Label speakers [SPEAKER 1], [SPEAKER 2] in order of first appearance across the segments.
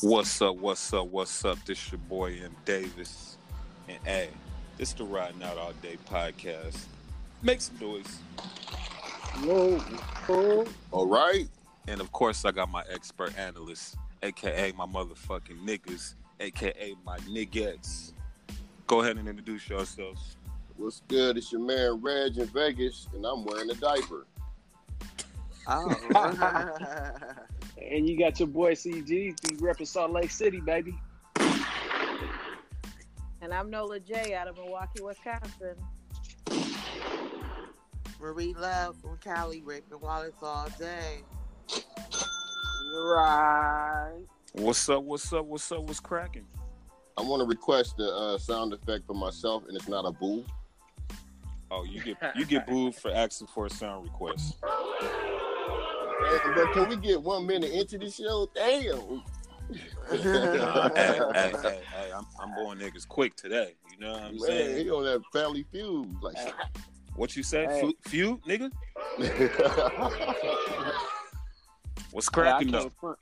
[SPEAKER 1] What's up? What's up? What's up? This your boy M Davis, and hey, this the Riding Out All Day podcast. Make some noise,
[SPEAKER 2] Whoa, whoa.
[SPEAKER 3] All right.
[SPEAKER 1] and of course, I got my expert analyst, aka my motherfucking niggas, aka my niggas. Go ahead and introduce yourselves.
[SPEAKER 3] What's good? It's your man Reg in Vegas, and I'm wearing a diaper.
[SPEAKER 4] Oh.
[SPEAKER 2] And you got your boy CG, be repping Salt Lake City, baby.
[SPEAKER 5] And I'm Nola J out of Milwaukee, Wisconsin.
[SPEAKER 4] Marie Love from Cali, raping wallets all day.
[SPEAKER 5] Right.
[SPEAKER 1] What's up? What's up? What's up? What's cracking?
[SPEAKER 3] I want to request the uh, sound effect for myself, and it's not a boo.
[SPEAKER 1] Oh, you get you get booed for asking for a sound request.
[SPEAKER 3] Hey, But can we get one minute into the show? Damn.
[SPEAKER 1] Nah, hey, hey, hey, hey, I'm, I'm going niggas quick today. You know what I'm
[SPEAKER 3] Man,
[SPEAKER 1] saying?
[SPEAKER 3] he on that family feud. Like,
[SPEAKER 1] What you say?
[SPEAKER 2] Hey.
[SPEAKER 1] Fu Few, nigga? What's cracking
[SPEAKER 2] Cracking
[SPEAKER 1] though?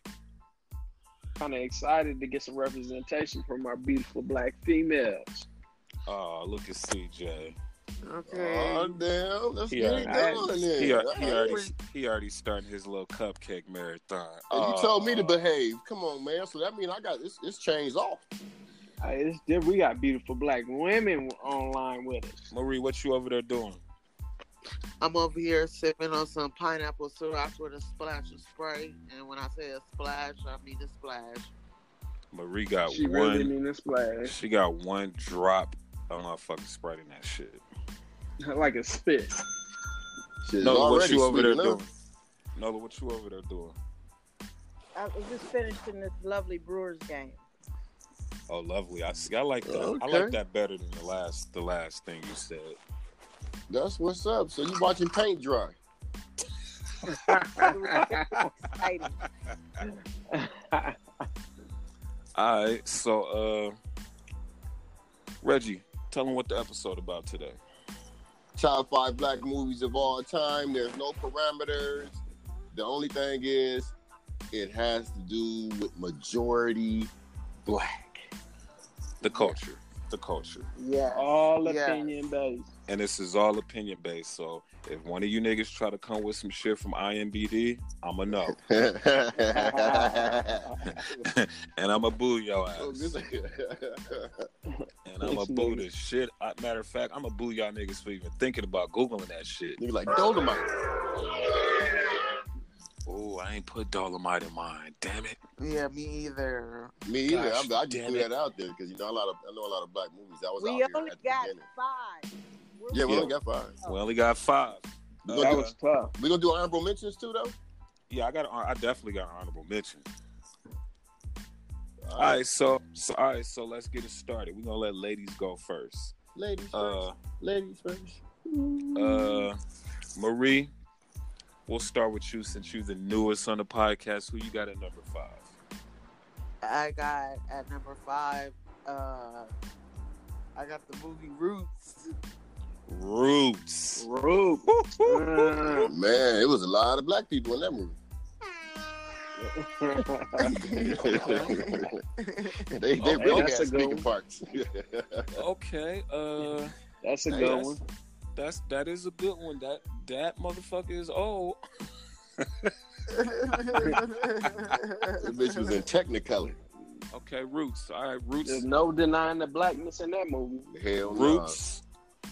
[SPEAKER 2] Kind of excited to get some representation from our beautiful black females.
[SPEAKER 1] Oh, look at CJ.
[SPEAKER 3] oh,
[SPEAKER 4] Okay.
[SPEAKER 3] damn. Let's
[SPEAKER 1] He
[SPEAKER 3] get it
[SPEAKER 2] already-
[SPEAKER 3] going
[SPEAKER 1] He,
[SPEAKER 3] then.
[SPEAKER 1] al- he
[SPEAKER 3] All
[SPEAKER 1] already
[SPEAKER 3] right.
[SPEAKER 1] he already starting his little cupcake marathon.
[SPEAKER 3] And
[SPEAKER 1] Oh.
[SPEAKER 3] you told me to behave. Come on, man. So that means I got this. It's chains off.
[SPEAKER 2] Uh, it's, diff- we got beautiful black women online with us.
[SPEAKER 1] Marie, what you over there doing?
[SPEAKER 4] I'm over here sipping on some pineapple syrup with a splash of spray. And when I say a splash, I mean a splash.
[SPEAKER 1] Marie got
[SPEAKER 2] She
[SPEAKER 1] one.
[SPEAKER 2] really mean this splash,
[SPEAKER 1] she got one drop. of motherfucking sprite in that shit.
[SPEAKER 2] like a spit.
[SPEAKER 3] Shit,
[SPEAKER 1] Nola, what
[SPEAKER 3] already
[SPEAKER 1] you over there
[SPEAKER 3] sneaking up.
[SPEAKER 1] doing? Nola, what you over there doing?
[SPEAKER 5] I was just finishing this lovely Brewers game.
[SPEAKER 1] Oh, lovely. I see. I like that. I
[SPEAKER 3] Okay.
[SPEAKER 1] like that better than the last the last thing you said.
[SPEAKER 3] That's what's up. So you watching paint dry?
[SPEAKER 5] Exciting.
[SPEAKER 1] All right. So, uh, Reggie, tell them what the episode about today.
[SPEAKER 3] top five black movies of all time. There's no parameters. The only thing is, it has to do with majority black.
[SPEAKER 1] The culture. The culture.
[SPEAKER 4] Yeah.
[SPEAKER 2] All
[SPEAKER 4] Yes.
[SPEAKER 2] opinion based.
[SPEAKER 1] and this is all opinion based. So if one of you niggas try to come with some shit from IMBD, I'ma know,
[SPEAKER 3] oh,
[SPEAKER 1] and I'ma boo your ass,
[SPEAKER 3] this-
[SPEAKER 1] and I'ma boo this shit. I, matter of fact, I'ma boo y'all niggas for even thinking about googling that shit.
[SPEAKER 3] you like Dolomite.
[SPEAKER 1] Oh, I ain't put Dolomite in mine. Damn it.
[SPEAKER 4] Yeah, me either.
[SPEAKER 3] Me either.
[SPEAKER 1] Gosh,
[SPEAKER 3] I'm, I just
[SPEAKER 1] damn
[SPEAKER 3] threw
[SPEAKER 1] it.
[SPEAKER 3] that out there because you know a lot of I know a lot of black movies. I was out
[SPEAKER 5] We
[SPEAKER 3] here
[SPEAKER 5] only
[SPEAKER 3] at the
[SPEAKER 5] got
[SPEAKER 3] beginning.
[SPEAKER 5] five. We're
[SPEAKER 3] Yeah, we
[SPEAKER 1] Yeah.
[SPEAKER 3] only got five.
[SPEAKER 1] We only got five.
[SPEAKER 3] We
[SPEAKER 2] That
[SPEAKER 3] gonna,
[SPEAKER 2] was
[SPEAKER 3] do,
[SPEAKER 2] tough.
[SPEAKER 3] we gonna do honorable mentions too, though.
[SPEAKER 1] Yeah, I got. I definitely got an honorable mention. All right, so so all right, so let's get it started. We are gonna let ladies go first.
[SPEAKER 3] ladies
[SPEAKER 1] Uh,
[SPEAKER 3] first. Ladies first.
[SPEAKER 1] Uh, Marie, we'll start with you since you're the newest on the podcast. Who you got at number five?
[SPEAKER 4] I got at number five, uh, I got the movie Roots.
[SPEAKER 1] Roots.
[SPEAKER 2] Rude. Uh,
[SPEAKER 3] Man, it was a lot of black people in that movie. they they
[SPEAKER 1] Oh,
[SPEAKER 3] really
[SPEAKER 2] that's a good
[SPEAKER 3] had speaking
[SPEAKER 2] one.
[SPEAKER 3] parts.
[SPEAKER 1] Okay, uh,
[SPEAKER 2] That's a
[SPEAKER 1] hey,
[SPEAKER 2] good
[SPEAKER 1] that's,
[SPEAKER 2] one.
[SPEAKER 1] that's that is a good one. That that motherfucker is old.
[SPEAKER 3] the bitch was in Technicolor.
[SPEAKER 1] Okay, Roots. All right, Roots.
[SPEAKER 2] There's no denying the blackness in that movie.
[SPEAKER 3] Hell no.
[SPEAKER 1] Roots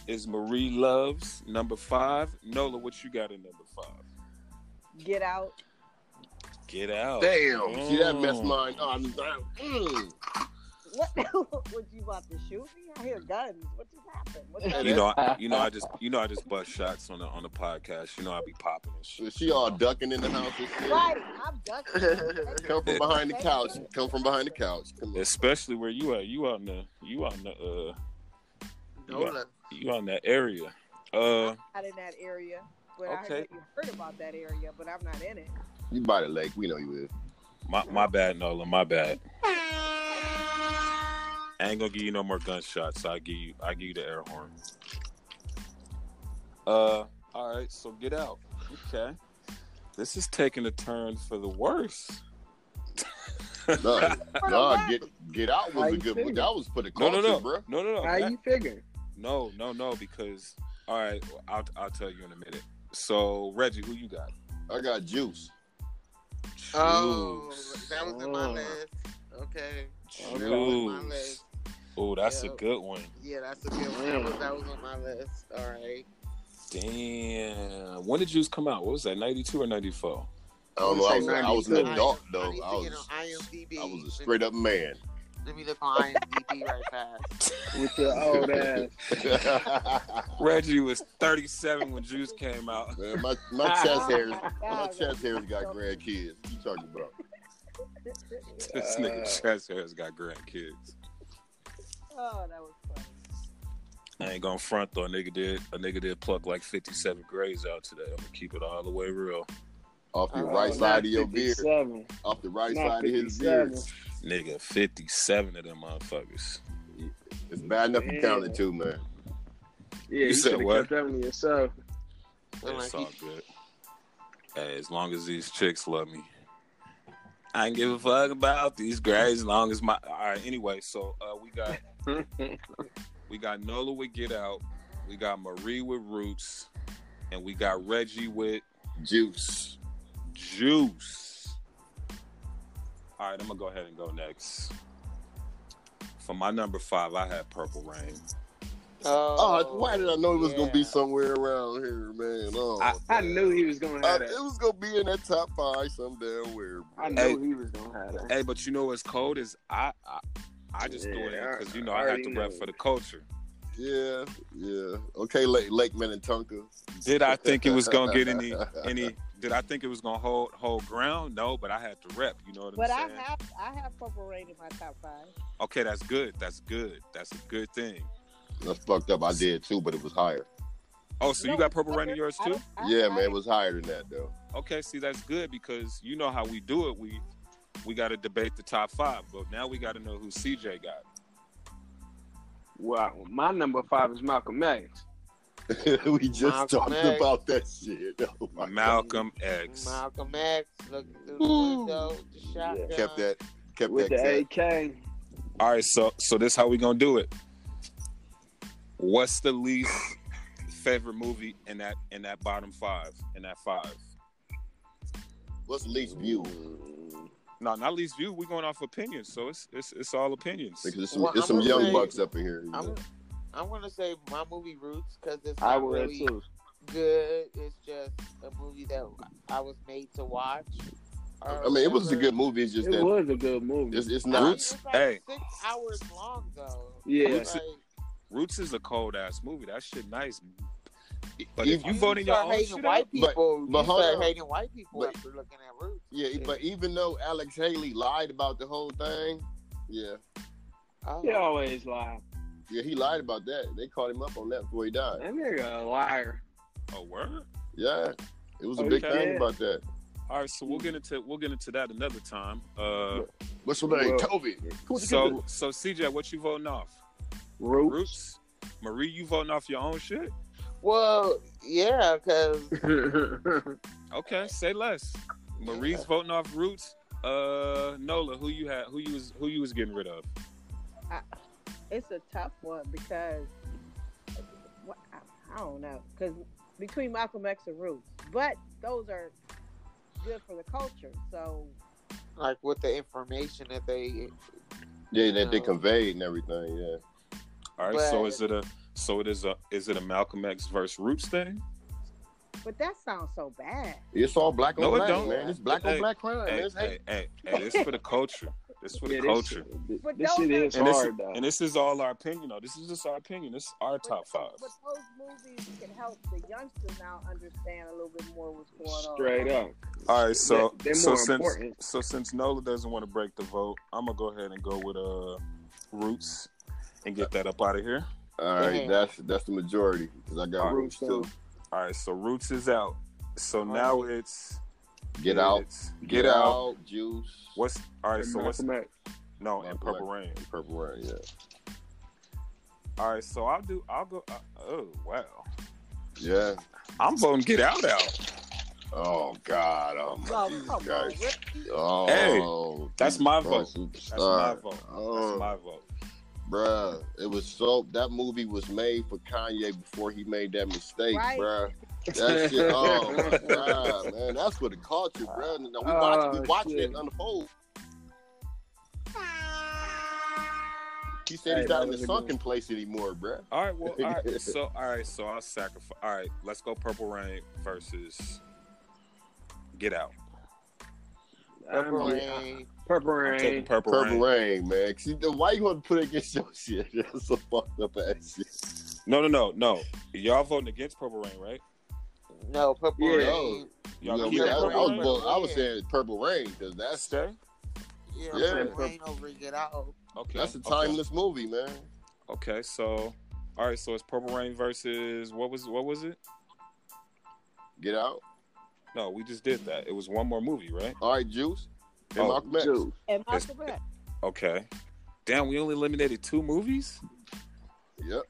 [SPEAKER 1] is Marie loves number five. Nola, what you got at number five?
[SPEAKER 5] Get out.
[SPEAKER 1] Get out.
[SPEAKER 3] Damn. See that messed
[SPEAKER 1] Mm.
[SPEAKER 3] mine. Oh, I'm, I'm, mm.
[SPEAKER 5] What, what you about to shoot me? I hear guns. What just happened? What's up?
[SPEAKER 1] Mm. You know, I, you know, I just, you know, I just bust shots on the on the podcast. You know, I be popping and shit.
[SPEAKER 3] She all ducking in the house and shit.
[SPEAKER 5] Right. I'm ducking.
[SPEAKER 3] Come from behind the couch. Come from behind the couch. Come on.
[SPEAKER 1] especially where you at. You out in the you out in the uh
[SPEAKER 4] Nola.
[SPEAKER 1] you out in that area. Uh,
[SPEAKER 5] Not in that area. But I
[SPEAKER 1] Okay.
[SPEAKER 5] heard, you heard about that area, but I'm not in it.
[SPEAKER 3] You by the lake. We know you is.
[SPEAKER 1] my my bad, Nola. My bad. I ain't gonna give you no more gunshots. I give you I give you the air horn. Uh, all right. So get out. Okay. This is taking a turn for the worse.
[SPEAKER 3] No,
[SPEAKER 5] For the
[SPEAKER 3] no,
[SPEAKER 5] what?
[SPEAKER 3] get get out was
[SPEAKER 2] How
[SPEAKER 3] a
[SPEAKER 2] you
[SPEAKER 3] good one.
[SPEAKER 2] feel?
[SPEAKER 3] That was for the
[SPEAKER 1] No,
[SPEAKER 3] culture,
[SPEAKER 1] no, no,
[SPEAKER 3] bro.
[SPEAKER 1] no, no, no.
[SPEAKER 2] How
[SPEAKER 1] Oh, That-
[SPEAKER 2] you figure?
[SPEAKER 1] No, no, no, because all right, I'll I'll tell you in a minute. So Reggie, who you got?
[SPEAKER 3] I got juice.
[SPEAKER 4] Oh,
[SPEAKER 1] Juice.
[SPEAKER 4] that was in my
[SPEAKER 2] Oh.
[SPEAKER 4] list. Okay.
[SPEAKER 1] Juice.
[SPEAKER 4] That was in my list.
[SPEAKER 1] Oh, that's a
[SPEAKER 4] Yep.
[SPEAKER 1] good one.
[SPEAKER 4] Yeah, that's a good one. That was, that was on my list. All right.
[SPEAKER 1] Damn. When did Juice come out? What was that? Ninety two or ninety four?
[SPEAKER 3] I don't know. I was, I was an
[SPEAKER 2] Good.
[SPEAKER 3] adult though.
[SPEAKER 4] I
[SPEAKER 3] I
[SPEAKER 4] need to get
[SPEAKER 3] was
[SPEAKER 4] on IMDb.
[SPEAKER 3] I was a straight up man.
[SPEAKER 4] Let me look on IMDb right fast.
[SPEAKER 2] With your old ass.
[SPEAKER 1] Reggie was thirty seven when Juice came out.
[SPEAKER 3] Man, my my chest hairs,
[SPEAKER 5] Oh, my
[SPEAKER 3] my
[SPEAKER 5] God.
[SPEAKER 3] chest hairs got grandkids. You talking about?
[SPEAKER 1] This nigga Chess has got grandkids.
[SPEAKER 5] oh, that was funny.
[SPEAKER 1] I ain't gonna front though. A nigga did a nigga did pluck like fifty seven grays out today. I'm gonna keep it all the way real.
[SPEAKER 3] Off the
[SPEAKER 2] Oh,
[SPEAKER 3] right
[SPEAKER 2] not
[SPEAKER 3] side of your beard.
[SPEAKER 2] 57.
[SPEAKER 3] Off the right
[SPEAKER 2] Not
[SPEAKER 3] side of his
[SPEAKER 2] 57.
[SPEAKER 3] beard.
[SPEAKER 1] Nigga, fifty seven of them motherfuckers.
[SPEAKER 3] It's bad enough you
[SPEAKER 2] Man.
[SPEAKER 3] counted too, man.
[SPEAKER 2] Yeah, you,
[SPEAKER 1] said
[SPEAKER 2] should have
[SPEAKER 1] what?
[SPEAKER 2] kept that one to yourself.
[SPEAKER 4] I'm
[SPEAKER 1] It's
[SPEAKER 4] like,
[SPEAKER 1] all good. Hey, as long as these chicks love me, I ain't give a fuck about these grays. As long as my all right. Anyway, so uh, we got we got Nola with Get Out, we got Marie with Roots, and we got Reggie with
[SPEAKER 3] Juice.
[SPEAKER 1] Juice. All right, I'm gonna go ahead and go next. For my number five, I had Purple Rain.
[SPEAKER 3] Oh,
[SPEAKER 4] oh,
[SPEAKER 3] why did I know it was gonna be
[SPEAKER 4] yeah.
[SPEAKER 3] somewhere around here, man? Oh,
[SPEAKER 1] I-
[SPEAKER 2] I knew he was going to
[SPEAKER 3] I-
[SPEAKER 2] have
[SPEAKER 3] it
[SPEAKER 2] that.
[SPEAKER 3] was gonna be in that top five some damn where.
[SPEAKER 2] I
[SPEAKER 3] bro.
[SPEAKER 2] knew
[SPEAKER 1] Hey.
[SPEAKER 2] he was going to have that.
[SPEAKER 1] Hey, but you know what's cold is I I, I just threw it
[SPEAKER 2] Yeah,
[SPEAKER 1] in because you
[SPEAKER 2] I-
[SPEAKER 1] know
[SPEAKER 2] I
[SPEAKER 1] I, have
[SPEAKER 2] already
[SPEAKER 1] to
[SPEAKER 2] know.
[SPEAKER 1] rep for the culture.
[SPEAKER 3] Yeah, yeah. Okay, Lake Lake Minnetonka.
[SPEAKER 1] Did I think it was gonna get any any? Did I think it was gonna hold hold ground? No, but I had to rep. You know what I'm
[SPEAKER 5] But I
[SPEAKER 1] saying?
[SPEAKER 5] have I have Purple Rain in my top five.
[SPEAKER 1] okay, that's good. That's good. That's a good thing.
[SPEAKER 3] That's fucked up. I did too, but it was higher.
[SPEAKER 1] Oh, so you
[SPEAKER 5] No,
[SPEAKER 1] got purple rain in
[SPEAKER 5] Purple-
[SPEAKER 1] yours
[SPEAKER 5] I
[SPEAKER 1] too?
[SPEAKER 5] don't- I-
[SPEAKER 3] yeah,
[SPEAKER 5] I-
[SPEAKER 3] man, it was higher than that though.
[SPEAKER 1] Okay, see that's good because you know how we do it. We we got to debate the top five, but now we got to know who CJ got.
[SPEAKER 2] Wow, my number five is Malcolm X.
[SPEAKER 3] we just
[SPEAKER 4] Malcolm
[SPEAKER 3] talked
[SPEAKER 4] X.
[SPEAKER 3] about that shit. Oh my
[SPEAKER 1] Malcolm X.
[SPEAKER 4] Malcolm X looking through the
[SPEAKER 2] Ooh.
[SPEAKER 4] window, the shotgun.
[SPEAKER 3] God. kept that, kept
[SPEAKER 2] With
[SPEAKER 3] that.
[SPEAKER 2] the
[SPEAKER 3] cat.
[SPEAKER 2] AK,
[SPEAKER 1] All right, so so this how we gonna do it. What's the least favorite movie in that in that bottom five in that five?
[SPEAKER 3] What's least view?
[SPEAKER 2] Mm.
[SPEAKER 1] No, not least you. We're going off opinions, so it's it's it's all opinions.
[SPEAKER 3] Because there's some,
[SPEAKER 4] Well,
[SPEAKER 3] there's
[SPEAKER 4] I'm
[SPEAKER 3] some
[SPEAKER 4] gonna
[SPEAKER 3] young
[SPEAKER 4] say-
[SPEAKER 3] bucks up in here. you
[SPEAKER 4] I'm,
[SPEAKER 3] know.
[SPEAKER 4] I'm gonna say my movie Roots because it's
[SPEAKER 2] I
[SPEAKER 4] not
[SPEAKER 2] would
[SPEAKER 4] really
[SPEAKER 2] too.
[SPEAKER 4] good. It's just a movie that I was made to watch. Um,
[SPEAKER 3] I mean, it was a good movie. It's just
[SPEAKER 2] uh, It
[SPEAKER 3] that
[SPEAKER 2] was a good movie.
[SPEAKER 3] it's, it's
[SPEAKER 4] I mean,
[SPEAKER 3] not.
[SPEAKER 1] Roots-
[SPEAKER 4] it's like
[SPEAKER 1] hey.
[SPEAKER 4] six hours long though.
[SPEAKER 2] Yeah.
[SPEAKER 4] It's like,
[SPEAKER 1] Roots is a cold ass movie. That shit nice. But
[SPEAKER 3] If
[SPEAKER 1] if you
[SPEAKER 3] you
[SPEAKER 1] vote in your
[SPEAKER 4] start
[SPEAKER 1] own
[SPEAKER 4] hating
[SPEAKER 1] shit,
[SPEAKER 4] white
[SPEAKER 1] out-
[SPEAKER 3] But-
[SPEAKER 4] people.
[SPEAKER 3] but
[SPEAKER 4] you
[SPEAKER 3] hold
[SPEAKER 4] start
[SPEAKER 3] on.
[SPEAKER 4] hating white people
[SPEAKER 3] But-
[SPEAKER 4] after looking at Roots.
[SPEAKER 3] Yeah, but even though Alex Haley lied about the whole thing, yeah,
[SPEAKER 4] Oh.
[SPEAKER 2] He always lie.
[SPEAKER 3] yeah, he lied about that. They caught him up on that before he died.
[SPEAKER 2] That nigga a liar.
[SPEAKER 1] oh word.
[SPEAKER 3] Yeah, it was a
[SPEAKER 2] Oh,
[SPEAKER 3] big
[SPEAKER 2] yeah.
[SPEAKER 3] thing about that.
[SPEAKER 1] All right, so we'll get into we'll get into that another time. Uh,
[SPEAKER 3] What's your name?
[SPEAKER 2] Well,
[SPEAKER 3] Toby.
[SPEAKER 1] so so CJ, what you voting off?
[SPEAKER 2] Roots.
[SPEAKER 1] Roots, Marie, you voting off your own shit?
[SPEAKER 4] Well, yeah, because
[SPEAKER 1] Okay, say less. Marie's voting off Roots. Uh, Nola, who you had? Who you was? Who you was getting rid of?
[SPEAKER 5] It's a tough one because what, I, I don't know because between Malcolm X and Roots, but those are good for the culture. So
[SPEAKER 4] like with the information that they
[SPEAKER 3] Yeah, that they conveyed and everything. Yeah.
[SPEAKER 1] All right, so
[SPEAKER 4] But-
[SPEAKER 1] is it a so it is a is it a Malcolm X versus Roots thing?
[SPEAKER 5] But that sounds so bad.
[SPEAKER 3] It's all black on
[SPEAKER 1] No, it
[SPEAKER 3] black,
[SPEAKER 1] don't.
[SPEAKER 3] man. It's black on
[SPEAKER 1] Hey,
[SPEAKER 3] black crime.
[SPEAKER 1] Hey,
[SPEAKER 3] man. It's hate.
[SPEAKER 1] hey, hey, hey, this for the culture. This for the
[SPEAKER 2] Yeah, this
[SPEAKER 1] culture.
[SPEAKER 2] shit- th-
[SPEAKER 5] But
[SPEAKER 2] This
[SPEAKER 5] don't
[SPEAKER 2] shit
[SPEAKER 5] they-
[SPEAKER 2] is
[SPEAKER 1] and this,
[SPEAKER 2] hard, though.
[SPEAKER 1] and this is all our opinion, though. This is just our opinion. This is our top
[SPEAKER 5] but,
[SPEAKER 1] five.
[SPEAKER 5] But those movies can help the youngsters now understand a little bit more what's going on.
[SPEAKER 2] Straight up.
[SPEAKER 1] All right, so
[SPEAKER 2] They- they're
[SPEAKER 1] so
[SPEAKER 2] more
[SPEAKER 1] since
[SPEAKER 2] important.
[SPEAKER 1] so since Nola doesn't want to break the vote, I'm gonna go ahead and go with uh Roots and get that up out of here.
[SPEAKER 3] All right,
[SPEAKER 5] Mm-hmm.
[SPEAKER 4] Mhm.
[SPEAKER 3] that's that's the majority because I got
[SPEAKER 1] All right.
[SPEAKER 3] roots too.
[SPEAKER 1] All right, so Roots is out. So now it's
[SPEAKER 3] Get out,
[SPEAKER 1] it's Get, out.
[SPEAKER 3] juice.
[SPEAKER 1] What's all right?
[SPEAKER 2] And
[SPEAKER 1] So what's
[SPEAKER 2] Malcolm X.
[SPEAKER 1] no and
[SPEAKER 3] Malcolm
[SPEAKER 1] Purple Rain.
[SPEAKER 3] purple rain? Yeah,
[SPEAKER 1] All right, so I'll do. I'll go. Uh, oh wow,
[SPEAKER 3] yeah.
[SPEAKER 1] I'm voting Get Out out.
[SPEAKER 3] Oh God! Oh my
[SPEAKER 5] Oh,
[SPEAKER 3] Jesus
[SPEAKER 5] come on,
[SPEAKER 3] Christ!
[SPEAKER 5] Rick.
[SPEAKER 3] Oh,
[SPEAKER 1] Hey, that's my vote. That's
[SPEAKER 3] That's
[SPEAKER 1] my vote. That's my vote.
[SPEAKER 3] Oh, bruh. It was so that movie was made for Kanye before he made that mistake,
[SPEAKER 5] Right.
[SPEAKER 3] bruh. That shit, oh my god, man, that's what the culture, bruh. Now we
[SPEAKER 2] Oh,
[SPEAKER 3] watch, we watching
[SPEAKER 2] shit.
[SPEAKER 3] it unfold. He said
[SPEAKER 2] Hey,
[SPEAKER 3] he's
[SPEAKER 2] that
[SPEAKER 3] not in the
[SPEAKER 2] was a good
[SPEAKER 3] sunken place anymore, bruh.
[SPEAKER 1] All right, well, all right. So, all right, so I'll sacrifice. All right, let's go. Purple Rain versus Get Out.
[SPEAKER 2] I'm-
[SPEAKER 4] Purple
[SPEAKER 2] I'm
[SPEAKER 4] Rain.
[SPEAKER 2] Purple
[SPEAKER 1] I'm taking
[SPEAKER 2] Rain.
[SPEAKER 1] Purple,
[SPEAKER 3] Purple
[SPEAKER 1] Rain.
[SPEAKER 3] rain, man. See, then why you want to put it against your shit? That's a fucked up ass shit.
[SPEAKER 1] No, no, no, no. Y'all voting against Purple Rain, right?
[SPEAKER 4] No, Purple
[SPEAKER 2] Yeah.
[SPEAKER 4] Rain.
[SPEAKER 1] Y'all
[SPEAKER 3] You
[SPEAKER 1] keep
[SPEAKER 3] know,
[SPEAKER 4] that
[SPEAKER 3] I,
[SPEAKER 1] Purple
[SPEAKER 3] was,
[SPEAKER 1] Rain?
[SPEAKER 4] voting.
[SPEAKER 3] well, I was saying purple rain because that's
[SPEAKER 1] Okay.
[SPEAKER 4] Yeah,
[SPEAKER 3] Yeah.
[SPEAKER 4] Purple Rain over Get Out.
[SPEAKER 1] Okay.
[SPEAKER 3] that's a
[SPEAKER 1] okay.
[SPEAKER 3] timeless movie, man.
[SPEAKER 1] Okay. so all right, so it's Purple Rain versus what was what was it?
[SPEAKER 3] Get out.
[SPEAKER 1] No, we just did that. It was one more movie, right?
[SPEAKER 3] All right, Juice. And
[SPEAKER 1] Oh,
[SPEAKER 3] Malcolm X.
[SPEAKER 2] Juice.
[SPEAKER 5] And
[SPEAKER 1] That's-
[SPEAKER 5] Michael Beck.
[SPEAKER 1] Okay. Damn, we only eliminated two movies?
[SPEAKER 3] Yep.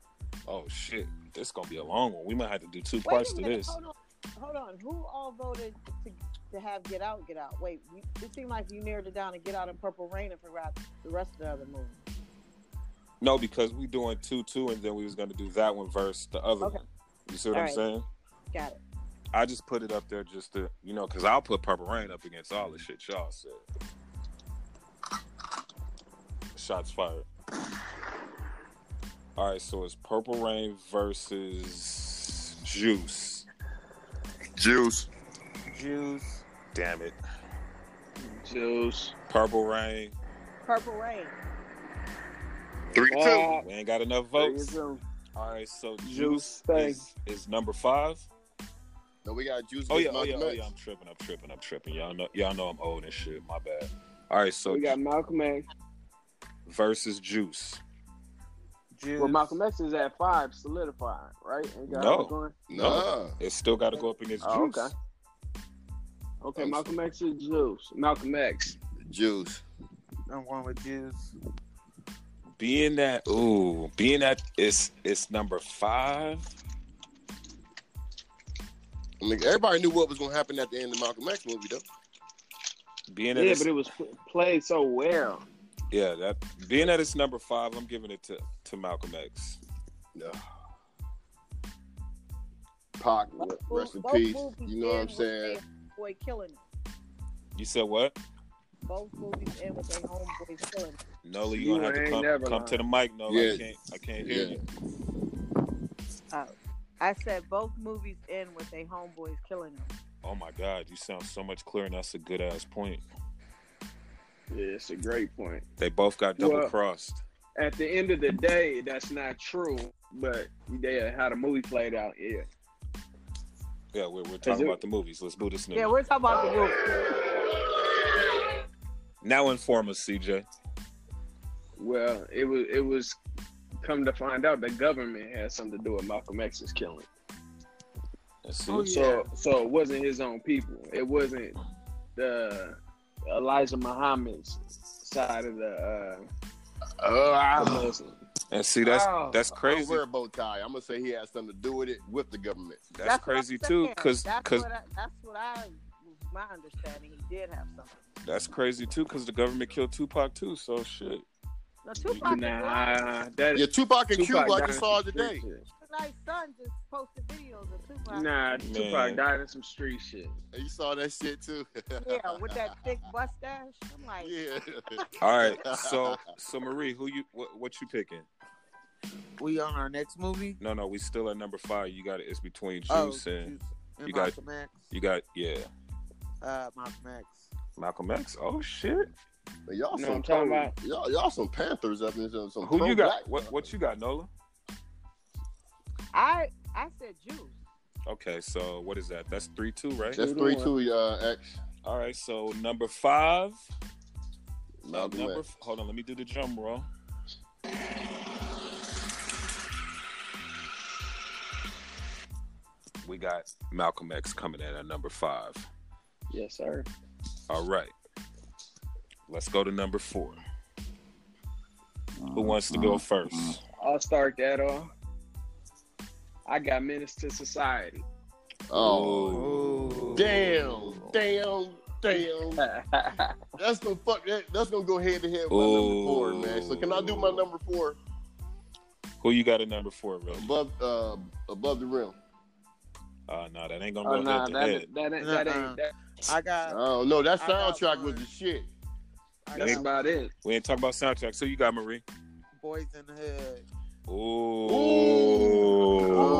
[SPEAKER 1] Oh shit. This gonna be a long one. We might have to do two
[SPEAKER 5] Wait
[SPEAKER 1] parts
[SPEAKER 5] a
[SPEAKER 1] to
[SPEAKER 5] minute,
[SPEAKER 1] this.
[SPEAKER 5] hold on. Hold on. Who all voted to, to have Get Out, Get Out? Wait, you, it seemed like you narrowed it down to Get Out and Purple Rain and forgot the rest of the other movies.
[SPEAKER 1] No, because we doing two two and then we was gonna do that one versus the other
[SPEAKER 5] Okay.
[SPEAKER 1] one. You see what
[SPEAKER 5] All
[SPEAKER 1] I'm
[SPEAKER 5] right.
[SPEAKER 1] saying?
[SPEAKER 5] Got it.
[SPEAKER 1] I just put it up there just to you know, cause I'll put Purple Rain up against all the shit y'all said. Shots fired. All right, so it's Purple Rain versus Juice.
[SPEAKER 3] Juice.
[SPEAKER 4] Juice.
[SPEAKER 1] Damn it,
[SPEAKER 2] Juice.
[SPEAKER 1] Purple Rain.
[SPEAKER 5] Purple Rain.
[SPEAKER 3] Three
[SPEAKER 2] Oh,
[SPEAKER 1] We ain't got enough votes. All right, so Juice
[SPEAKER 2] Juice, thanks.
[SPEAKER 1] is, is number five.
[SPEAKER 3] No, we got Juice.
[SPEAKER 1] Oh yeah, oh
[SPEAKER 3] versus
[SPEAKER 1] yeah, oh
[SPEAKER 3] Malcolm
[SPEAKER 1] yeah.
[SPEAKER 3] X.
[SPEAKER 1] I'm tripping. I'm tripping. I'm tripping. Y'all know. Y'all know I'm old and shit. My bad. All right, so
[SPEAKER 2] we got Malcolm X.
[SPEAKER 1] versus Juice.
[SPEAKER 4] Juice.
[SPEAKER 2] Well, Malcolm X is at five, solidified, right? Ain't got
[SPEAKER 1] No.
[SPEAKER 2] it going?
[SPEAKER 3] Nah.
[SPEAKER 1] It still got to go up against
[SPEAKER 2] Oh,
[SPEAKER 1] Juice.
[SPEAKER 2] okay. Okay, Malcolm X is Juice. Malcolm X.
[SPEAKER 3] Juice.
[SPEAKER 4] I'm going with Juice.
[SPEAKER 1] being that ooh, being that it's it's number five.
[SPEAKER 3] I mean, everybody knew what was going to happen at the end of Malcolm X movie, though.
[SPEAKER 1] Being
[SPEAKER 2] Yeah,
[SPEAKER 1] that it's,
[SPEAKER 2] but it was pl- played so well.
[SPEAKER 1] yeah, that being that it's number five, I'm giving it to, to Malcolm X.
[SPEAKER 3] No. Pac,
[SPEAKER 5] Both
[SPEAKER 3] rest in
[SPEAKER 5] mo- both
[SPEAKER 3] peace.
[SPEAKER 5] movies
[SPEAKER 3] You know what
[SPEAKER 5] end
[SPEAKER 3] I'm
[SPEAKER 5] with
[SPEAKER 3] saying?
[SPEAKER 5] their Homeboy killing him.
[SPEAKER 1] You said what?
[SPEAKER 5] Both movies end with their homeboy killing him.
[SPEAKER 1] Nola, you
[SPEAKER 2] You
[SPEAKER 1] gonna have to
[SPEAKER 2] ain't
[SPEAKER 1] come
[SPEAKER 2] never
[SPEAKER 1] come
[SPEAKER 2] lying.
[SPEAKER 1] to the mic, Nola.
[SPEAKER 3] Yeah.
[SPEAKER 1] I can't I can't hear
[SPEAKER 3] Yeah.
[SPEAKER 1] you.
[SPEAKER 5] I said both movies end with their homeboys killing him.
[SPEAKER 1] Oh my god, you sound so much clearer and that's a good ass point.
[SPEAKER 2] Yeah, it's a great point.
[SPEAKER 1] They both got double
[SPEAKER 2] Well-
[SPEAKER 1] crossed.
[SPEAKER 2] At the end of the day, that's not true. But they how the movie played out, yeah.
[SPEAKER 1] Yeah, we're, we're talking
[SPEAKER 2] it-
[SPEAKER 1] about the movies. Let's do this
[SPEAKER 5] Yeah,
[SPEAKER 1] nigga.
[SPEAKER 5] we're talking about the movie.
[SPEAKER 1] now inform us, CJ.
[SPEAKER 2] Well, it was it was come to find out the government had something to do with Malcolm X's killing.
[SPEAKER 1] Let's see.
[SPEAKER 4] Oh, yeah.
[SPEAKER 2] So so it wasn't his own people. It wasn't the Elijah Muhammad's side of the
[SPEAKER 3] Oh,
[SPEAKER 2] uh, the
[SPEAKER 3] I-
[SPEAKER 2] Muslim.
[SPEAKER 1] And see that's
[SPEAKER 2] Oh,
[SPEAKER 1] that's
[SPEAKER 3] Crazy.
[SPEAKER 1] crazy.
[SPEAKER 3] Don't wear a bow tie. I'm going to say he has something to do with it with the government.
[SPEAKER 1] that's,
[SPEAKER 5] what I'm
[SPEAKER 1] crazy too,
[SPEAKER 5] saying.
[SPEAKER 1] cause
[SPEAKER 5] that's
[SPEAKER 1] 'cause-
[SPEAKER 5] what I, that's what I my understanding. He did have something.
[SPEAKER 1] that's crazy too, cause the government killed Tupac too. So shit.
[SPEAKER 5] Now, Tupac nah.
[SPEAKER 2] Nah, that
[SPEAKER 3] Yeah, Tupac and
[SPEAKER 2] Tupac
[SPEAKER 3] Cube, like
[SPEAKER 2] died
[SPEAKER 3] you
[SPEAKER 2] in
[SPEAKER 3] saw
[SPEAKER 2] some
[SPEAKER 3] today.
[SPEAKER 2] street shit.
[SPEAKER 5] Tonight's son just posted videos of Tupac.
[SPEAKER 2] Nah,
[SPEAKER 1] Man.
[SPEAKER 2] Tupac died in some street shit.
[SPEAKER 3] You saw that shit, too.
[SPEAKER 5] Yeah, with that thick mustache. I'm like,
[SPEAKER 3] Yeah.
[SPEAKER 1] All right, so so Marie, who you what, what you picking?
[SPEAKER 4] We on our next movie.
[SPEAKER 1] No, no, we still at number five. You got it. It's between Juice
[SPEAKER 4] Oh,
[SPEAKER 1] and
[SPEAKER 4] Juice and
[SPEAKER 1] you got-
[SPEAKER 4] Malcolm X.
[SPEAKER 1] you got yeah
[SPEAKER 4] Uh, Malcolm X.
[SPEAKER 1] Malcolm X. Oh shit,
[SPEAKER 3] Man, y'all
[SPEAKER 2] You know
[SPEAKER 3] some
[SPEAKER 2] what I'm talking
[SPEAKER 3] pro-
[SPEAKER 2] about?
[SPEAKER 3] Y'all, y'all some Panthers up in some. some
[SPEAKER 1] who you got?
[SPEAKER 3] pro-black-
[SPEAKER 1] What what you got, Nola?
[SPEAKER 5] I I said Juice.
[SPEAKER 1] Okay, so what is that? That's three two, right?
[SPEAKER 3] That's
[SPEAKER 2] Who the
[SPEAKER 3] three two. Uh, X.
[SPEAKER 1] All right, so number five.
[SPEAKER 3] Malcolm
[SPEAKER 1] number,
[SPEAKER 3] X.
[SPEAKER 1] f- Hold on, let me do the drum roll. We got Malcolm X coming in at number five.
[SPEAKER 2] Yes, sir.
[SPEAKER 1] All right. Let's go to number four. Who wants to
[SPEAKER 3] Mm-hmm.
[SPEAKER 1] go first?
[SPEAKER 2] I'll start that off. I got menace to society.
[SPEAKER 3] Oh
[SPEAKER 1] Ooh.
[SPEAKER 3] damn! damn, damn. That's gonna fuck that. That's gonna go head to head with my number four, man. So can I do my number four
[SPEAKER 1] Who you got at number four, real?
[SPEAKER 3] above uh above the rim?
[SPEAKER 1] Uh, no, that ain't gonna go
[SPEAKER 2] oh nah,
[SPEAKER 1] head to
[SPEAKER 2] that
[SPEAKER 1] head.
[SPEAKER 2] ain't, that ain't that
[SPEAKER 4] Nuh-uh.
[SPEAKER 2] ain't that,
[SPEAKER 4] I got.
[SPEAKER 3] Oh no, that
[SPEAKER 4] I got
[SPEAKER 3] soundtrack was
[SPEAKER 4] one.
[SPEAKER 3] the shit.
[SPEAKER 4] I
[SPEAKER 2] that's
[SPEAKER 4] got
[SPEAKER 2] about it.
[SPEAKER 1] We ain't talking about soundtracks. Who you got, Marie?
[SPEAKER 4] Boys in the Hood.
[SPEAKER 1] Ooh.
[SPEAKER 3] Ooh.
[SPEAKER 1] Ooh.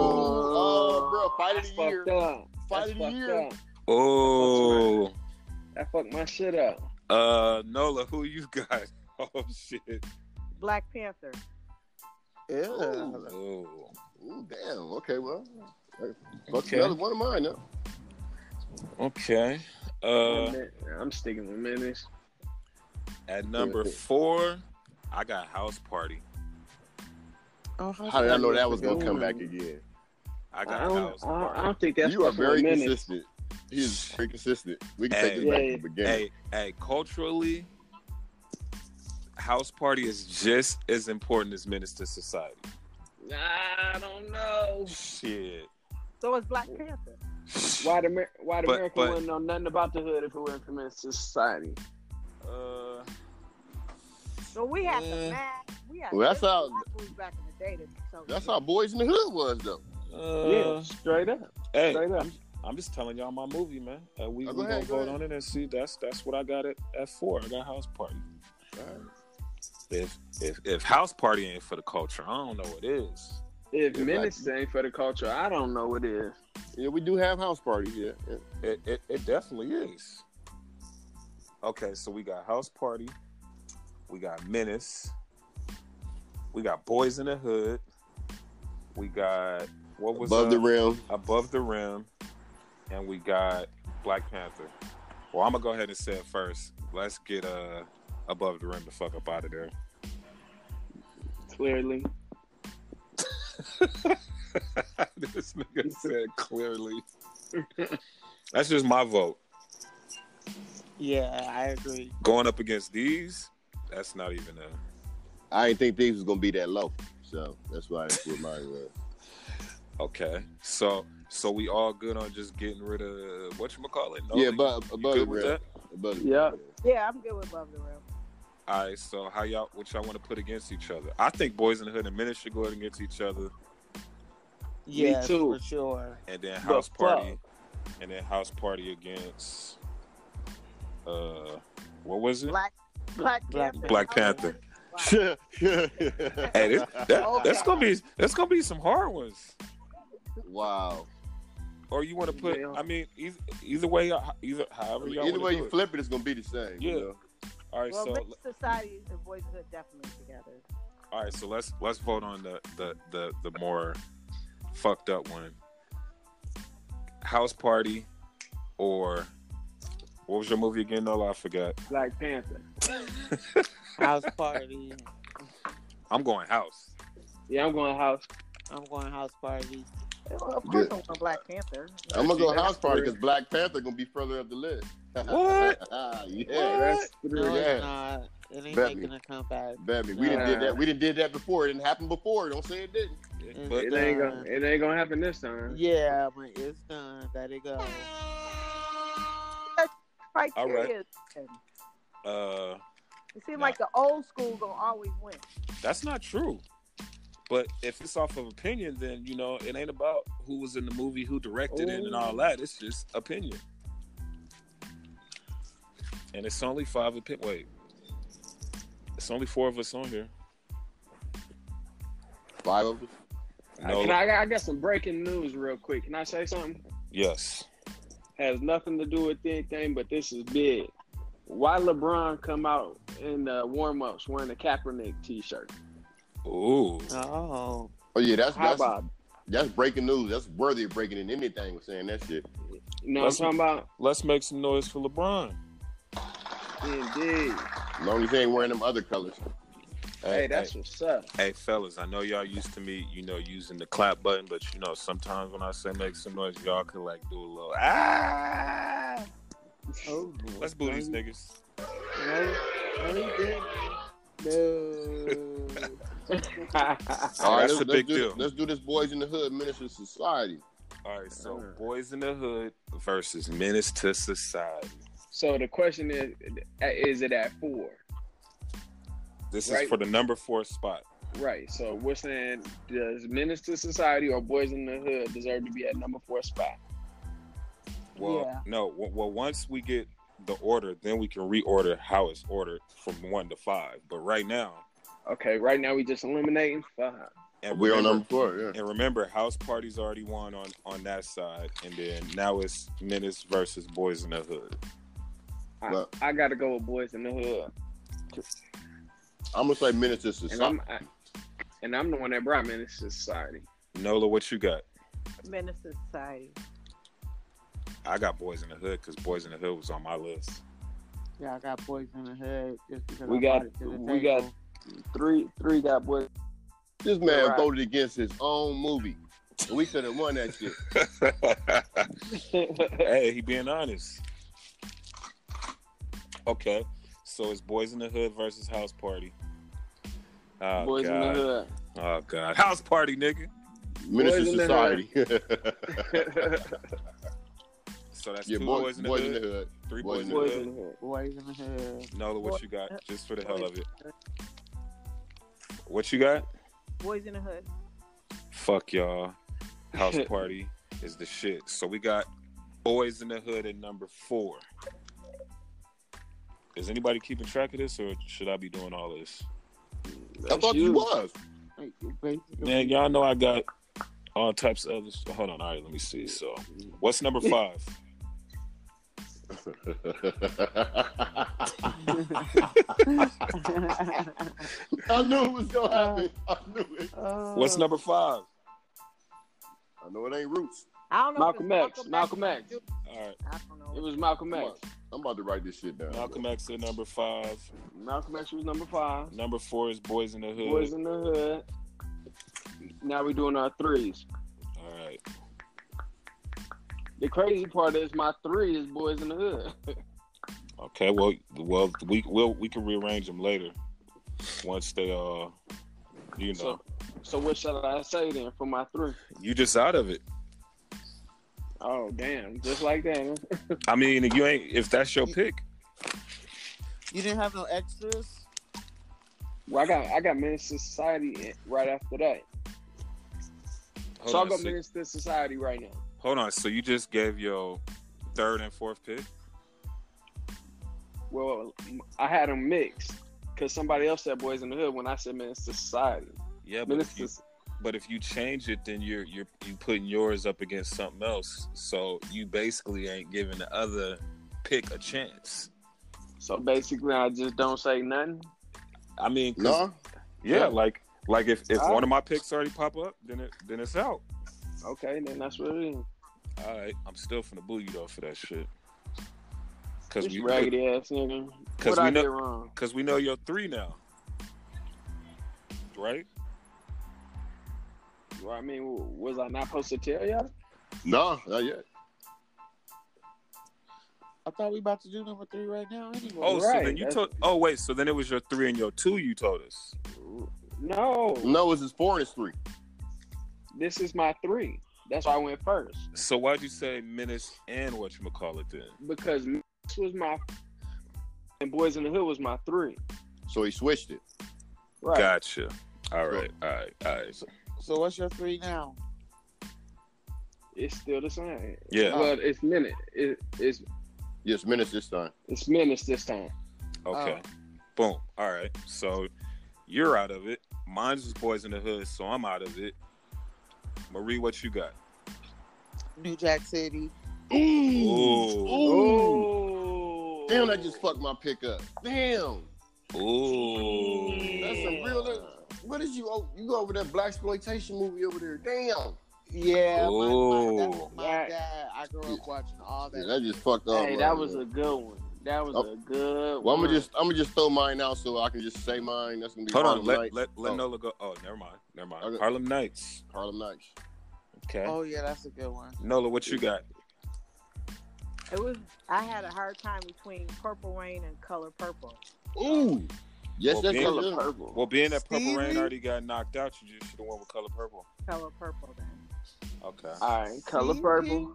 [SPEAKER 3] Oh, bro, fight of
[SPEAKER 2] That's
[SPEAKER 3] the year.
[SPEAKER 2] fucked up.
[SPEAKER 3] Fight
[SPEAKER 2] That's
[SPEAKER 3] of the
[SPEAKER 2] fucked
[SPEAKER 3] year.
[SPEAKER 2] up.
[SPEAKER 1] Oh.
[SPEAKER 2] That fucked my shit up.
[SPEAKER 1] Uh, Nola, who you got? Oh shit.
[SPEAKER 5] Black Panther.
[SPEAKER 4] Yeah.
[SPEAKER 3] Ooh.
[SPEAKER 1] Oh.
[SPEAKER 3] Ooh, damn. Okay, well, fuck
[SPEAKER 1] Okay.
[SPEAKER 3] another one of mine. Now.
[SPEAKER 1] Okay. Uh,
[SPEAKER 2] I'm sticking with minutes.
[SPEAKER 1] at number four, I got House Party.
[SPEAKER 4] Oh,
[SPEAKER 3] How did I know
[SPEAKER 4] you
[SPEAKER 3] that was gonna
[SPEAKER 4] forget
[SPEAKER 3] come
[SPEAKER 4] one?
[SPEAKER 3] back again?
[SPEAKER 1] I
[SPEAKER 2] I
[SPEAKER 1] got House
[SPEAKER 2] don't, I,
[SPEAKER 1] Party.
[SPEAKER 2] I don't think that's
[SPEAKER 3] you are
[SPEAKER 2] fucking
[SPEAKER 3] very
[SPEAKER 2] with minutes.
[SPEAKER 3] consistent. He's very consistent. We can take
[SPEAKER 1] Hey.
[SPEAKER 3] this back to the beginning.
[SPEAKER 1] Hey, hey, culturally, house party is just as important as menace to society.
[SPEAKER 2] I don't know.
[SPEAKER 1] Shit.
[SPEAKER 5] So it's Black Panther.
[SPEAKER 2] Why the Amer- why the
[SPEAKER 1] But-
[SPEAKER 2] American
[SPEAKER 1] but-
[SPEAKER 2] wouldn't know nothing about the hood if it weren't for men's society?
[SPEAKER 1] Uh,
[SPEAKER 5] So we have
[SPEAKER 1] Yeah.
[SPEAKER 5] to match. We have
[SPEAKER 3] Mm. Well, that's
[SPEAKER 5] different
[SPEAKER 3] how-
[SPEAKER 5] rappers back in the day. that- so-
[SPEAKER 3] That's how Boys in the Hood was, though.
[SPEAKER 2] yeah,
[SPEAKER 1] uh,
[SPEAKER 2] straight up,
[SPEAKER 1] hey,
[SPEAKER 2] straight up.
[SPEAKER 1] I'm just telling y'all my movie, man. Uh, we we
[SPEAKER 3] Oh, go
[SPEAKER 1] gonna
[SPEAKER 3] ahead, go
[SPEAKER 1] vote
[SPEAKER 3] ahead.
[SPEAKER 1] on it and see. That's that's what I got at, at four. I got house party. If if if house party ain't for the culture, I don't know what is.
[SPEAKER 2] If
[SPEAKER 3] Yeah,
[SPEAKER 2] minutes ain't for the culture, I don't know what is.
[SPEAKER 3] Yeah, we do have house parties. Yeah, yeah.
[SPEAKER 1] It, it, it definitely is. Okay, so we got House Party, we got Menace, we got Boys in the Hood, we got what was
[SPEAKER 3] above
[SPEAKER 1] uh,
[SPEAKER 3] the rim.
[SPEAKER 1] above the rim, and we got Black Panther. Well, I'm gonna go ahead and say it first. Let's get uh above the rim the fuck up out of there.
[SPEAKER 2] Clearly,
[SPEAKER 1] this nigga said clearly. That's just my vote.
[SPEAKER 4] Yeah, I agree.
[SPEAKER 1] Going up against these, that's not even a.
[SPEAKER 3] I didn't think these was gonna be that low, so that's why that's what mine was.
[SPEAKER 1] Okay. So so we all good on just getting rid of what Oh, you call it?
[SPEAKER 3] yeah, above above the
[SPEAKER 1] good with
[SPEAKER 3] rim.
[SPEAKER 1] that?
[SPEAKER 3] Above the
[SPEAKER 2] Yeah.
[SPEAKER 3] rim.
[SPEAKER 5] Yeah, I'm good with Above the Rim.
[SPEAKER 1] All right. So how y'all what y'all want to put against each other? I think Boys in the Hood and Minutes should go against each other,
[SPEAKER 4] Yes,
[SPEAKER 2] too.
[SPEAKER 4] for sure.
[SPEAKER 1] and then
[SPEAKER 2] But
[SPEAKER 1] House Party, and then House Party against uh what was it?
[SPEAKER 5] Black Black
[SPEAKER 4] Black-
[SPEAKER 5] Panther.
[SPEAKER 1] Black
[SPEAKER 5] Okay.
[SPEAKER 1] Panther.
[SPEAKER 5] Wow.
[SPEAKER 1] Hey, this, that,
[SPEAKER 5] Okay.
[SPEAKER 1] that's gonna be that's gonna be some hard ones.
[SPEAKER 3] wow.
[SPEAKER 1] Or you want to put?
[SPEAKER 2] Yeah.
[SPEAKER 1] I mean, either, either way, uh, either however y'all
[SPEAKER 3] Either
[SPEAKER 1] wanna
[SPEAKER 3] way
[SPEAKER 1] do
[SPEAKER 3] you
[SPEAKER 1] it.
[SPEAKER 3] flip it, it's gonna be the same.
[SPEAKER 1] Yeah.
[SPEAKER 3] You know?
[SPEAKER 1] All right,
[SPEAKER 5] Well,
[SPEAKER 1] so
[SPEAKER 5] Mixed Society and Boys Hood definitely together.
[SPEAKER 1] All right, so let's let's vote on the the the, the more fucked up one. House party or what was your movie again? No, I forgot.
[SPEAKER 2] Black Panther.
[SPEAKER 4] House party.
[SPEAKER 1] I'm going house.
[SPEAKER 2] Yeah, I'm going house.
[SPEAKER 4] I'm going house party.
[SPEAKER 5] Well, of
[SPEAKER 3] Good.
[SPEAKER 5] course, I'm on Black Panther.
[SPEAKER 3] I'm gonna go
[SPEAKER 2] That's
[SPEAKER 3] house party
[SPEAKER 2] true.
[SPEAKER 3] because Black Panther gonna be further up the list.
[SPEAKER 1] What?
[SPEAKER 3] yeah.
[SPEAKER 2] That's three.
[SPEAKER 4] No,
[SPEAKER 3] Yeah.
[SPEAKER 4] it's not. It ain't
[SPEAKER 3] Bet me.
[SPEAKER 4] making a comeback.
[SPEAKER 3] Baby, we didn't did
[SPEAKER 2] Nah.
[SPEAKER 3] that. We didn't did that before. It didn't happen before. Don't say it didn't.
[SPEAKER 1] But
[SPEAKER 2] It ain't gonna. It ain't gonna happen this time.
[SPEAKER 4] Yeah, but it's done. Let it go.
[SPEAKER 5] Criteria.
[SPEAKER 1] uh,
[SPEAKER 5] It seems
[SPEAKER 1] Nah.
[SPEAKER 5] like the old school gonna always win.
[SPEAKER 1] that's not true. But if it's off of opinion, then you know it ain't about who was in the movie, who directed it, and all that. It's just opinion. And it's only five opin. Wait, it's only four of us on here.
[SPEAKER 3] Five of us.
[SPEAKER 1] No,
[SPEAKER 2] Uh, Can I, I got some breaking news real quick. Can I say something?
[SPEAKER 1] yes.
[SPEAKER 2] has nothing to do with anything, but this is big. Why LeBron come out in the warm ups wearing a Kaepernick t shirt?
[SPEAKER 1] Ooh.
[SPEAKER 4] Oh,
[SPEAKER 3] Oh yeah, that's
[SPEAKER 2] How
[SPEAKER 3] that's,
[SPEAKER 2] about
[SPEAKER 3] that's breaking news. That's worthy of breaking in anything with saying that shit.
[SPEAKER 2] you know what I'm talking about?
[SPEAKER 1] Let's make some noise for LeBron.
[SPEAKER 2] Indeed.
[SPEAKER 3] As long as they ain't wearing them other colors.
[SPEAKER 2] Hey, that's what's up.
[SPEAKER 1] hey, fellas. I know y'all used to me, you know, using the clap button, but you know, sometimes when I say make some noise, y'all could like do a little ah.
[SPEAKER 4] oh.
[SPEAKER 1] Let's boo these niggas.
[SPEAKER 4] No, no, he didn't. No.
[SPEAKER 3] All right,
[SPEAKER 1] that's
[SPEAKER 3] let's-
[SPEAKER 1] a
[SPEAKER 3] let's
[SPEAKER 1] big
[SPEAKER 3] do-
[SPEAKER 1] deal.
[SPEAKER 3] Let's do this, boys in the hood, minister society.
[SPEAKER 1] All right, so
[SPEAKER 2] Uh.
[SPEAKER 1] Boys in the Hood versus Menace to Society.
[SPEAKER 2] So the question is, is it at four?
[SPEAKER 1] This
[SPEAKER 2] Right.
[SPEAKER 1] is for the number four spot.
[SPEAKER 2] Right. So we're saying, does Menace to Society or Boys in the Hood deserve to be at number four spot?
[SPEAKER 1] Well,
[SPEAKER 5] Yeah.
[SPEAKER 1] no. Well, well, once we get the order, then we can reorder how it's ordered from one to five. But right now,
[SPEAKER 2] Okay. Right now we just eliminating five.
[SPEAKER 1] and
[SPEAKER 3] We're on
[SPEAKER 1] remember-
[SPEAKER 3] number four. Yeah.
[SPEAKER 1] And remember, House Party's already won on on that side, and then now it's Menace versus Boys in the Hood.
[SPEAKER 2] I,
[SPEAKER 3] Well-
[SPEAKER 2] I got to go with Boys in the Hood,
[SPEAKER 3] I'm gonna say Minister
[SPEAKER 2] and
[SPEAKER 3] Society.
[SPEAKER 2] I'm I, and I'm the one that brought Menace to Society.
[SPEAKER 1] Nola, what you got?
[SPEAKER 5] Menace to Society.
[SPEAKER 1] I got Boys in the Hood because Boys in the Hood was on my list.
[SPEAKER 4] Yeah, I got boys in the head just because
[SPEAKER 2] We
[SPEAKER 4] I
[SPEAKER 2] got-
[SPEAKER 4] brought it to the
[SPEAKER 2] we
[SPEAKER 4] table.
[SPEAKER 2] got- Three, three got Boys.
[SPEAKER 3] This man
[SPEAKER 2] Right.
[SPEAKER 3] voted against his own movie. We should have won that shit.
[SPEAKER 1] hey, he being honest. Okay, so it's Boys in the Hood versus House Party. Oh,
[SPEAKER 2] Boys
[SPEAKER 1] God.
[SPEAKER 2] in
[SPEAKER 1] Oh God, House Party, nigga.
[SPEAKER 3] Minister
[SPEAKER 2] Boys in the
[SPEAKER 3] Society.
[SPEAKER 2] the Hood.
[SPEAKER 1] So that's
[SPEAKER 3] yeah,
[SPEAKER 1] two
[SPEAKER 3] boys,
[SPEAKER 1] boys,
[SPEAKER 3] boys,
[SPEAKER 1] in the hood,
[SPEAKER 3] in the hood.
[SPEAKER 1] three
[SPEAKER 3] Boys
[SPEAKER 1] boys,
[SPEAKER 3] in
[SPEAKER 2] Boys
[SPEAKER 1] in the
[SPEAKER 2] in
[SPEAKER 1] hood.
[SPEAKER 2] the Hood.
[SPEAKER 4] Boys in the head.
[SPEAKER 1] Nola, what you got? Just for the hell of it,
[SPEAKER 5] Boys-
[SPEAKER 1] what you got?
[SPEAKER 5] Boys in the Hood.
[SPEAKER 1] Fuck y'all. House Party is the shit. So we got Boys in the Hood at number four. Is anybody keeping track of this, or should I be doing all this?
[SPEAKER 3] I thought you was.
[SPEAKER 4] Like, basically,
[SPEAKER 1] Man, y'all know I got all types of others. Hold on, all right, let me see. So, what's number five?
[SPEAKER 3] I knew it was gonna
[SPEAKER 1] Uh,
[SPEAKER 3] happen. I knew it.
[SPEAKER 4] Uh,
[SPEAKER 2] Oh.
[SPEAKER 1] What's number five?
[SPEAKER 3] I know it ain't roots.
[SPEAKER 5] I don't know.
[SPEAKER 2] Malcolm
[SPEAKER 5] if
[SPEAKER 2] X.
[SPEAKER 5] it's
[SPEAKER 2] Malcolm X.
[SPEAKER 5] or
[SPEAKER 1] All right,
[SPEAKER 5] Ju- I don't know.
[SPEAKER 2] It was Malcolm
[SPEAKER 3] Come
[SPEAKER 2] X.
[SPEAKER 3] I'm about to write this shit down.
[SPEAKER 1] Malcolm X at number five.
[SPEAKER 2] Malcolm X was number five.
[SPEAKER 1] Number four is Boys in the Hood.
[SPEAKER 2] Boys in the Hood. Now we're doing our threes.
[SPEAKER 1] All right,
[SPEAKER 2] The crazy part is my three is Boys in the Hood.
[SPEAKER 1] okay. Well, well, we will we can rearrange them later once they uh, you know,
[SPEAKER 2] So, so what shall I say then for my three?
[SPEAKER 1] you just out of it.
[SPEAKER 2] Oh damn! Just like that. huh?
[SPEAKER 1] I mean, you ain't if that's your pick.
[SPEAKER 4] You didn't have no extras?
[SPEAKER 2] Well, I got I got Menace to Society in- right after that.
[SPEAKER 1] Hold,
[SPEAKER 2] so I
[SPEAKER 1] on,
[SPEAKER 2] got
[SPEAKER 1] so,
[SPEAKER 2] Menace to Society right now.
[SPEAKER 1] hold on. So you just gave your third and fourth pick.
[SPEAKER 2] Well, I had them mixed because somebody else said Boys in the Hood when I said Menace to Society.
[SPEAKER 1] Yeah, but
[SPEAKER 2] Menace
[SPEAKER 1] if,
[SPEAKER 2] to
[SPEAKER 1] you, but if you change it, then you're you're you putting yours up against something else. So you basically ain't giving the other pick a chance.
[SPEAKER 2] so basically I just don't say nothing.
[SPEAKER 1] I mean, 'cause-
[SPEAKER 3] No,
[SPEAKER 1] yeah, like like if if
[SPEAKER 2] All
[SPEAKER 1] one of my picks already pop up, then it then it's out.
[SPEAKER 2] Okay, then that's what it is.
[SPEAKER 1] All right, I'm still finna boo you though for that shit. Cause
[SPEAKER 2] This
[SPEAKER 1] we
[SPEAKER 2] raggedy ass nigga.
[SPEAKER 1] 'Cause
[SPEAKER 2] What
[SPEAKER 1] we
[SPEAKER 2] I
[SPEAKER 1] know-
[SPEAKER 2] did wrong?
[SPEAKER 1] cause we know your three now, right?
[SPEAKER 2] Well, I mean, w- was I not supposed to tell y'all?
[SPEAKER 3] no, not yet.
[SPEAKER 4] I thought we about to do number three right now anyway.
[SPEAKER 1] Oh, so
[SPEAKER 2] Right,
[SPEAKER 1] then you
[SPEAKER 2] that's-
[SPEAKER 1] told. Oh, wait. So then it was your three and your two. You told us.
[SPEAKER 2] No,
[SPEAKER 3] No, it's his four and his three.
[SPEAKER 2] this is my three. That's why I went first
[SPEAKER 1] So why'd you say menace and what you call it then?
[SPEAKER 2] because this was my and Boys in the Hood was my three.
[SPEAKER 3] So he switched it.
[SPEAKER 2] Right.
[SPEAKER 1] Gotcha. All right. All right. All right.
[SPEAKER 3] Oh.
[SPEAKER 4] So what's your three now?
[SPEAKER 2] It's still the same.
[SPEAKER 1] Yeah.
[SPEAKER 2] Well, it's minute. It, it's
[SPEAKER 3] Yes, minutes this time.
[SPEAKER 2] it's minutes this time.
[SPEAKER 4] Um,
[SPEAKER 1] Okay. Boom. All right. So you're out of it. Mine's was boys in the hood, so I'm out of it. Marie, what you got?
[SPEAKER 4] New Jack City.
[SPEAKER 3] Ooh. Ooh.
[SPEAKER 2] Oh,
[SPEAKER 3] Damn, that just fucked my pick up. Damn.
[SPEAKER 1] Ooh.
[SPEAKER 3] That's some real. that- What is you? Oh, you go over that black exploitation movie over there. Damn.
[SPEAKER 4] Yeah, my-
[SPEAKER 1] Ooh.
[SPEAKER 4] my, that's my
[SPEAKER 2] Right.
[SPEAKER 4] dad. I grew up watching all
[SPEAKER 3] Yeah,
[SPEAKER 4] that.
[SPEAKER 3] that just fucked up.
[SPEAKER 2] Hey, that was a good one. That was
[SPEAKER 3] Oh.
[SPEAKER 2] a good.
[SPEAKER 3] Well, I'm
[SPEAKER 2] one.
[SPEAKER 3] gonna just I'm gonna just throw mine out so I can just say mine. That's gonna be
[SPEAKER 1] Hold
[SPEAKER 3] Harlem
[SPEAKER 1] on. Let
[SPEAKER 3] Nights.
[SPEAKER 1] let let
[SPEAKER 3] Oh.
[SPEAKER 1] Nola go. Oh, never mind. Never mind.
[SPEAKER 3] Okay.
[SPEAKER 1] Harlem Nights.
[SPEAKER 3] Harlem Nights.
[SPEAKER 1] Okay.
[SPEAKER 4] Oh yeah, that's a good one.
[SPEAKER 1] Nola, what you got?
[SPEAKER 5] It was. I had a hard time between Purple Rain and Color Purple.
[SPEAKER 3] Ooh. Yes,
[SPEAKER 1] Well,
[SPEAKER 3] that's
[SPEAKER 1] being-
[SPEAKER 3] color
[SPEAKER 2] color purple.
[SPEAKER 1] Well, being that Purple Rain
[SPEAKER 4] Stevie?
[SPEAKER 1] already got knocked out, you just should have went with Color Purple.
[SPEAKER 5] Color Purple. Then
[SPEAKER 1] Okay.
[SPEAKER 2] All right, color purple.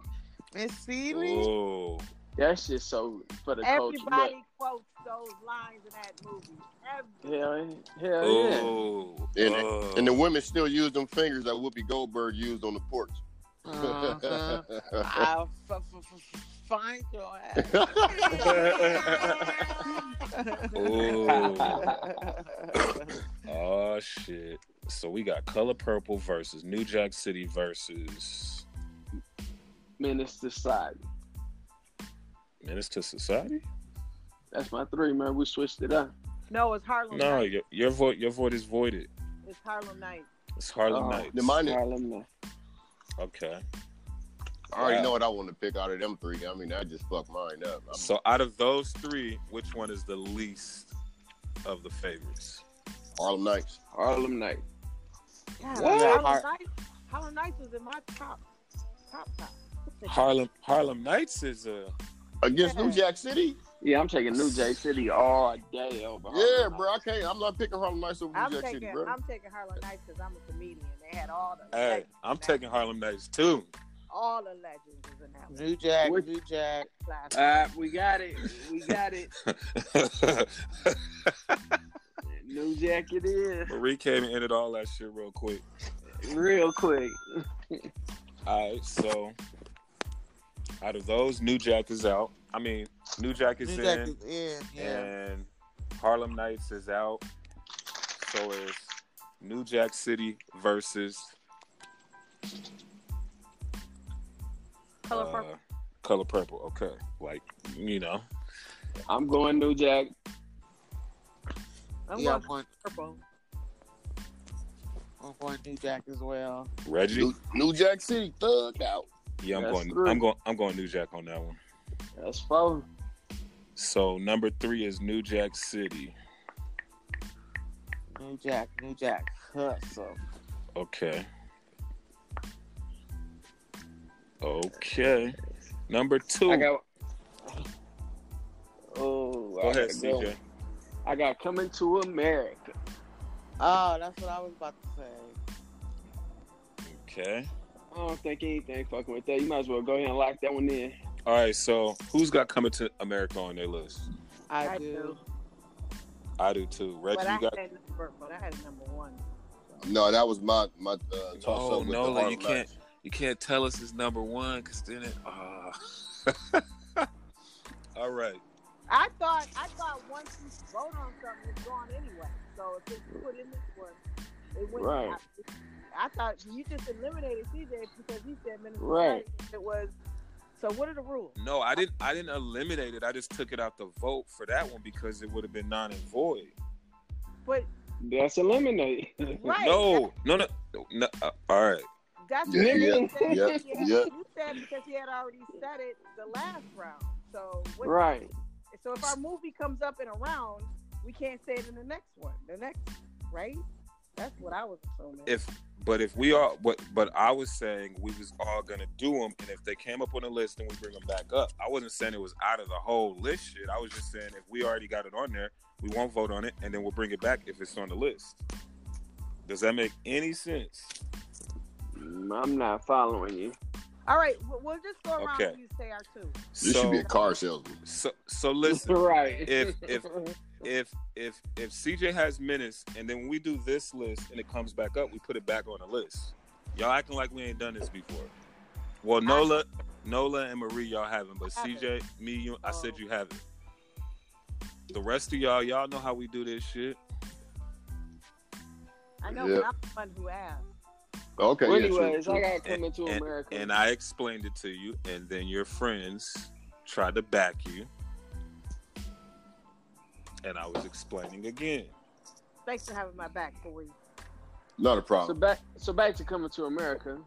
[SPEAKER 4] Miss Seeley.
[SPEAKER 1] Oh,
[SPEAKER 2] That's just so for the culture. Look,
[SPEAKER 5] Everybody quotes those lines in that movie. Every,
[SPEAKER 2] hell, hell yeah.
[SPEAKER 1] oh,
[SPEAKER 3] And-
[SPEAKER 1] oh.
[SPEAKER 3] And the women still use them fingers that Whoopi Goldberg used on the porch.
[SPEAKER 4] Uh-huh. I'll f- f- f- find your ass.
[SPEAKER 1] oh. Oh shit! So we got Color Purple versus New Jack City versus
[SPEAKER 2] Menace to Society.
[SPEAKER 1] Menace to Society.
[SPEAKER 2] That's my three, man. We switched it up.
[SPEAKER 5] no, it's Harlem.
[SPEAKER 1] No,
[SPEAKER 5] Nights.
[SPEAKER 1] your your vote your vote is voided.
[SPEAKER 5] it's Harlem Nights.
[SPEAKER 1] It's Harlem
[SPEAKER 2] Oh,
[SPEAKER 1] Nights.
[SPEAKER 3] The mine is, I
[SPEAKER 2] Harlem Nights.
[SPEAKER 1] okay.
[SPEAKER 3] already
[SPEAKER 1] Wow.
[SPEAKER 3] know what I want to pick out of them three. I mean, I just fucked mine up. I'm-
[SPEAKER 1] So out of those three, which one is the least of the favorites?
[SPEAKER 3] Harlem Nights.
[SPEAKER 2] Harlem Nights.
[SPEAKER 5] God,
[SPEAKER 4] What?
[SPEAKER 5] Harlem,
[SPEAKER 4] Har-
[SPEAKER 5] Nights, Harlem Nights was in my top, top, top.
[SPEAKER 1] Harlem Harlem Nights is a
[SPEAKER 3] Against New Jack City?
[SPEAKER 2] Yeah, I'm taking New Jay City all day over.
[SPEAKER 3] Yeah,
[SPEAKER 2] Harlem
[SPEAKER 3] bro. I can't. I'm not picking Harlem Nights over New
[SPEAKER 5] I'm
[SPEAKER 3] Jack
[SPEAKER 5] taking,
[SPEAKER 3] City, bro.
[SPEAKER 5] I'm taking Harlem Nights because I'm a comedian. They had all the,
[SPEAKER 1] hey.
[SPEAKER 5] legends
[SPEAKER 1] I'm
[SPEAKER 5] in that-
[SPEAKER 1] taking Harlem Nights too.
[SPEAKER 5] all the legends is in that one.
[SPEAKER 4] New Jack,
[SPEAKER 2] What-
[SPEAKER 4] New Jack.
[SPEAKER 5] Classic.
[SPEAKER 2] Nights. All right, we got it. We got it. New Jack it is.
[SPEAKER 1] Marie came and ended all that shit real quick.
[SPEAKER 2] Real quick.
[SPEAKER 1] All right, so out of those, New Jack is out. I mean, New Jack is
[SPEAKER 4] New
[SPEAKER 1] in.
[SPEAKER 4] Jack is in. Yeah.
[SPEAKER 1] and Harlem Nights is out. So is New Jack City versus
[SPEAKER 5] Color
[SPEAKER 1] uh,
[SPEAKER 5] purple.
[SPEAKER 1] Color Purple. Okay, like you know,
[SPEAKER 2] I'm going New Jack.
[SPEAKER 5] I'm
[SPEAKER 4] yeah, I'm
[SPEAKER 5] going
[SPEAKER 4] going,
[SPEAKER 5] purple.
[SPEAKER 4] I'm going New Jack as well.
[SPEAKER 1] Reggie.
[SPEAKER 3] New, New Jack City thugged out.
[SPEAKER 1] yeah, I'm
[SPEAKER 2] That's
[SPEAKER 1] going.
[SPEAKER 2] three.
[SPEAKER 1] I'm going. I'm going New Jack on that one.
[SPEAKER 2] That's four.
[SPEAKER 1] So number three is New Jack City.
[SPEAKER 4] New Jack, New Jack. Hustle.
[SPEAKER 1] Okay. Okay. Number two.
[SPEAKER 2] I got. Oh,
[SPEAKER 1] Go ahead,
[SPEAKER 2] I, gotta
[SPEAKER 1] CJ.
[SPEAKER 2] go. I got coming to America.
[SPEAKER 4] Oh, that's what I was about to say.
[SPEAKER 1] Okay.
[SPEAKER 2] I don't think anything fucking with that. You might as well go ahead and lock that one in.
[SPEAKER 1] All right. So who's got coming to America on their list?
[SPEAKER 4] I,
[SPEAKER 5] I
[SPEAKER 4] do.
[SPEAKER 5] do.
[SPEAKER 1] I do too. Reggie,
[SPEAKER 5] But I
[SPEAKER 1] you got
[SPEAKER 5] had number, but I had number one.
[SPEAKER 3] No, that was my my uh, toss
[SPEAKER 1] No,
[SPEAKER 3] up with
[SPEAKER 1] no,
[SPEAKER 3] the
[SPEAKER 1] like,
[SPEAKER 3] Harlem
[SPEAKER 1] Oh, you can't-
[SPEAKER 3] Nights.
[SPEAKER 1] You can't tell us it's number one because then it. ah. All right.
[SPEAKER 5] I thought I thought once you vote on something, it's gone anyway. So if it's put in this one, it went.
[SPEAKER 2] Right.
[SPEAKER 5] I, I thought you just eliminated CJ because he said Minnesota.
[SPEAKER 2] Right.
[SPEAKER 5] It was. So what are the rules?
[SPEAKER 1] No, I didn't. I didn't eliminate it. I just took it out the vote for that one because it would have been non and void.
[SPEAKER 5] But
[SPEAKER 2] That's eliminate.
[SPEAKER 5] right.
[SPEAKER 1] No, no, no, no. uh, all right.
[SPEAKER 5] That's
[SPEAKER 3] Yeah,
[SPEAKER 5] what
[SPEAKER 2] yeah,
[SPEAKER 5] you said.
[SPEAKER 3] yeah,
[SPEAKER 5] You had-
[SPEAKER 3] yeah.
[SPEAKER 5] You said because he had already said it the last round. So what,
[SPEAKER 2] right.
[SPEAKER 5] So if our movie comes up in a round, we can't say it in the next one. The next, right? That's what I was assuming.
[SPEAKER 1] If but if we are, but but I was saying we was all gonna do them, and if they came up on the list, then we bring them back up. I wasn't saying it was out of the whole list shit. I was just saying if we already got it on there, we won't vote on it, and then we'll bring it back if it's on the list. Does that make any sense?
[SPEAKER 2] Mm, I'm not following you.
[SPEAKER 5] All right, we'll, we'll just go around
[SPEAKER 1] Okay.
[SPEAKER 5] and you say our two.
[SPEAKER 3] You should be a car salesman.
[SPEAKER 1] So so listen,
[SPEAKER 2] right.
[SPEAKER 1] if- if- if if if CJ has menace, and then when we do this list and it comes back up, we put it back on the list. Y'all acting like we ain't done this before. Well, Nola, Nola and Marie, y'all haven't, but CJ, me, you, I said you haven't. The rest of y'all, y'all know how we do this shit.
[SPEAKER 5] I know,
[SPEAKER 3] Yeah.
[SPEAKER 5] but I'm the one who asked.
[SPEAKER 3] Okay,
[SPEAKER 2] well,
[SPEAKER 3] yeah, true,
[SPEAKER 2] anyways,
[SPEAKER 3] true.
[SPEAKER 2] I got coming to
[SPEAKER 1] and,
[SPEAKER 2] America.
[SPEAKER 1] and I explained it to you, and then your friends tried to back you, and I was explaining again.
[SPEAKER 5] Thanks for having my back, boys.
[SPEAKER 3] not a
[SPEAKER 2] so
[SPEAKER 3] problem.
[SPEAKER 2] back, so back to coming to America.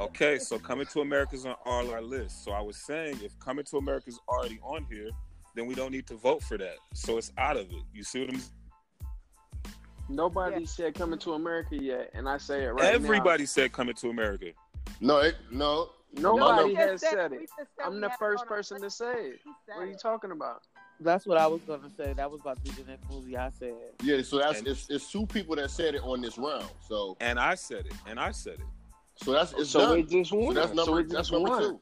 [SPEAKER 1] Okay, so Coming to America's on all our lists. So I was saying if Coming to America's already on here, then we don't need to vote for that. So it's out of it. You see what I'm saying?
[SPEAKER 2] Nobody said coming to America yet, and I say it right now.
[SPEAKER 1] Everybody said Coming to America.
[SPEAKER 3] No, it, no.
[SPEAKER 2] Oh, Nobody
[SPEAKER 5] we
[SPEAKER 2] has
[SPEAKER 5] just
[SPEAKER 2] said
[SPEAKER 5] we
[SPEAKER 2] it.
[SPEAKER 5] just said
[SPEAKER 2] I'm
[SPEAKER 5] we
[SPEAKER 2] the
[SPEAKER 5] had it
[SPEAKER 2] first
[SPEAKER 5] on our
[SPEAKER 2] person to
[SPEAKER 5] list.
[SPEAKER 2] say it.
[SPEAKER 5] He said
[SPEAKER 2] What are you
[SPEAKER 5] it.
[SPEAKER 2] talking about?
[SPEAKER 4] That's what I was gonna say. That was about to be the next movie I said.
[SPEAKER 3] Yeah, so that's
[SPEAKER 1] And-
[SPEAKER 3] it's, it's two people that said it on this round. So
[SPEAKER 1] And I said it. And I said it.
[SPEAKER 3] So that's it's
[SPEAKER 2] so
[SPEAKER 3] done.
[SPEAKER 2] it just
[SPEAKER 3] so
[SPEAKER 2] won.
[SPEAKER 3] that's number
[SPEAKER 2] So it
[SPEAKER 3] that's
[SPEAKER 2] just
[SPEAKER 3] number
[SPEAKER 2] won.
[SPEAKER 3] two.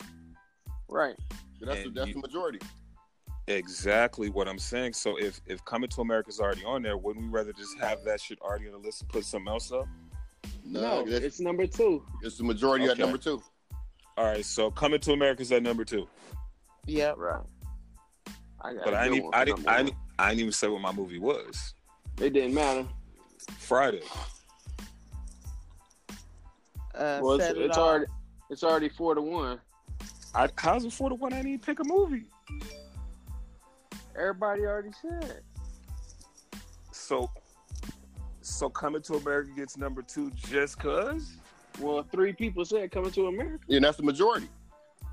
[SPEAKER 2] Right.
[SPEAKER 3] So that's
[SPEAKER 1] And
[SPEAKER 3] that's
[SPEAKER 1] you-
[SPEAKER 3] the majority.
[SPEAKER 1] Exactly what I'm saying. So if if Coming to America's already on there, wouldn't we rather just have that shit already on the list and put something else up?
[SPEAKER 2] No,
[SPEAKER 3] that's-
[SPEAKER 2] it's number two.
[SPEAKER 3] it's the majority at
[SPEAKER 1] Okay.
[SPEAKER 3] number two.
[SPEAKER 1] All right, so Coming to America's at number two,
[SPEAKER 4] Yeah.
[SPEAKER 2] Right. I got
[SPEAKER 1] but
[SPEAKER 2] a
[SPEAKER 1] I
[SPEAKER 2] good
[SPEAKER 1] didn't
[SPEAKER 2] one
[SPEAKER 1] I
[SPEAKER 2] for
[SPEAKER 1] didn't
[SPEAKER 2] number
[SPEAKER 1] I
[SPEAKER 2] one.
[SPEAKER 1] didn't, I didn't even say what my movie was.
[SPEAKER 2] It didn't matter.
[SPEAKER 1] Friday.
[SPEAKER 4] Uh,
[SPEAKER 2] Well, it's,
[SPEAKER 4] set it
[SPEAKER 2] it's
[SPEAKER 4] off.
[SPEAKER 2] already it's already four to one.
[SPEAKER 1] I, how's it four to one? I didn't even pick a movie.
[SPEAKER 2] Everybody already said. it.
[SPEAKER 1] So, so Coming to America gets number two just cause.
[SPEAKER 2] Well, three people said coming to America.
[SPEAKER 3] And that's the majority.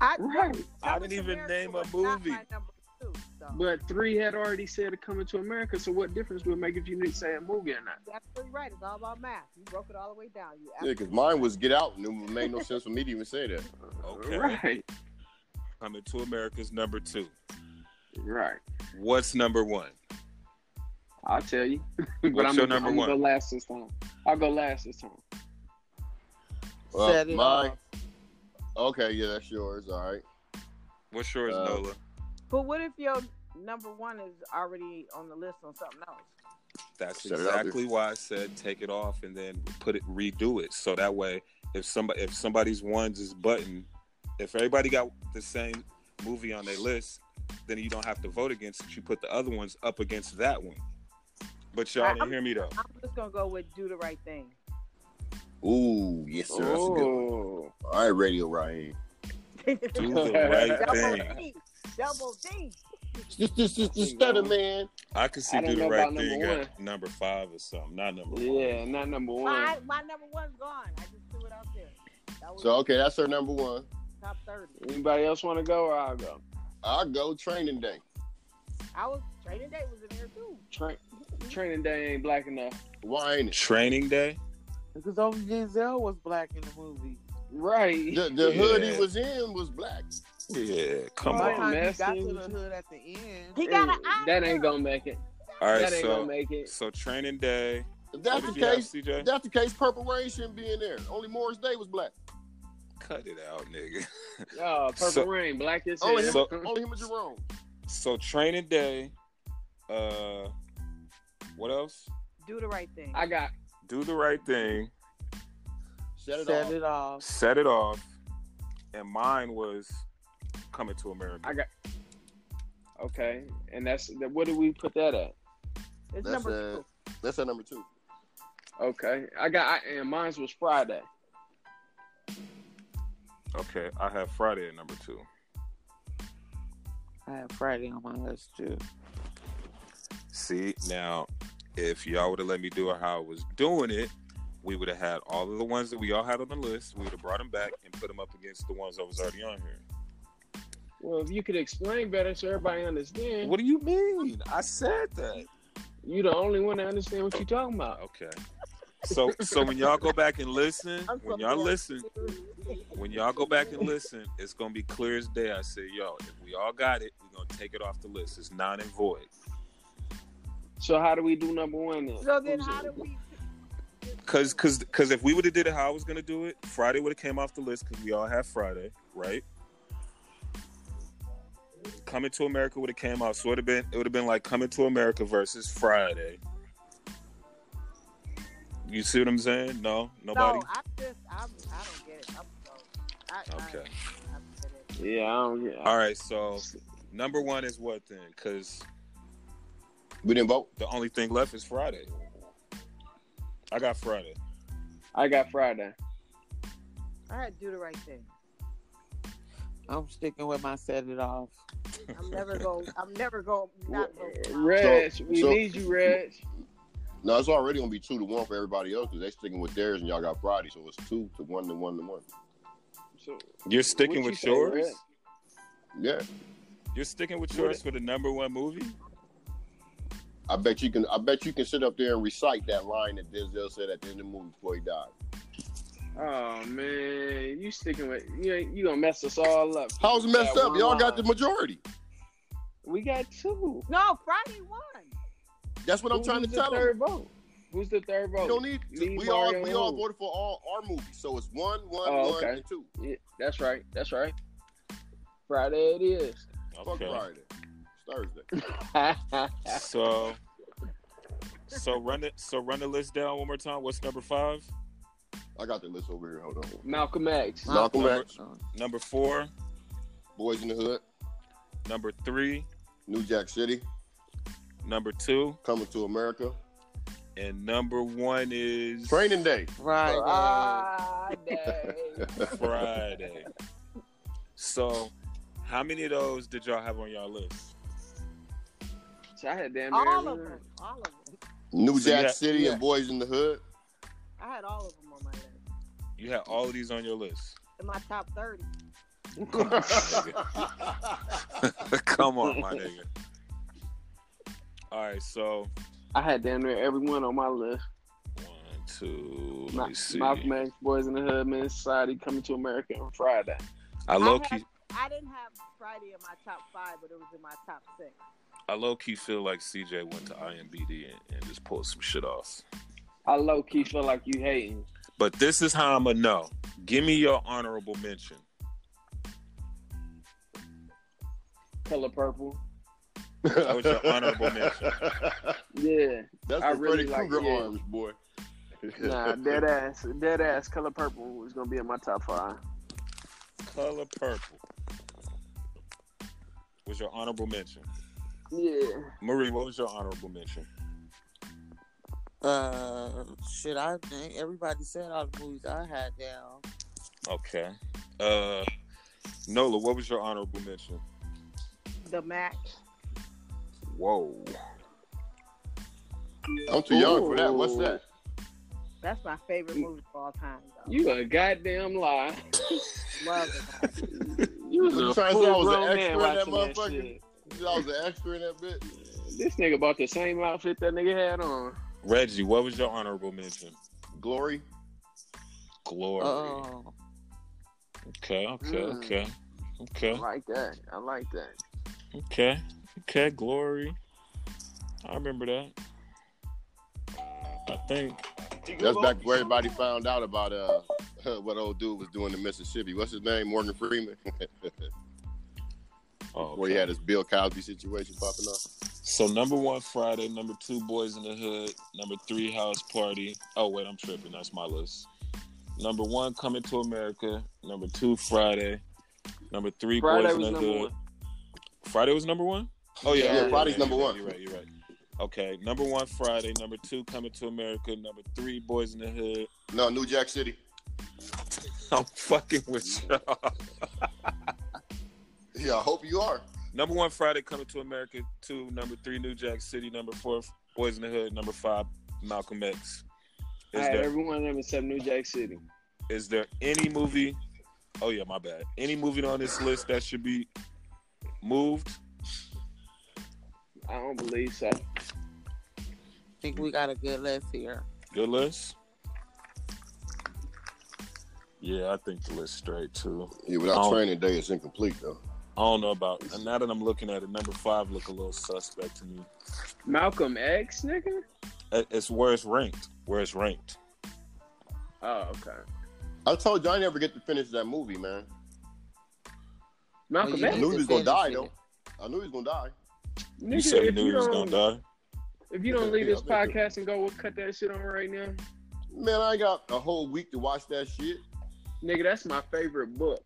[SPEAKER 5] I,
[SPEAKER 2] Right.
[SPEAKER 1] I didn't even name a movie.
[SPEAKER 5] But
[SPEAKER 2] But three had already said coming to America. So what difference would it make if you didn't say a movie or not?
[SPEAKER 5] you're absolutely right. It's all about math. You broke it all the way down. You
[SPEAKER 3] Yeah,
[SPEAKER 5] absolutely
[SPEAKER 3] because mine was Get Out, and it made no sense for me to even say that.
[SPEAKER 1] Okay.
[SPEAKER 2] Right.
[SPEAKER 1] Coming to America's number two.
[SPEAKER 2] Right.
[SPEAKER 1] What's number one?
[SPEAKER 2] I'll tell you. but
[SPEAKER 1] What's
[SPEAKER 2] I'm,
[SPEAKER 1] your
[SPEAKER 2] gonna-
[SPEAKER 1] number
[SPEAKER 2] I'm gonna
[SPEAKER 1] one?
[SPEAKER 2] go last this time. I'll go last this time.
[SPEAKER 3] Well,
[SPEAKER 4] set it
[SPEAKER 3] mine-
[SPEAKER 4] off.
[SPEAKER 3] Okay, yeah, that's yours. All right.
[SPEAKER 1] What's yours,
[SPEAKER 3] Uh,
[SPEAKER 1] Nola?
[SPEAKER 5] But what if your number one is already on the list on something else?
[SPEAKER 1] That's
[SPEAKER 3] Set it out there.
[SPEAKER 1] exactly why I said take it off and then put it redo it. So that way if somebody if somebody's ones is button, if everybody got the same movie on their list, then you don't have to vote against it. You put the other ones up against that one. But y'all didn't
[SPEAKER 5] I'm-
[SPEAKER 1] hear me though.
[SPEAKER 5] I'm just gonna go with do the right thing.
[SPEAKER 3] Ooh, yes, sir. That's a good one.
[SPEAKER 2] Oh.
[SPEAKER 3] All right, Radio Ryan.
[SPEAKER 1] Do the right
[SPEAKER 5] Double
[SPEAKER 1] thing.
[SPEAKER 5] D. Double D.
[SPEAKER 3] Just, just, just, just stutter, man.
[SPEAKER 1] I could see
[SPEAKER 2] I
[SPEAKER 1] do
[SPEAKER 2] don't
[SPEAKER 1] the
[SPEAKER 2] know
[SPEAKER 1] right
[SPEAKER 2] about
[SPEAKER 1] thing
[SPEAKER 2] number
[SPEAKER 1] at number five or something, not number one.
[SPEAKER 2] Oh, Yeah, not number one.
[SPEAKER 5] My, my number one's gone. I just threw it out there. That was
[SPEAKER 3] So, okay, that's her number one.
[SPEAKER 5] top thirty.
[SPEAKER 2] Anybody else want to go or I'll go?
[SPEAKER 3] I'll go Training Day.
[SPEAKER 5] I was training day was in there too.
[SPEAKER 2] Tra- training day ain't black enough.
[SPEAKER 3] Why ain't it?
[SPEAKER 1] Training day.
[SPEAKER 4] Because only Giselle was black in the movie.
[SPEAKER 2] Right.
[SPEAKER 3] The, the hood he
[SPEAKER 1] Yeah.
[SPEAKER 3] was in was black.
[SPEAKER 1] Yeah, come
[SPEAKER 4] By the
[SPEAKER 1] on.
[SPEAKER 2] Right.
[SPEAKER 4] time you
[SPEAKER 2] Messed
[SPEAKER 4] got
[SPEAKER 2] in
[SPEAKER 4] to the
[SPEAKER 2] with
[SPEAKER 4] hood at the end.
[SPEAKER 5] He got an
[SPEAKER 2] Mm, that ain't
[SPEAKER 5] Oscar.
[SPEAKER 2] gonna make it.
[SPEAKER 1] All right,
[SPEAKER 2] that ain't gonna
[SPEAKER 1] so
[SPEAKER 2] make it.
[SPEAKER 1] so training day.
[SPEAKER 3] If that's
[SPEAKER 1] What
[SPEAKER 3] the
[SPEAKER 1] did you have,
[SPEAKER 3] case,
[SPEAKER 1] CJ?
[SPEAKER 3] if that's the case, Purple Rain shouldn't be in there. Only Morris Day was black.
[SPEAKER 1] Cut it out, nigga.
[SPEAKER 2] Oh, Purple
[SPEAKER 1] So-
[SPEAKER 2] Rain, black as hell.
[SPEAKER 5] Oh,
[SPEAKER 3] Only him,
[SPEAKER 1] So-
[SPEAKER 3] only him and Jerome.
[SPEAKER 1] So training day. Uh, what else?
[SPEAKER 5] Do the right thing.
[SPEAKER 2] I got
[SPEAKER 1] Do the right thing.
[SPEAKER 3] Shut it
[SPEAKER 4] set
[SPEAKER 3] off.
[SPEAKER 4] it off.
[SPEAKER 1] Set it off. And mine was coming to America.
[SPEAKER 2] I got okay, and that's that. What do we put that at?
[SPEAKER 3] That's
[SPEAKER 5] it's number
[SPEAKER 3] a-
[SPEAKER 5] two.
[SPEAKER 3] That's at number two.
[SPEAKER 2] Okay, I got I, and mine's was Friday.
[SPEAKER 1] Okay, I have Friday at number two.
[SPEAKER 4] I have Friday on my list too.
[SPEAKER 1] See now, if y'all would have let me do it how I was doing it, we would have had all of the ones that we all had on the list. We would have brought them back and put them up against the ones that was already on here.
[SPEAKER 2] Well, if you could explain better so everybody understand,
[SPEAKER 1] What do you mean? I said that.
[SPEAKER 2] you the only one to understand what you talking about.
[SPEAKER 1] Okay. So so when y'all go back and listen,
[SPEAKER 5] I'm so
[SPEAKER 1] when y'all
[SPEAKER 5] glad.
[SPEAKER 1] listen, when y'all go back and listen, it's gonna be clear as day. I say, yo, if we all got it, we're gonna take it off the list. It's non and void.
[SPEAKER 2] So how do we do number one then?
[SPEAKER 5] So then
[SPEAKER 2] Who's
[SPEAKER 5] how do
[SPEAKER 2] it?
[SPEAKER 5] we
[SPEAKER 1] Cause cause cause if we would have did it how I was gonna do it, Friday would have came off the list because we all have Friday, right? Coming to America would have came out, so it would have been it would have been like Coming to America versus Friday. You see what I'm saying? No, nobody.
[SPEAKER 5] No, I just I'm, I don't get it. I'm so, I,
[SPEAKER 1] Okay.
[SPEAKER 5] I, I'm finished.
[SPEAKER 2] Yeah, I don't get.
[SPEAKER 1] All right, so number one is what then? Because
[SPEAKER 3] We didn't vote.
[SPEAKER 1] the only thing left is Friday. I got Friday.
[SPEAKER 2] I got Friday.
[SPEAKER 5] I had to do the right thing.
[SPEAKER 4] I'm sticking with my set it off.
[SPEAKER 5] I'm never going. I'm never going. Not going.
[SPEAKER 2] Reg,
[SPEAKER 3] So-
[SPEAKER 2] we
[SPEAKER 3] so-
[SPEAKER 2] need you, Reg.
[SPEAKER 3] No, it's already gonna be two to one for everybody else because they sticking with theirs and y'all got Friday, so it's two to one to one to one.
[SPEAKER 2] So,
[SPEAKER 1] You're sticking
[SPEAKER 2] what
[SPEAKER 1] with
[SPEAKER 2] you say,
[SPEAKER 1] yours.
[SPEAKER 2] Reg?
[SPEAKER 3] Yeah,
[SPEAKER 1] You're sticking with yours for the number one movie.
[SPEAKER 3] I bet you can. I bet you can sit up there and recite that line that Denzel said at the end of the movie before he died.
[SPEAKER 2] Oh man, you sticking with you? ain't- You gonna mess us all up?
[SPEAKER 3] How's it messed
[SPEAKER 2] That
[SPEAKER 3] up?
[SPEAKER 2] one
[SPEAKER 3] Y'all got the
[SPEAKER 2] line.
[SPEAKER 3] majority.
[SPEAKER 2] We got two.
[SPEAKER 5] No, Friday won.
[SPEAKER 3] That's what I'm
[SPEAKER 2] Who
[SPEAKER 3] trying to
[SPEAKER 2] was the
[SPEAKER 3] tell them.
[SPEAKER 2] third vote? Who's the third
[SPEAKER 3] We
[SPEAKER 2] vote?
[SPEAKER 3] don't need. To,
[SPEAKER 2] Leave
[SPEAKER 3] we all
[SPEAKER 2] Mario
[SPEAKER 3] we all
[SPEAKER 2] alone.
[SPEAKER 3] voted for all our movies, so it's one, one,
[SPEAKER 2] Oh,
[SPEAKER 3] one,
[SPEAKER 2] okay.
[SPEAKER 3] and two.
[SPEAKER 2] Yeah, that's right. That's right. Friday it is.
[SPEAKER 3] Fuck
[SPEAKER 1] Okay.
[SPEAKER 3] Friday, It's Thursday.
[SPEAKER 1] So, so run it. So run the list down one more time. What's number five?
[SPEAKER 3] I got the list over here. Hold on.
[SPEAKER 2] Malcolm X.
[SPEAKER 3] Malcolm X,
[SPEAKER 1] Number four.
[SPEAKER 3] Boys in the Hood,
[SPEAKER 1] Number three.
[SPEAKER 3] New Jack City,
[SPEAKER 1] Number two.
[SPEAKER 3] Coming to America,
[SPEAKER 1] And number one is
[SPEAKER 3] Training Day.
[SPEAKER 4] Right.
[SPEAKER 2] Friday.
[SPEAKER 1] Friday. so, how many of those did y'all have on y'all list?
[SPEAKER 2] So I had damn near
[SPEAKER 5] All of
[SPEAKER 2] everything.
[SPEAKER 5] them. All of them.
[SPEAKER 3] New
[SPEAKER 1] So
[SPEAKER 3] Jack
[SPEAKER 1] yeah,
[SPEAKER 3] City
[SPEAKER 2] yeah.
[SPEAKER 3] and Boys in the Hood.
[SPEAKER 5] I had all of them on my list.
[SPEAKER 1] You had all of these on your list.
[SPEAKER 5] In my top 30.
[SPEAKER 1] Come on, nigga. Come on, my nigga. All right, so
[SPEAKER 2] I had damn near everyone on my list.
[SPEAKER 1] one, two. Let
[SPEAKER 2] Ma-
[SPEAKER 1] me see.
[SPEAKER 2] Malcolm X, Boys in the Hood, Men's Society, Coming to America on Friday.
[SPEAKER 1] I low
[SPEAKER 5] I
[SPEAKER 1] key,
[SPEAKER 5] had- I didn't have Friday in my top five, but it was in my top six.
[SPEAKER 1] I low key feel like CJ went to IMBD and, and just pulled some shit off.
[SPEAKER 2] I low key feel like you hating.
[SPEAKER 1] But this is how I'm gonna know. Give me your honorable mention.
[SPEAKER 2] Color Purple.
[SPEAKER 1] That was your honorable mention.
[SPEAKER 2] Yeah.
[SPEAKER 3] That's
[SPEAKER 2] I
[SPEAKER 3] the
[SPEAKER 2] really
[SPEAKER 3] Freddy
[SPEAKER 2] like-
[SPEAKER 3] Krueger
[SPEAKER 2] yeah.
[SPEAKER 3] arms, boy.
[SPEAKER 2] Nah, dead ass. Dead ass. Color Purple is going to be in my top five.
[SPEAKER 1] Color purple was your honorable mention.
[SPEAKER 2] Yeah.
[SPEAKER 1] Marie, what was your honorable mention?
[SPEAKER 4] Uh, shit, I think everybody said all the movies I had down.
[SPEAKER 1] Okay. Uh, Nola, what was your honorable mention?
[SPEAKER 5] The Mac.
[SPEAKER 1] Whoa.
[SPEAKER 3] I'm too young for that. What's
[SPEAKER 2] Ooh.
[SPEAKER 3] that?
[SPEAKER 5] That's my favorite movie of all time, though.
[SPEAKER 2] Mm. You a goddamn lie.
[SPEAKER 5] Love The Mac.
[SPEAKER 2] You was
[SPEAKER 3] You
[SPEAKER 2] a
[SPEAKER 3] trying to say I was an
[SPEAKER 2] full-grown man
[SPEAKER 3] extra in that
[SPEAKER 2] watching that
[SPEAKER 3] motherfucker?
[SPEAKER 2] shit.
[SPEAKER 3] I was an extra in that bit.
[SPEAKER 2] This nigga bought the same outfit that nigga had on.
[SPEAKER 1] Reggie, what was your honorable mention?
[SPEAKER 3] Glory.
[SPEAKER 1] Glory.
[SPEAKER 4] Oh,
[SPEAKER 1] Okay, okay,
[SPEAKER 2] Mm.
[SPEAKER 1] okay.
[SPEAKER 2] I
[SPEAKER 1] Okay,
[SPEAKER 2] like that. I like that.
[SPEAKER 1] okay, okay, glory. I remember that. I think
[SPEAKER 3] That's back where everybody found out about uh what old dude was doing in Mississippi. What's his name? Morgan Freeman.
[SPEAKER 1] oh,
[SPEAKER 3] Where he
[SPEAKER 1] okay.
[SPEAKER 3] had his Bill Cosby situation popping up.
[SPEAKER 1] So number one Friday, number two Boys in the Hood, number three House Party. Oh wait, I'm tripping. That's my list. Number one Coming to America. Number two Friday. Number three
[SPEAKER 2] Friday
[SPEAKER 1] Boys
[SPEAKER 2] was
[SPEAKER 1] in the
[SPEAKER 2] number
[SPEAKER 1] Hood.
[SPEAKER 2] one.
[SPEAKER 1] Friday was number one. Oh
[SPEAKER 2] Yeah,
[SPEAKER 1] yeah, you're
[SPEAKER 3] Friday's
[SPEAKER 1] right,
[SPEAKER 3] number
[SPEAKER 1] you're right,
[SPEAKER 3] one.
[SPEAKER 1] You're right. You're right. Okay, number one Friday. Number two Coming to America. Number three Boys in the Hood.
[SPEAKER 3] No, New Jack City.
[SPEAKER 1] I'm fucking with y'all.
[SPEAKER 3] Yeah, I hope you are.
[SPEAKER 1] Number one Friday Coming to America. Two number three New Jack City. Number four Boys in the Hood. Number five Malcolm X.
[SPEAKER 2] I
[SPEAKER 1] Is
[SPEAKER 2] had
[SPEAKER 1] there
[SPEAKER 2] every one of them except New Jack City.
[SPEAKER 1] is there any movie? Oh yeah, my bad. Any movie on this list that should be moved?
[SPEAKER 2] I don't believe so.
[SPEAKER 4] think we got a good list here.
[SPEAKER 1] Good list. Yeah, I think the list straight too.
[SPEAKER 3] Yeah, without
[SPEAKER 1] Oh.
[SPEAKER 3] training day, it's incomplete though.
[SPEAKER 1] I don't know about. And now that I'm looking at it, number five look a little suspect to me.
[SPEAKER 2] Malcolm X, nigga?
[SPEAKER 1] It- It's where it's ranked. Where it's ranked.
[SPEAKER 2] Oh, okay.
[SPEAKER 3] I told you I never get to finish that movie, man.
[SPEAKER 2] Malcolm
[SPEAKER 4] Well,
[SPEAKER 3] I
[SPEAKER 2] X?
[SPEAKER 4] you-
[SPEAKER 3] knew he was gonna die though. I knew he was gonna die.
[SPEAKER 2] Nigga,
[SPEAKER 1] You said you
[SPEAKER 2] if
[SPEAKER 1] knew he was
[SPEAKER 2] don't-
[SPEAKER 1] gonna die.
[SPEAKER 2] If you don't leave this
[SPEAKER 3] Yeah, I bet you.
[SPEAKER 2] podcast and go, we'll cut that shit on right now.
[SPEAKER 3] Man, I ain't got a whole week to watch that shit.
[SPEAKER 2] Nigga, that's my favorite book.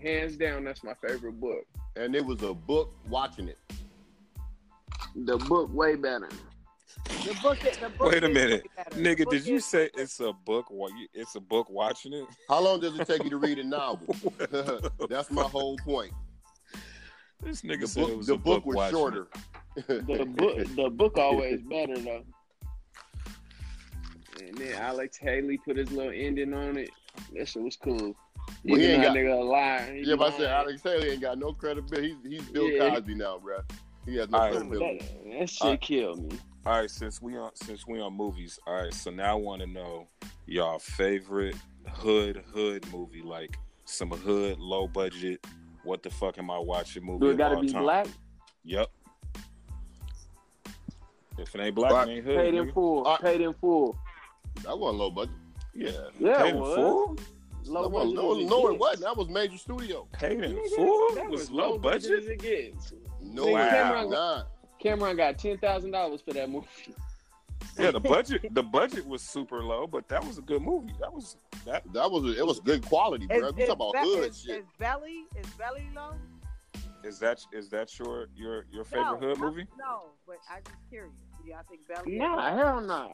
[SPEAKER 2] Hands down, that's my favorite book.
[SPEAKER 3] And it was a book watching it.
[SPEAKER 2] The book way better.
[SPEAKER 5] The book, the book
[SPEAKER 1] Wait a
[SPEAKER 5] is
[SPEAKER 1] minute.
[SPEAKER 5] way better. The
[SPEAKER 1] Nigga,
[SPEAKER 5] book
[SPEAKER 1] did you
[SPEAKER 5] is-
[SPEAKER 1] say it's a book? wa- It's a book watching it.
[SPEAKER 3] How long does it take you to read a novel? That's my whole point.
[SPEAKER 1] This
[SPEAKER 3] The
[SPEAKER 1] nigga said it
[SPEAKER 3] book,
[SPEAKER 1] was
[SPEAKER 3] the
[SPEAKER 1] a
[SPEAKER 3] book, was
[SPEAKER 1] watching it.
[SPEAKER 3] shorter.
[SPEAKER 2] The book, the book always better though. And then Alex Haley put his little ending on it. That shit was cool.
[SPEAKER 3] Well, he
[SPEAKER 2] Even
[SPEAKER 3] ain't
[SPEAKER 2] though
[SPEAKER 3] got-
[SPEAKER 2] that nigga a liar. he
[SPEAKER 3] Yeah, but I said
[SPEAKER 2] lying.
[SPEAKER 3] Alex Haley ain't got no credibility. He's, he's Bill
[SPEAKER 2] Yeah.
[SPEAKER 3] Cosby now, bruh. He has no
[SPEAKER 1] All right.
[SPEAKER 3] credibility.
[SPEAKER 2] That, that shit
[SPEAKER 1] Alright.
[SPEAKER 2] killed me.
[SPEAKER 1] All right, since we on since we on movies, all right. So now I want to know y'all favorite hood hood movie, like some hood low budget. What the fuck am I watching movie?
[SPEAKER 2] Do it
[SPEAKER 1] of
[SPEAKER 2] gotta
[SPEAKER 1] all
[SPEAKER 2] be
[SPEAKER 1] time?
[SPEAKER 2] black?
[SPEAKER 1] Yep. If it ain't black,
[SPEAKER 3] Right.
[SPEAKER 1] it ain't hood.
[SPEAKER 2] Paid in
[SPEAKER 1] nigga.
[SPEAKER 2] full.
[SPEAKER 3] All right.
[SPEAKER 2] Paid in full.
[SPEAKER 3] That wasn't low budget.
[SPEAKER 1] Yeah,
[SPEAKER 2] Yeah,
[SPEAKER 1] paid
[SPEAKER 2] it
[SPEAKER 1] in
[SPEAKER 2] was.
[SPEAKER 1] full.
[SPEAKER 2] Low
[SPEAKER 3] that wasn't,
[SPEAKER 2] budget
[SPEAKER 3] no,
[SPEAKER 2] as it
[SPEAKER 3] no, it
[SPEAKER 2] gets.
[SPEAKER 3] wasn't. That was major studio.
[SPEAKER 1] Paid in
[SPEAKER 2] Nigga,
[SPEAKER 1] full.
[SPEAKER 2] that
[SPEAKER 1] was low budget.
[SPEAKER 2] as it gets.
[SPEAKER 3] No,
[SPEAKER 1] Wow.
[SPEAKER 3] it was not.
[SPEAKER 2] Cameron got ten thousand dollars for that movie.
[SPEAKER 1] Yeah, the budget. The budget was super low, but that was a good movie. That was that.
[SPEAKER 3] That was it. Was good quality, bro.
[SPEAKER 5] Is,
[SPEAKER 3] You
[SPEAKER 5] is
[SPEAKER 3] talking about
[SPEAKER 5] Be-
[SPEAKER 3] hood
[SPEAKER 5] is,
[SPEAKER 3] shit?
[SPEAKER 5] is Belly is Belly low?
[SPEAKER 1] Is that is that your your your favorite
[SPEAKER 5] no,
[SPEAKER 1] hood
[SPEAKER 5] I-
[SPEAKER 1] movie?
[SPEAKER 5] No, but I just curious. Do y'all think Belly? is
[SPEAKER 2] Nah,
[SPEAKER 5] low?
[SPEAKER 2] hell nah.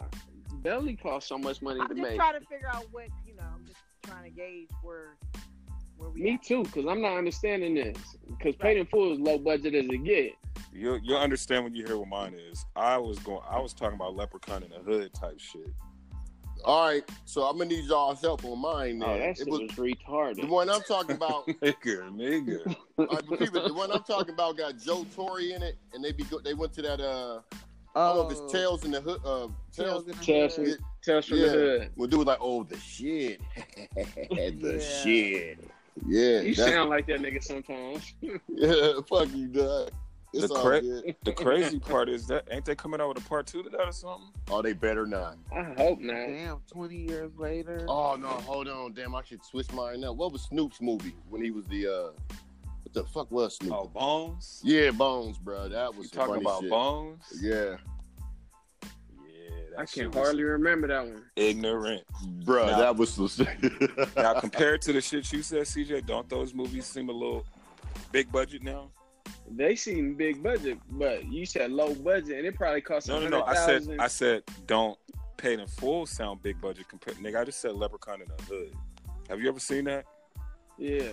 [SPEAKER 2] Belly cost so much money to
[SPEAKER 5] I'm just
[SPEAKER 2] make.
[SPEAKER 5] trying to figure out what you know. I'm just trying to gauge where where we.
[SPEAKER 2] Me
[SPEAKER 5] at.
[SPEAKER 2] too, because I'm not understanding this. Because paid in full is low budget as it get.
[SPEAKER 1] You'll you'll understand when you hear what mine is. I was going. I was talking about Leprechaun in the Hood type shit.
[SPEAKER 3] All right, so I'm gonna need y'all's help on mine. Then.
[SPEAKER 2] Oh, that
[SPEAKER 3] it
[SPEAKER 2] shit was,
[SPEAKER 3] was the
[SPEAKER 2] retarded.
[SPEAKER 3] one I'm talking about.
[SPEAKER 1] Nigga, nigga.
[SPEAKER 3] all right, but keep it, the one I'm talking about got Joe Torre in it, and they be go, they went to that uh, I
[SPEAKER 1] Oh,
[SPEAKER 3] don't know if it's tails in the hood. Uh, tails.
[SPEAKER 4] Tails Oh, in the
[SPEAKER 2] Tails
[SPEAKER 4] Hood.
[SPEAKER 2] from, Tales from
[SPEAKER 3] Yeah.
[SPEAKER 2] Oh. the hood.
[SPEAKER 3] Well, dude was like, oh, the shit, the
[SPEAKER 5] Yeah.
[SPEAKER 3] shit. Yeah,
[SPEAKER 2] You
[SPEAKER 3] that's-
[SPEAKER 2] sound like that nigga sometimes.
[SPEAKER 3] yeah, fuck you, dog. It's
[SPEAKER 1] The
[SPEAKER 3] all
[SPEAKER 1] cra-
[SPEAKER 3] good.
[SPEAKER 1] The crazy part is that ain't they coming out with a part two to that or something?
[SPEAKER 3] Oh, they better not.
[SPEAKER 2] I hope not.
[SPEAKER 4] Damn, 20 years later.
[SPEAKER 3] Oh no, hold on, damn, I should switch mine up. What was Snoop's movie when he was the uh, what the fuck was Snoop?
[SPEAKER 1] Oh, Bones.
[SPEAKER 3] Yeah, Bones, bro. That
[SPEAKER 1] You
[SPEAKER 3] was some
[SPEAKER 1] talking
[SPEAKER 3] funny
[SPEAKER 1] about
[SPEAKER 3] shit.
[SPEAKER 1] Bones?
[SPEAKER 3] Yeah,
[SPEAKER 1] Yeah, that
[SPEAKER 2] I
[SPEAKER 1] shit
[SPEAKER 2] can
[SPEAKER 1] was
[SPEAKER 2] hardly remember that one.
[SPEAKER 1] ignorant.
[SPEAKER 3] bro,
[SPEAKER 1] Now-
[SPEAKER 3] that was some shit.
[SPEAKER 1] Now compared to the shit you said, CJ, don't those movies seem a little big budget now?
[SPEAKER 2] They seem big budget, but you said low budget, and it probably cost
[SPEAKER 1] No, no, no. I said I said don't paid in full sound big budget compared nigga, I just said Leprechaun in the Hood. Have you ever seen that?
[SPEAKER 2] yeah,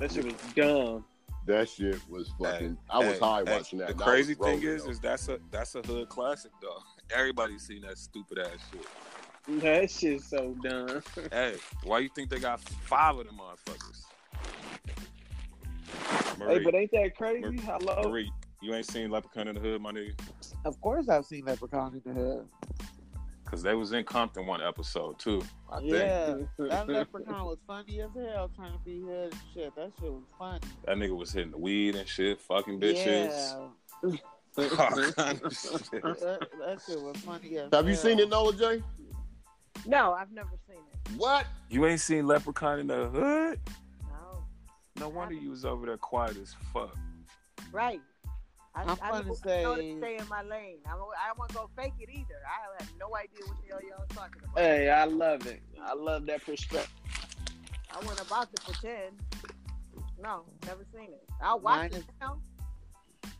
[SPEAKER 2] that shit was dumb.
[SPEAKER 3] That shit was fucking. I
[SPEAKER 1] Hey,
[SPEAKER 3] was high
[SPEAKER 1] hey,
[SPEAKER 3] watching that.
[SPEAKER 1] The
[SPEAKER 3] and I
[SPEAKER 1] crazy
[SPEAKER 3] was
[SPEAKER 1] thing
[SPEAKER 3] rolling,
[SPEAKER 1] is,
[SPEAKER 3] though.
[SPEAKER 1] is that's a that's a hood classic though. Everybody's seen that stupid ass shit.
[SPEAKER 2] That shit's so dumb.
[SPEAKER 1] hey, why you think they got five of them motherfuckers? Marie,
[SPEAKER 2] Hey, but ain't that crazy?
[SPEAKER 1] Marie-
[SPEAKER 2] How low?
[SPEAKER 3] uh,
[SPEAKER 1] Marie, you ain't seen Leprechaun in the Hood, my nigga.
[SPEAKER 4] Of course, I've seen Leprechaun in the Hood.
[SPEAKER 1] Cause they was in Compton one episode too. I think
[SPEAKER 4] Yeah, that Leprechaun was funny as hell trying to be hood and shit. That shit was funny.
[SPEAKER 1] that nigga was hitting the weed and shit, fucking bitches. All kind of shit.
[SPEAKER 4] Yeah, that, that shit was funny as
[SPEAKER 3] Have you
[SPEAKER 4] hell.
[SPEAKER 3] seen it, Nola J?
[SPEAKER 5] No, I've never seen it.
[SPEAKER 3] What?
[SPEAKER 1] You ain't seen Leprechaun in the Hood?
[SPEAKER 5] No,
[SPEAKER 1] No wonder you was over there quiet as fuck.
[SPEAKER 5] right. I,
[SPEAKER 4] I'm
[SPEAKER 5] I
[SPEAKER 4] gonna
[SPEAKER 5] know-
[SPEAKER 4] say-
[SPEAKER 5] I know to stay in my lane. I don't, I don't want to go fake it either. I have no idea what the hell y'all talking about.
[SPEAKER 2] Hey, I love it. I love that perspective.
[SPEAKER 5] I wasn't about to pretend. No, never seen it. I'll
[SPEAKER 4] Mine
[SPEAKER 5] watch it
[SPEAKER 4] is-
[SPEAKER 5] now.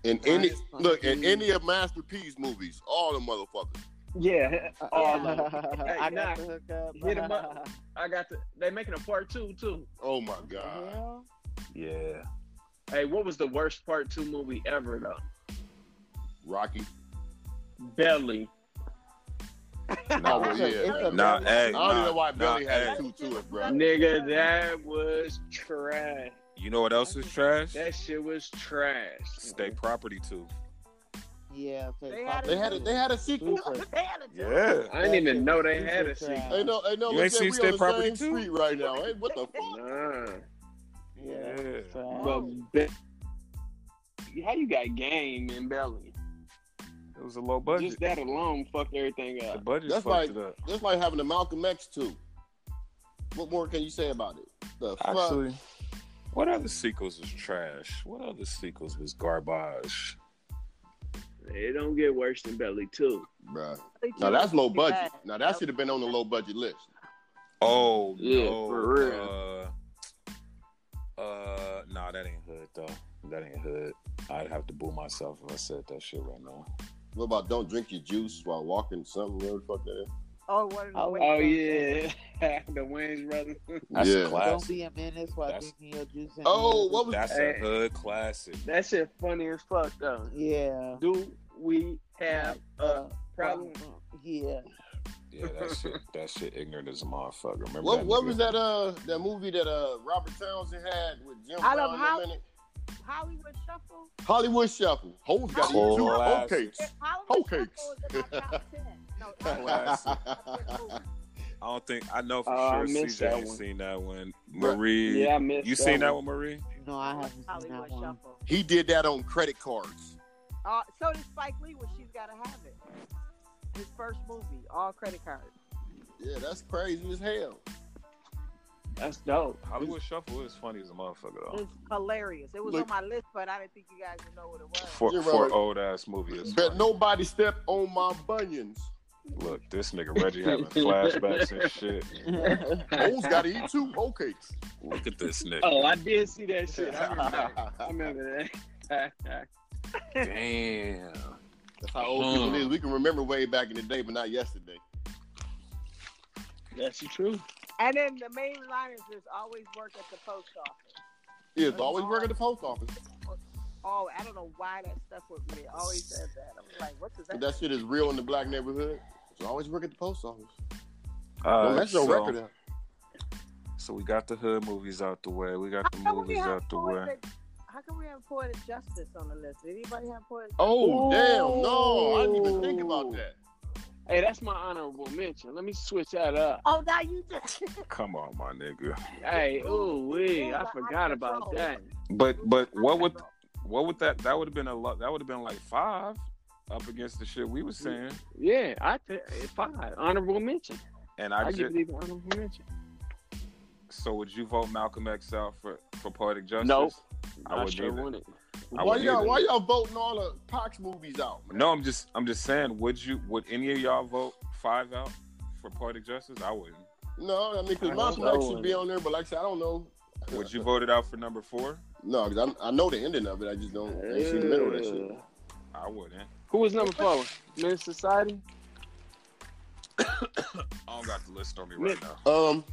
[SPEAKER 3] In
[SPEAKER 4] Mine
[SPEAKER 3] any
[SPEAKER 4] is funny.
[SPEAKER 3] look in any of Master P's movies, all the motherfuckers.
[SPEAKER 2] Yeah, all of them. Hey,
[SPEAKER 4] I
[SPEAKER 2] nah,
[SPEAKER 4] got the hook up.
[SPEAKER 2] hit 'em up. I got the. They making a part two too.
[SPEAKER 3] Oh
[SPEAKER 5] Uh-huh.
[SPEAKER 3] my god.
[SPEAKER 4] Hell?
[SPEAKER 1] Yeah.
[SPEAKER 2] Hey, what was the worst part two movie ever though?
[SPEAKER 3] Rocky.
[SPEAKER 2] Belly.
[SPEAKER 3] No, well,
[SPEAKER 4] It's a- it's
[SPEAKER 3] Oh, yeah.
[SPEAKER 4] a
[SPEAKER 1] Nah,
[SPEAKER 4] Belly-
[SPEAKER 1] hey,
[SPEAKER 3] I don't even know why
[SPEAKER 1] nah,
[SPEAKER 3] Billy
[SPEAKER 1] hey.
[SPEAKER 3] had two to it, bro.
[SPEAKER 2] Nigga, that was trash.
[SPEAKER 1] You know what else is trash?
[SPEAKER 2] That shit was trash.
[SPEAKER 1] State property too.
[SPEAKER 4] Yeah, it's a
[SPEAKER 5] They had
[SPEAKER 4] fucking-
[SPEAKER 3] They had a, they had a sequel.
[SPEAKER 4] Super.
[SPEAKER 5] They had a
[SPEAKER 1] Yeah.
[SPEAKER 2] I didn't even know they had a
[SPEAKER 4] Jesus
[SPEAKER 2] sequel.
[SPEAKER 3] Hey, no, hey, no,
[SPEAKER 1] You ain't
[SPEAKER 3] let's say
[SPEAKER 1] seen
[SPEAKER 3] we
[SPEAKER 1] State
[SPEAKER 3] on the
[SPEAKER 1] Property
[SPEAKER 3] same
[SPEAKER 1] two?
[SPEAKER 3] street right now. Hey, what the fuck?
[SPEAKER 2] Nah.
[SPEAKER 4] Yeah. it's trash.
[SPEAKER 2] But Be- how you got game in Belly?
[SPEAKER 1] It was a low budget.
[SPEAKER 2] Just that alone fucked everything
[SPEAKER 1] The
[SPEAKER 2] up.
[SPEAKER 1] budget
[SPEAKER 3] That's
[SPEAKER 1] fucked
[SPEAKER 3] like-
[SPEAKER 1] it up.
[SPEAKER 3] That's like having a Malcolm X two. What more can you say about it? The fuck?
[SPEAKER 1] Actually, what other sequels was trash? What other sequels was garbage?
[SPEAKER 2] It don't get worse than Belly too.
[SPEAKER 3] Bruh.
[SPEAKER 5] Belly
[SPEAKER 3] Now
[SPEAKER 5] too.
[SPEAKER 3] that's low budget.
[SPEAKER 5] Bad.
[SPEAKER 3] Now that should have been on the low budget list.
[SPEAKER 1] Oh
[SPEAKER 2] Yeah,
[SPEAKER 1] no,
[SPEAKER 2] for real.
[SPEAKER 1] Uh, uh, nah, that ain't hood though. That ain't hood. I'd have to boo myself if I said that shit right now.
[SPEAKER 3] What about don't drink your juice while walking something? Whatever the fuck that is.
[SPEAKER 5] Oh, what
[SPEAKER 4] Oh,
[SPEAKER 2] Oh yeah, the Wayne's brother.
[SPEAKER 1] That's
[SPEAKER 3] Yeah.
[SPEAKER 1] a
[SPEAKER 4] Don't
[SPEAKER 1] classic.
[SPEAKER 4] be a menace while
[SPEAKER 1] That's-
[SPEAKER 4] drinking your juice. and-
[SPEAKER 3] Oh, what was
[SPEAKER 1] That's
[SPEAKER 2] Hey.
[SPEAKER 1] a hood classic.
[SPEAKER 2] That shit funny as fuck though.
[SPEAKER 4] Yeah.
[SPEAKER 2] Do we have a
[SPEAKER 4] Uh,
[SPEAKER 2] problem?
[SPEAKER 4] Yeah.
[SPEAKER 1] Yeah, that shit. That shit ignorant as a motherfucker. Remember
[SPEAKER 3] What, what
[SPEAKER 1] nigga?
[SPEAKER 3] was that uh that movie that uh Robert Townsend had with Jim
[SPEAKER 5] Out
[SPEAKER 3] Brown
[SPEAKER 5] of
[SPEAKER 3] in
[SPEAKER 5] Hol-
[SPEAKER 3] a minute?
[SPEAKER 5] Hollywood Shuffle.
[SPEAKER 3] Hollywood Shuffle. Hoes got
[SPEAKER 1] Cold
[SPEAKER 3] two
[SPEAKER 1] ass.
[SPEAKER 3] hoe cakes. Oh,
[SPEAKER 5] Hollywood
[SPEAKER 3] Hoe
[SPEAKER 5] Shuffle is in my top 10. No,
[SPEAKER 1] Hoe ass. I don't think I know for
[SPEAKER 2] Oh, I
[SPEAKER 1] sure.
[SPEAKER 2] missed
[SPEAKER 1] CJ
[SPEAKER 2] that
[SPEAKER 1] ain't
[SPEAKER 2] one.
[SPEAKER 1] seen that one.
[SPEAKER 3] Bruh,
[SPEAKER 1] Marie,
[SPEAKER 2] Yeah, I missed.
[SPEAKER 1] you seen that one, Marie?
[SPEAKER 4] No, I haven't seen
[SPEAKER 5] Hollywood
[SPEAKER 4] that one.
[SPEAKER 5] Shuffle.
[SPEAKER 3] he did that on credit cards.
[SPEAKER 5] Uh, so did Spike Lee when She's Gotta Have It. His first movie, all credit cards.
[SPEAKER 3] Yeah, that's crazy as hell.
[SPEAKER 2] That's dope.
[SPEAKER 1] Hollywood Shuffle is funny as a motherfucker though.
[SPEAKER 5] It's hilarious. It was
[SPEAKER 3] Look-
[SPEAKER 5] on my list, but I didn't think you guys would know what it was.
[SPEAKER 1] For
[SPEAKER 3] You're
[SPEAKER 1] for
[SPEAKER 3] right.
[SPEAKER 1] old ass movie. It's
[SPEAKER 3] Bet
[SPEAKER 1] funny.
[SPEAKER 3] nobody step on my bunions.
[SPEAKER 1] Look, this nigga Reggie having flashbacks and shit.
[SPEAKER 3] O's gotta eat two whole cakes.
[SPEAKER 1] Look at this nigga.
[SPEAKER 2] oh, I did see that shit. I remember, I
[SPEAKER 3] that's
[SPEAKER 2] remember that.
[SPEAKER 1] Damn.
[SPEAKER 3] how old people is. We can remember way back in the day, but not yesterday.
[SPEAKER 2] That's the truth.
[SPEAKER 5] And then the main liners is always work at the post office.
[SPEAKER 3] Yeah, it's always work at the post office.
[SPEAKER 5] Oh, I don't know why that stuff with me. It always says that. I'm like, what does that?
[SPEAKER 3] If that shit is real in the black neighborhood, it's always work at the post office.
[SPEAKER 1] Uh,
[SPEAKER 3] Don't mess your
[SPEAKER 1] so,
[SPEAKER 3] record up.
[SPEAKER 1] So we got the hood movies out the way. We got the
[SPEAKER 5] How come we
[SPEAKER 1] movies
[SPEAKER 5] have
[SPEAKER 1] out the way.
[SPEAKER 5] poetic, How come we have poetic justice on the list? Did anybody have poetic?
[SPEAKER 3] Oh
[SPEAKER 2] Ooh.
[SPEAKER 3] damn, no, I didn't even think about that.
[SPEAKER 2] Hey, that's my honorable mention. Let me switch that up.
[SPEAKER 5] Oh, now you just.
[SPEAKER 1] Come on, my nigga.
[SPEAKER 2] Hey, ooh wee, I forgot about that.
[SPEAKER 1] But but what would what would that that would have been a lot? That would have been like five up against the shit we was
[SPEAKER 2] Mm-hmm.
[SPEAKER 1] saying.
[SPEAKER 2] Yeah, I th- five honorable mention.
[SPEAKER 1] And
[SPEAKER 2] I,
[SPEAKER 1] I
[SPEAKER 2] give
[SPEAKER 1] just
[SPEAKER 2] it even honorable mention.
[SPEAKER 1] so would you vote Malcolm X out for for poetic justice?
[SPEAKER 2] Nope.
[SPEAKER 1] I wouldn't either.
[SPEAKER 2] want it.
[SPEAKER 1] I
[SPEAKER 3] Why
[SPEAKER 1] wouldn't
[SPEAKER 3] y'all
[SPEAKER 1] either.
[SPEAKER 3] why y'all voting all the Pox movies out? man?
[SPEAKER 1] No, I'm just I'm just saying. Would you? Would any of y'all vote five out for poetic justice? I wouldn't.
[SPEAKER 3] No, I mean,
[SPEAKER 2] I
[SPEAKER 3] because Malcolm
[SPEAKER 2] don't
[SPEAKER 3] X
[SPEAKER 2] know.
[SPEAKER 3] should be on there, but like I said, I don't know.
[SPEAKER 1] Would you vote it out for number four?
[SPEAKER 3] No, because I know the ending of it. I just don't I ain't see the middle of that shit.
[SPEAKER 1] I wouldn't.
[SPEAKER 2] Who was number four? Men's Society?
[SPEAKER 1] I don't got the list on me right now.
[SPEAKER 3] Um,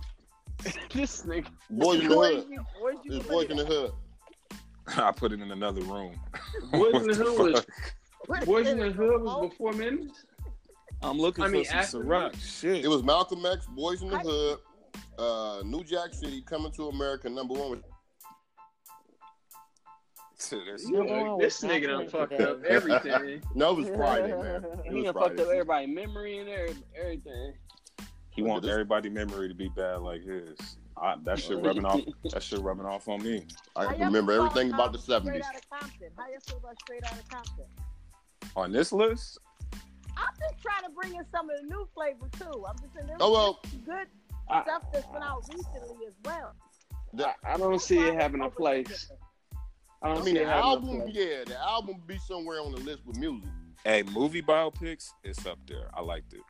[SPEAKER 2] this nigga.
[SPEAKER 3] Boys in the
[SPEAKER 5] Where did
[SPEAKER 3] Hood.
[SPEAKER 5] you? Where did you?
[SPEAKER 3] It's
[SPEAKER 5] put
[SPEAKER 3] Boys
[SPEAKER 5] it
[SPEAKER 3] in
[SPEAKER 5] at?
[SPEAKER 3] the Hood.
[SPEAKER 1] I put it in another room.
[SPEAKER 2] Boys
[SPEAKER 1] What
[SPEAKER 2] in the Hood
[SPEAKER 1] the
[SPEAKER 2] was
[SPEAKER 1] fuck?
[SPEAKER 5] Where
[SPEAKER 2] Boys in
[SPEAKER 5] did
[SPEAKER 2] the
[SPEAKER 5] it
[SPEAKER 2] Hood
[SPEAKER 5] go?
[SPEAKER 2] was before Men's?
[SPEAKER 1] I'm looking
[SPEAKER 2] I mean,
[SPEAKER 1] for
[SPEAKER 2] after
[SPEAKER 1] some Ciroc. Shit.
[SPEAKER 3] It was Malcolm X, Boys in the
[SPEAKER 5] I-
[SPEAKER 3] Hood, uh, New Jack City, Coming to America, number one. with-
[SPEAKER 1] Dude, that's-
[SPEAKER 2] This
[SPEAKER 4] Oh,
[SPEAKER 2] nigga, this
[SPEAKER 4] that's
[SPEAKER 2] nigga done
[SPEAKER 4] right.
[SPEAKER 2] fucked up everything.
[SPEAKER 3] No, it was Friday, man. It
[SPEAKER 2] He
[SPEAKER 3] was
[SPEAKER 2] done fucked up
[SPEAKER 3] Friday.
[SPEAKER 2] everybody's memory and every- everything.
[SPEAKER 1] He want everybody's memory to be bad like his. I, that shit rubbing off. That shit rubbing off on me.
[SPEAKER 3] I
[SPEAKER 5] How
[SPEAKER 3] can
[SPEAKER 5] y'all
[SPEAKER 3] remember
[SPEAKER 5] feel
[SPEAKER 3] everything about the
[SPEAKER 5] Straight
[SPEAKER 3] seventies.
[SPEAKER 5] out of Compton. How you feel about Straight Out of Compton?
[SPEAKER 1] On this list,
[SPEAKER 5] I'm just trying to bring in some of the new flavor too. I'm just saying there's
[SPEAKER 3] Oh well,
[SPEAKER 5] good
[SPEAKER 2] I-
[SPEAKER 5] stuff that's been out recently as well.
[SPEAKER 3] the,
[SPEAKER 2] I don't see it having a place. I don't
[SPEAKER 3] I mean,
[SPEAKER 2] see it
[SPEAKER 3] the
[SPEAKER 2] having a
[SPEAKER 3] album,
[SPEAKER 2] place.
[SPEAKER 3] yeah, the album be somewhere on the list with music.
[SPEAKER 1] hey, movie biopics, it's up there. I liked it.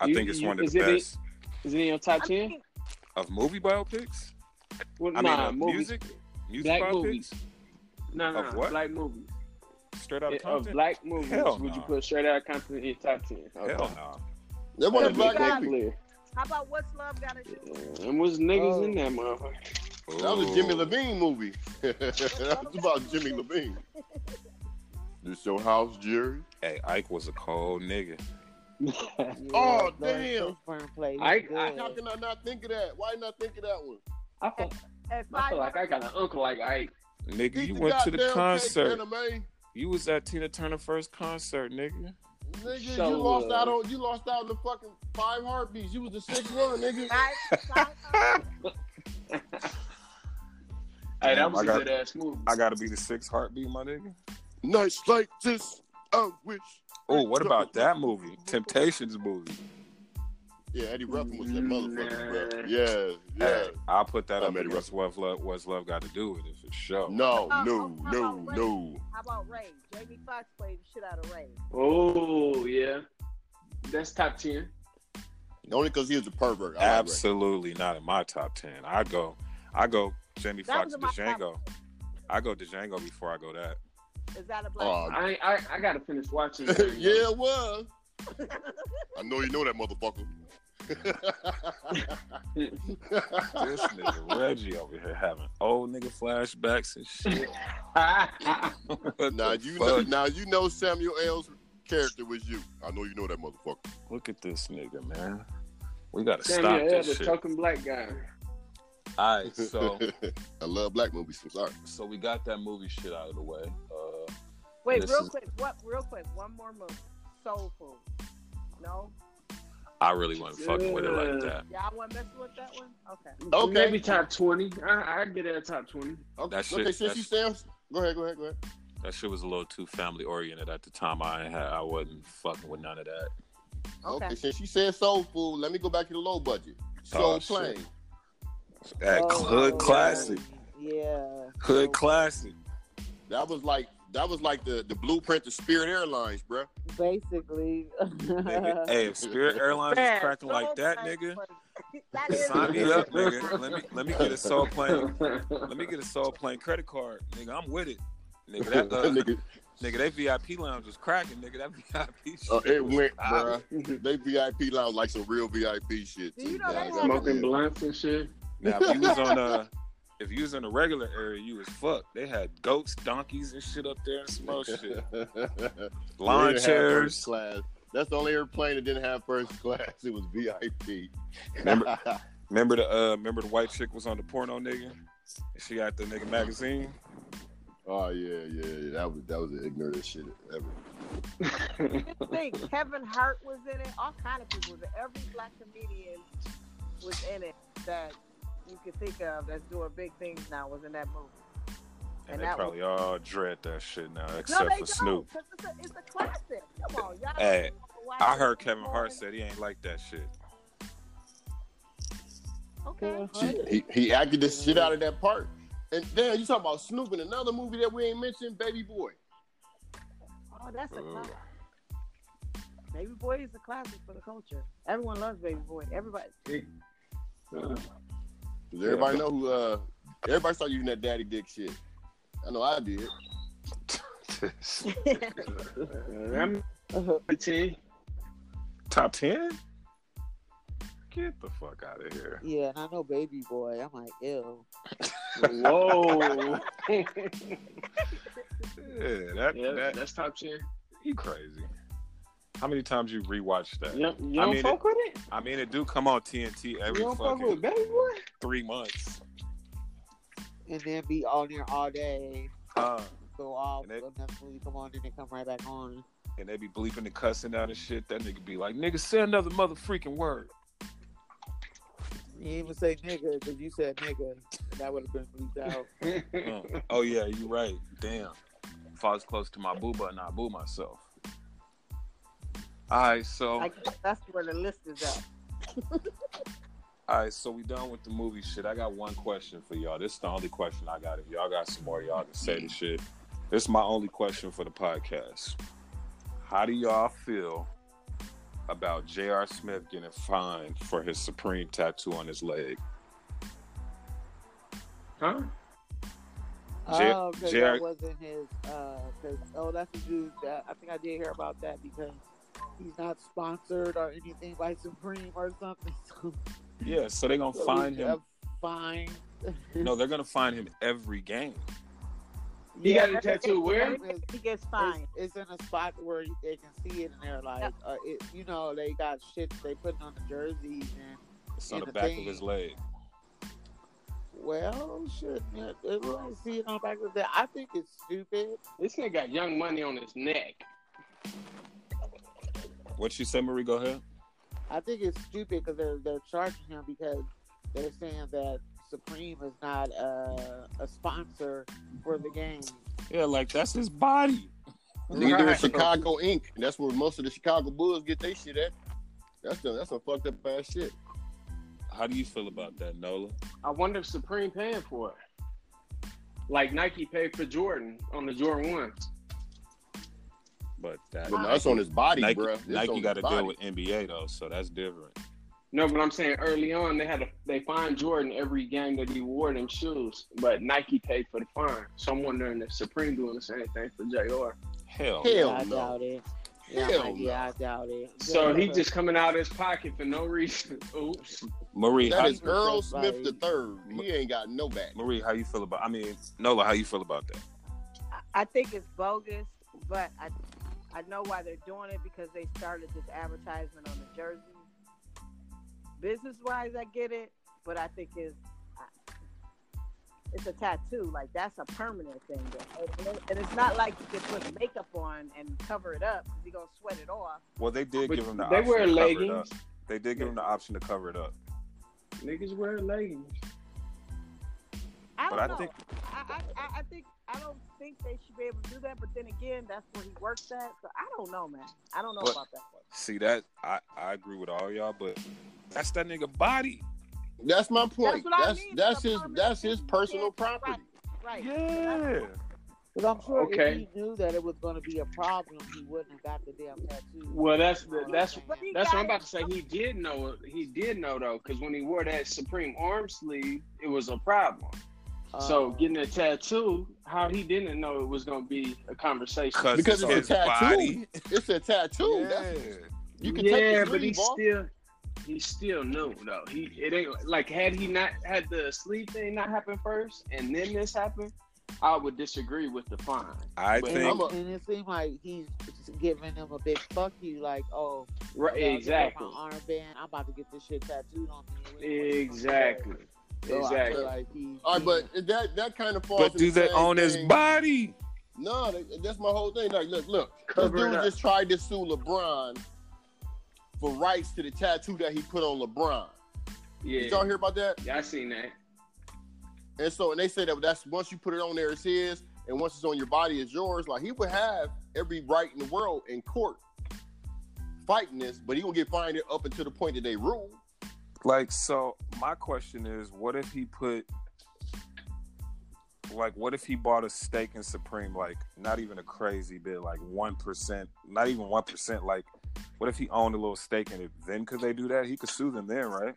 [SPEAKER 1] I
[SPEAKER 2] You-
[SPEAKER 1] think it's
[SPEAKER 2] you-
[SPEAKER 1] one of
[SPEAKER 2] is
[SPEAKER 1] the
[SPEAKER 2] it in-
[SPEAKER 1] best
[SPEAKER 2] Is it in your top
[SPEAKER 5] I
[SPEAKER 2] ten?
[SPEAKER 5] mean,
[SPEAKER 1] of movie biopics.
[SPEAKER 2] Well,
[SPEAKER 1] I mean,
[SPEAKER 2] nah,
[SPEAKER 1] uh,
[SPEAKER 2] movies.
[SPEAKER 1] music, music
[SPEAKER 2] Black
[SPEAKER 1] biopics,
[SPEAKER 2] movies. No, no,
[SPEAKER 1] Of
[SPEAKER 2] no,
[SPEAKER 1] what?
[SPEAKER 2] black movies.
[SPEAKER 1] straight out uh, of
[SPEAKER 2] of
[SPEAKER 1] Compton.
[SPEAKER 2] black movies,
[SPEAKER 1] Hell
[SPEAKER 2] would you
[SPEAKER 1] nah.
[SPEAKER 2] put Straight Out of Compton in your top ten?
[SPEAKER 1] Hell no.
[SPEAKER 3] That
[SPEAKER 2] That
[SPEAKER 3] wasn't
[SPEAKER 5] Yeah,
[SPEAKER 3] Black
[SPEAKER 5] we got-
[SPEAKER 3] Movie.
[SPEAKER 5] how about What's Love Gotta Do?
[SPEAKER 2] Yeah, And was niggas
[SPEAKER 4] Oh.
[SPEAKER 2] in that motherfucker?
[SPEAKER 3] That was a Jimmy Levine movie. that was about Jimmy Levine. This your house, Jerry?
[SPEAKER 1] Hey, Ike was a cold nigga.
[SPEAKER 3] Oh,
[SPEAKER 4] the
[SPEAKER 3] damn.
[SPEAKER 4] Fishburne play was
[SPEAKER 2] I- I-
[SPEAKER 4] good.
[SPEAKER 3] How can I not think of that? Why didn't I think of that one?
[SPEAKER 2] I feel,
[SPEAKER 5] At
[SPEAKER 2] I
[SPEAKER 5] five,
[SPEAKER 2] feel like I got an uncle like Ike.
[SPEAKER 1] Nigga,
[SPEAKER 3] Eat
[SPEAKER 1] you
[SPEAKER 3] the
[SPEAKER 1] went to the
[SPEAKER 3] goddamn
[SPEAKER 1] concert.
[SPEAKER 3] Cake, anime.
[SPEAKER 1] You was at Tina Turner first concert, nigga.
[SPEAKER 3] Nigga,
[SPEAKER 2] So,
[SPEAKER 3] you lost
[SPEAKER 2] uh,
[SPEAKER 3] out on you lost out on the fucking five heartbeats. You was the sixth one, nigga.
[SPEAKER 1] Damn,
[SPEAKER 2] Hey, that was
[SPEAKER 1] I
[SPEAKER 2] a
[SPEAKER 1] got-
[SPEAKER 2] good ass movie.
[SPEAKER 1] I gotta be the sixth heartbeat, my nigga.
[SPEAKER 3] Nights like this, I wish.
[SPEAKER 1] Oh, what about that movie? Temptations movie.
[SPEAKER 3] Yeah, Eddie Ruffin was that motherfucker, bro.
[SPEAKER 2] Nah.
[SPEAKER 3] Yeah, yeah.
[SPEAKER 1] Hey, I'll put that
[SPEAKER 3] I
[SPEAKER 1] up
[SPEAKER 3] made it
[SPEAKER 1] against what love, what's love got to do with it for sure.
[SPEAKER 3] No, no,
[SPEAKER 5] Uh, how
[SPEAKER 3] no,
[SPEAKER 5] about Ray?
[SPEAKER 3] no.
[SPEAKER 5] How about Ray? Jamie Foxx played the shit out of Ray.
[SPEAKER 2] Oh yeah, that's top ten.
[SPEAKER 3] Only because he was a pervert. I like Ray.
[SPEAKER 1] Absolutely not in my top ten. I go, I go Jamie
[SPEAKER 5] That
[SPEAKER 1] Foxx
[SPEAKER 5] was
[SPEAKER 1] to
[SPEAKER 5] in my top
[SPEAKER 1] Django. I go to Django before I go that.
[SPEAKER 5] Is that a
[SPEAKER 3] Oh,
[SPEAKER 5] black?
[SPEAKER 2] I I, I gotta finish watching. that.
[SPEAKER 3] yeah, it was. I know you know that motherfucker.
[SPEAKER 1] This nigga Reggie over here having old nigga flashbacks and shit. What
[SPEAKER 3] now
[SPEAKER 1] the
[SPEAKER 3] you
[SPEAKER 1] fuck?
[SPEAKER 3] know, now you know Samuel L's character was you. I know you know that motherfucker.
[SPEAKER 1] Look at this nigga, man. We gotta stop
[SPEAKER 2] Samuel L,
[SPEAKER 1] this
[SPEAKER 2] the
[SPEAKER 1] shit.
[SPEAKER 2] token black guy.
[SPEAKER 1] All right, so
[SPEAKER 3] I love black movies. I'm sorry.
[SPEAKER 1] so we got that movie shit out of the way. Uh,
[SPEAKER 5] Wait,
[SPEAKER 1] this
[SPEAKER 5] real
[SPEAKER 1] is-
[SPEAKER 5] quick. What? Real quick. One more movie. Soul Food. No,
[SPEAKER 1] I really wasn't fucking with it like that.
[SPEAKER 5] y'all want messing with that one? Okay.
[SPEAKER 3] Okay.
[SPEAKER 2] Maybe top twenty. I I get it at top twenty.
[SPEAKER 3] Okay,
[SPEAKER 1] That shit-
[SPEAKER 3] okay since
[SPEAKER 1] that's-
[SPEAKER 3] you stand, go ahead, go ahead, go ahead.
[SPEAKER 1] That shit was a little too family oriented at the time. I had, I wasn't fucking with none of that.
[SPEAKER 3] Okay.
[SPEAKER 5] Okay.
[SPEAKER 3] since you said soul food, let me go back to the low budget. Soul
[SPEAKER 1] Oh, shit.
[SPEAKER 3] plane.
[SPEAKER 1] That
[SPEAKER 5] Oh,
[SPEAKER 1] hood
[SPEAKER 5] yeah.
[SPEAKER 1] classic,
[SPEAKER 5] Yeah.
[SPEAKER 1] hood classic.
[SPEAKER 3] That was like that was like the, the blueprint to Spirit Airlines, bruh.
[SPEAKER 5] Basically.
[SPEAKER 1] Nigga. hey, if Spirit Airlines is
[SPEAKER 5] Man,
[SPEAKER 1] cracking like
[SPEAKER 5] soul
[SPEAKER 1] that,
[SPEAKER 5] plane
[SPEAKER 1] nigga,
[SPEAKER 5] plane. That is-
[SPEAKER 1] sign me up, nigga. Let me let me get a soul plane. Let me get a soul plane credit card, nigga. I'm with it, nigga. That uh, nigga.
[SPEAKER 3] Nigga,
[SPEAKER 1] that VIP lounge was cracking, nigga. That VIP shit.
[SPEAKER 3] uh, it
[SPEAKER 1] was
[SPEAKER 3] went,
[SPEAKER 1] popping.
[SPEAKER 3] bruh. They VIP lounge like some real VIP shit.
[SPEAKER 5] Do
[SPEAKER 3] too,
[SPEAKER 5] you know
[SPEAKER 3] dog.
[SPEAKER 5] they had-
[SPEAKER 2] Smoking blunts and shit.
[SPEAKER 1] Now, if you was on a, if you was in the regular area, you was fucked. They had goats, donkeys, and shit up there and some other shit.
[SPEAKER 3] They
[SPEAKER 1] Lawn
[SPEAKER 3] didn't have first
[SPEAKER 1] chairs.
[SPEAKER 3] class. That's the only airplane that didn't have first class. It was VIP.
[SPEAKER 1] Remember- Remember the uh, remember the white chick was on the porno nigga. And She got the nigga magazine.
[SPEAKER 3] oh yeah, yeah, yeah. That was that was the ignorant shit ever.
[SPEAKER 5] You think Kevin Hart was in it? All kind of people. was in it. Every black comedian was in it that you could think of that's doing big things now was in that movie.
[SPEAKER 1] And,
[SPEAKER 5] And
[SPEAKER 1] they
[SPEAKER 5] that
[SPEAKER 1] probably all dread that shit now, except
[SPEAKER 5] no, they
[SPEAKER 1] for
[SPEAKER 5] don't,
[SPEAKER 1] Snoop.
[SPEAKER 5] 'cause It's a, it's a classic. Come on, y'all.
[SPEAKER 1] Hey,
[SPEAKER 5] don't watch
[SPEAKER 1] I
[SPEAKER 5] it.
[SPEAKER 1] heard Kevin Hart said he ain't like that shit.
[SPEAKER 5] Okay.
[SPEAKER 3] He, he acted the shit out of that part. And damn, you talking about Snoop in another movie that we ain't mentioned, Baby Boy.
[SPEAKER 5] Oh, that's a
[SPEAKER 1] Ooh.
[SPEAKER 2] Mm.
[SPEAKER 5] classic. Baby Boy is a classic for the culture. Everyone loves Baby Boy. Everybody.
[SPEAKER 2] Uh,
[SPEAKER 3] Does everybody know who? Uh, everybody started using that daddy dick shit. I know I did.
[SPEAKER 2] I'm 18.
[SPEAKER 1] Top ten? Get the fuck out of here.
[SPEAKER 4] Yeah, and I know baby boy. I'm like, ew.
[SPEAKER 2] Whoa. yeah,
[SPEAKER 1] Yeah, that, that
[SPEAKER 2] that's top 10.
[SPEAKER 1] you crazy. How many times you rewatch that?
[SPEAKER 2] You, you
[SPEAKER 1] I
[SPEAKER 2] don't
[SPEAKER 1] mean,
[SPEAKER 2] fuck with it?
[SPEAKER 1] I mean, it do come on TNT
[SPEAKER 2] You
[SPEAKER 1] every
[SPEAKER 2] don't fuck
[SPEAKER 1] fucking
[SPEAKER 2] with Baby Boy?
[SPEAKER 1] three months.
[SPEAKER 4] And then be on there all day,
[SPEAKER 1] Uh,
[SPEAKER 4] go off,
[SPEAKER 1] And they-
[SPEAKER 4] go next movie come on, and then come right back on.
[SPEAKER 1] and they be bleeping and cussing out and shit. That nigga be like, nigga, say another mother freaking word.
[SPEAKER 4] You didn't even say nigga because you said nigga, and that would have been bleeped out.
[SPEAKER 1] Mm. oh yeah, you right. Damn. If I was close to my boo button, I boo myself. Alright,
[SPEAKER 2] Oh.
[SPEAKER 1] so
[SPEAKER 5] I guess that's where the list is at.
[SPEAKER 1] alright, so we done with the movie shit. I got one question for y'all. This is the only question I got. If y'all got some more, y'all can say the shit. This is my only question for the podcast. How do y'all feel about J.R. Smith getting fined for his Supreme tattoo on his leg?
[SPEAKER 2] Huh?
[SPEAKER 1] Jer-
[SPEAKER 4] Oh, because
[SPEAKER 1] Jer-
[SPEAKER 4] that wasn't his. Because oh, that's the dude that I think I did hear about that because he's not sponsored or anything by Supreme or something. So
[SPEAKER 1] Yeah, so they're gonna find him.
[SPEAKER 4] Fine.
[SPEAKER 1] No, they're gonna find him every game.
[SPEAKER 2] He got a tattoo where?
[SPEAKER 4] It's,
[SPEAKER 5] He gets
[SPEAKER 4] it's,
[SPEAKER 5] fined.
[SPEAKER 4] it's in a spot where they can see it, and they're like, uh, it, you know, they got shit they putting on the jerseys and.
[SPEAKER 1] It's on
[SPEAKER 4] And
[SPEAKER 1] the
[SPEAKER 4] the
[SPEAKER 1] back
[SPEAKER 4] thing-
[SPEAKER 1] of his leg.
[SPEAKER 4] Well, shit, man, everyone see it on back of that. I think it's stupid.
[SPEAKER 2] This nigga got young money on his neck.
[SPEAKER 1] What you say, Marie? Go ahead.
[SPEAKER 4] I think it's stupid because they're they're charging him because they're saying that Supreme is not uh, a sponsor for the game.
[SPEAKER 1] Yeah, like that's his body.
[SPEAKER 3] Neither
[SPEAKER 2] Right.
[SPEAKER 3] is Chicago Inc. That's where most of the Chicago Bulls get their shit at. That's the, that's some fucked up ass shit.
[SPEAKER 1] How do you feel about that, Nola?
[SPEAKER 2] I wonder if Supreme paying for it. Like Nike paid for Jordan on the Jordan ones.
[SPEAKER 1] But that
[SPEAKER 3] But that's on his body,
[SPEAKER 1] Nike,
[SPEAKER 3] bruh. It's on
[SPEAKER 1] Nike
[SPEAKER 3] his
[SPEAKER 1] got to
[SPEAKER 3] body.
[SPEAKER 1] deal with NBA though, so that's different.
[SPEAKER 2] No, but I'm saying early on they had a, they fined Jordan every game that he wore them shoes, but Nike paid for the fine. So I'm wondering if Supreme doing the same thing for Jr.
[SPEAKER 1] Hell,
[SPEAKER 3] Hell
[SPEAKER 4] I
[SPEAKER 3] no.
[SPEAKER 4] doubt it. Yeah,
[SPEAKER 3] Hell
[SPEAKER 4] I'm like, yeah, I doubt it.
[SPEAKER 2] So he
[SPEAKER 4] but-
[SPEAKER 2] just coming out of his pocket for no reason. Oops.
[SPEAKER 1] Marie. How,
[SPEAKER 3] That is
[SPEAKER 4] Hudson
[SPEAKER 3] Earl
[SPEAKER 4] said,
[SPEAKER 3] Smith
[SPEAKER 4] like-
[SPEAKER 3] the third. He ain't got no back.
[SPEAKER 1] Marie, how you feel about? I mean, Nola, how you feel about that?
[SPEAKER 5] I- I think it's bogus, but I I know why they're doing it because they started this advertisement on the jersey. Business wise, I get it, but I think it's I- it's a tattoo. Like that's a permanent thing, And- and- and it's not like you can put makeup on and cover it up. 'cause You're gonna sweat it off.
[SPEAKER 1] Well, they did
[SPEAKER 2] But
[SPEAKER 1] give him the
[SPEAKER 2] they
[SPEAKER 1] option
[SPEAKER 2] wear
[SPEAKER 1] to cover it up.
[SPEAKER 2] leggings.
[SPEAKER 1] They did give him the option to cover it up.
[SPEAKER 2] Niggas wear leggings.
[SPEAKER 5] I
[SPEAKER 1] But
[SPEAKER 5] don't
[SPEAKER 1] I
[SPEAKER 5] know.
[SPEAKER 1] think-
[SPEAKER 5] I, I I- I think I don't think they should be able to do that. But then again, that's where he works at. So I don't know, man. I don't know
[SPEAKER 1] But-
[SPEAKER 5] about that one.
[SPEAKER 1] See that? I I agree with all y'all, but that's that nigga body.
[SPEAKER 3] That's my point.
[SPEAKER 5] what I
[SPEAKER 3] That's
[SPEAKER 5] mean.
[SPEAKER 3] that's
[SPEAKER 5] The
[SPEAKER 3] his
[SPEAKER 5] apartment
[SPEAKER 3] that's his
[SPEAKER 5] is
[SPEAKER 3] personal
[SPEAKER 5] dead right.
[SPEAKER 3] property.
[SPEAKER 5] Right.
[SPEAKER 1] Yeah.
[SPEAKER 4] Because I'm sure
[SPEAKER 2] Okay.
[SPEAKER 4] if he knew that it was going to be a problem, he wouldn't have got the damn tattoo.
[SPEAKER 2] Well, that's the, that's
[SPEAKER 5] But he
[SPEAKER 2] That's
[SPEAKER 5] got
[SPEAKER 2] what I'm
[SPEAKER 5] it.
[SPEAKER 2] about to say. He did know. He did know though, because when he wore that Supreme arm sleeve, it was a problem.
[SPEAKER 3] Uh,
[SPEAKER 2] so
[SPEAKER 4] Uh,
[SPEAKER 2] getting a tattoo, how he didn't know it was gonna be a conversation.
[SPEAKER 1] Cause
[SPEAKER 3] Because
[SPEAKER 1] it's
[SPEAKER 3] it's a
[SPEAKER 1] his
[SPEAKER 3] tattoo.
[SPEAKER 1] body.
[SPEAKER 3] It's a tattoo. That's,
[SPEAKER 1] Yeah.
[SPEAKER 3] you can
[SPEAKER 2] yeah,
[SPEAKER 3] take the
[SPEAKER 2] but he
[SPEAKER 3] sleeve off.
[SPEAKER 2] still he still knew though. He it ain't like had he not had the sleeve thing not happen first, and then this happened. I would disagree with the fine.
[SPEAKER 1] I
[SPEAKER 2] But
[SPEAKER 4] and,
[SPEAKER 1] think
[SPEAKER 3] I'm a-
[SPEAKER 4] and it seemed like he's just giving him a big fuck you, like, oh,
[SPEAKER 2] Right?
[SPEAKER 4] yeah, I just got
[SPEAKER 2] exactly.
[SPEAKER 4] My armband. I'm about to get this shit tattooed on me.
[SPEAKER 2] Exactly.
[SPEAKER 4] So I
[SPEAKER 2] Exactly.
[SPEAKER 4] feel like he,
[SPEAKER 3] All right, but that that kind of falls.
[SPEAKER 1] but
[SPEAKER 3] in
[SPEAKER 1] do
[SPEAKER 3] the
[SPEAKER 1] they
[SPEAKER 3] same
[SPEAKER 1] own his
[SPEAKER 3] thing.
[SPEAKER 1] body?
[SPEAKER 3] No, that, that's my whole thing. Like, look, look, this
[SPEAKER 2] Cover it
[SPEAKER 3] dude
[SPEAKER 2] up.
[SPEAKER 3] just tried to sue LeBron for rights to the tattoo that he put on LeBron. Did y'all
[SPEAKER 2] Yeah.
[SPEAKER 3] hear about that?
[SPEAKER 2] Yeah, I seen that.
[SPEAKER 3] And so, and they said that that's once you put it on there, it's his, and once it's on your body, it's yours. Like he would have every right in the world in court fighting this, but he will get fined up until the point that they rule.
[SPEAKER 1] Like, so my question is, what if he put, like, what if he bought a stake in Supreme, like, not even a crazy bit, like one percent, not even one percent, like, what if he owned a little stake in it? Then could they do that? He could sue them then, right?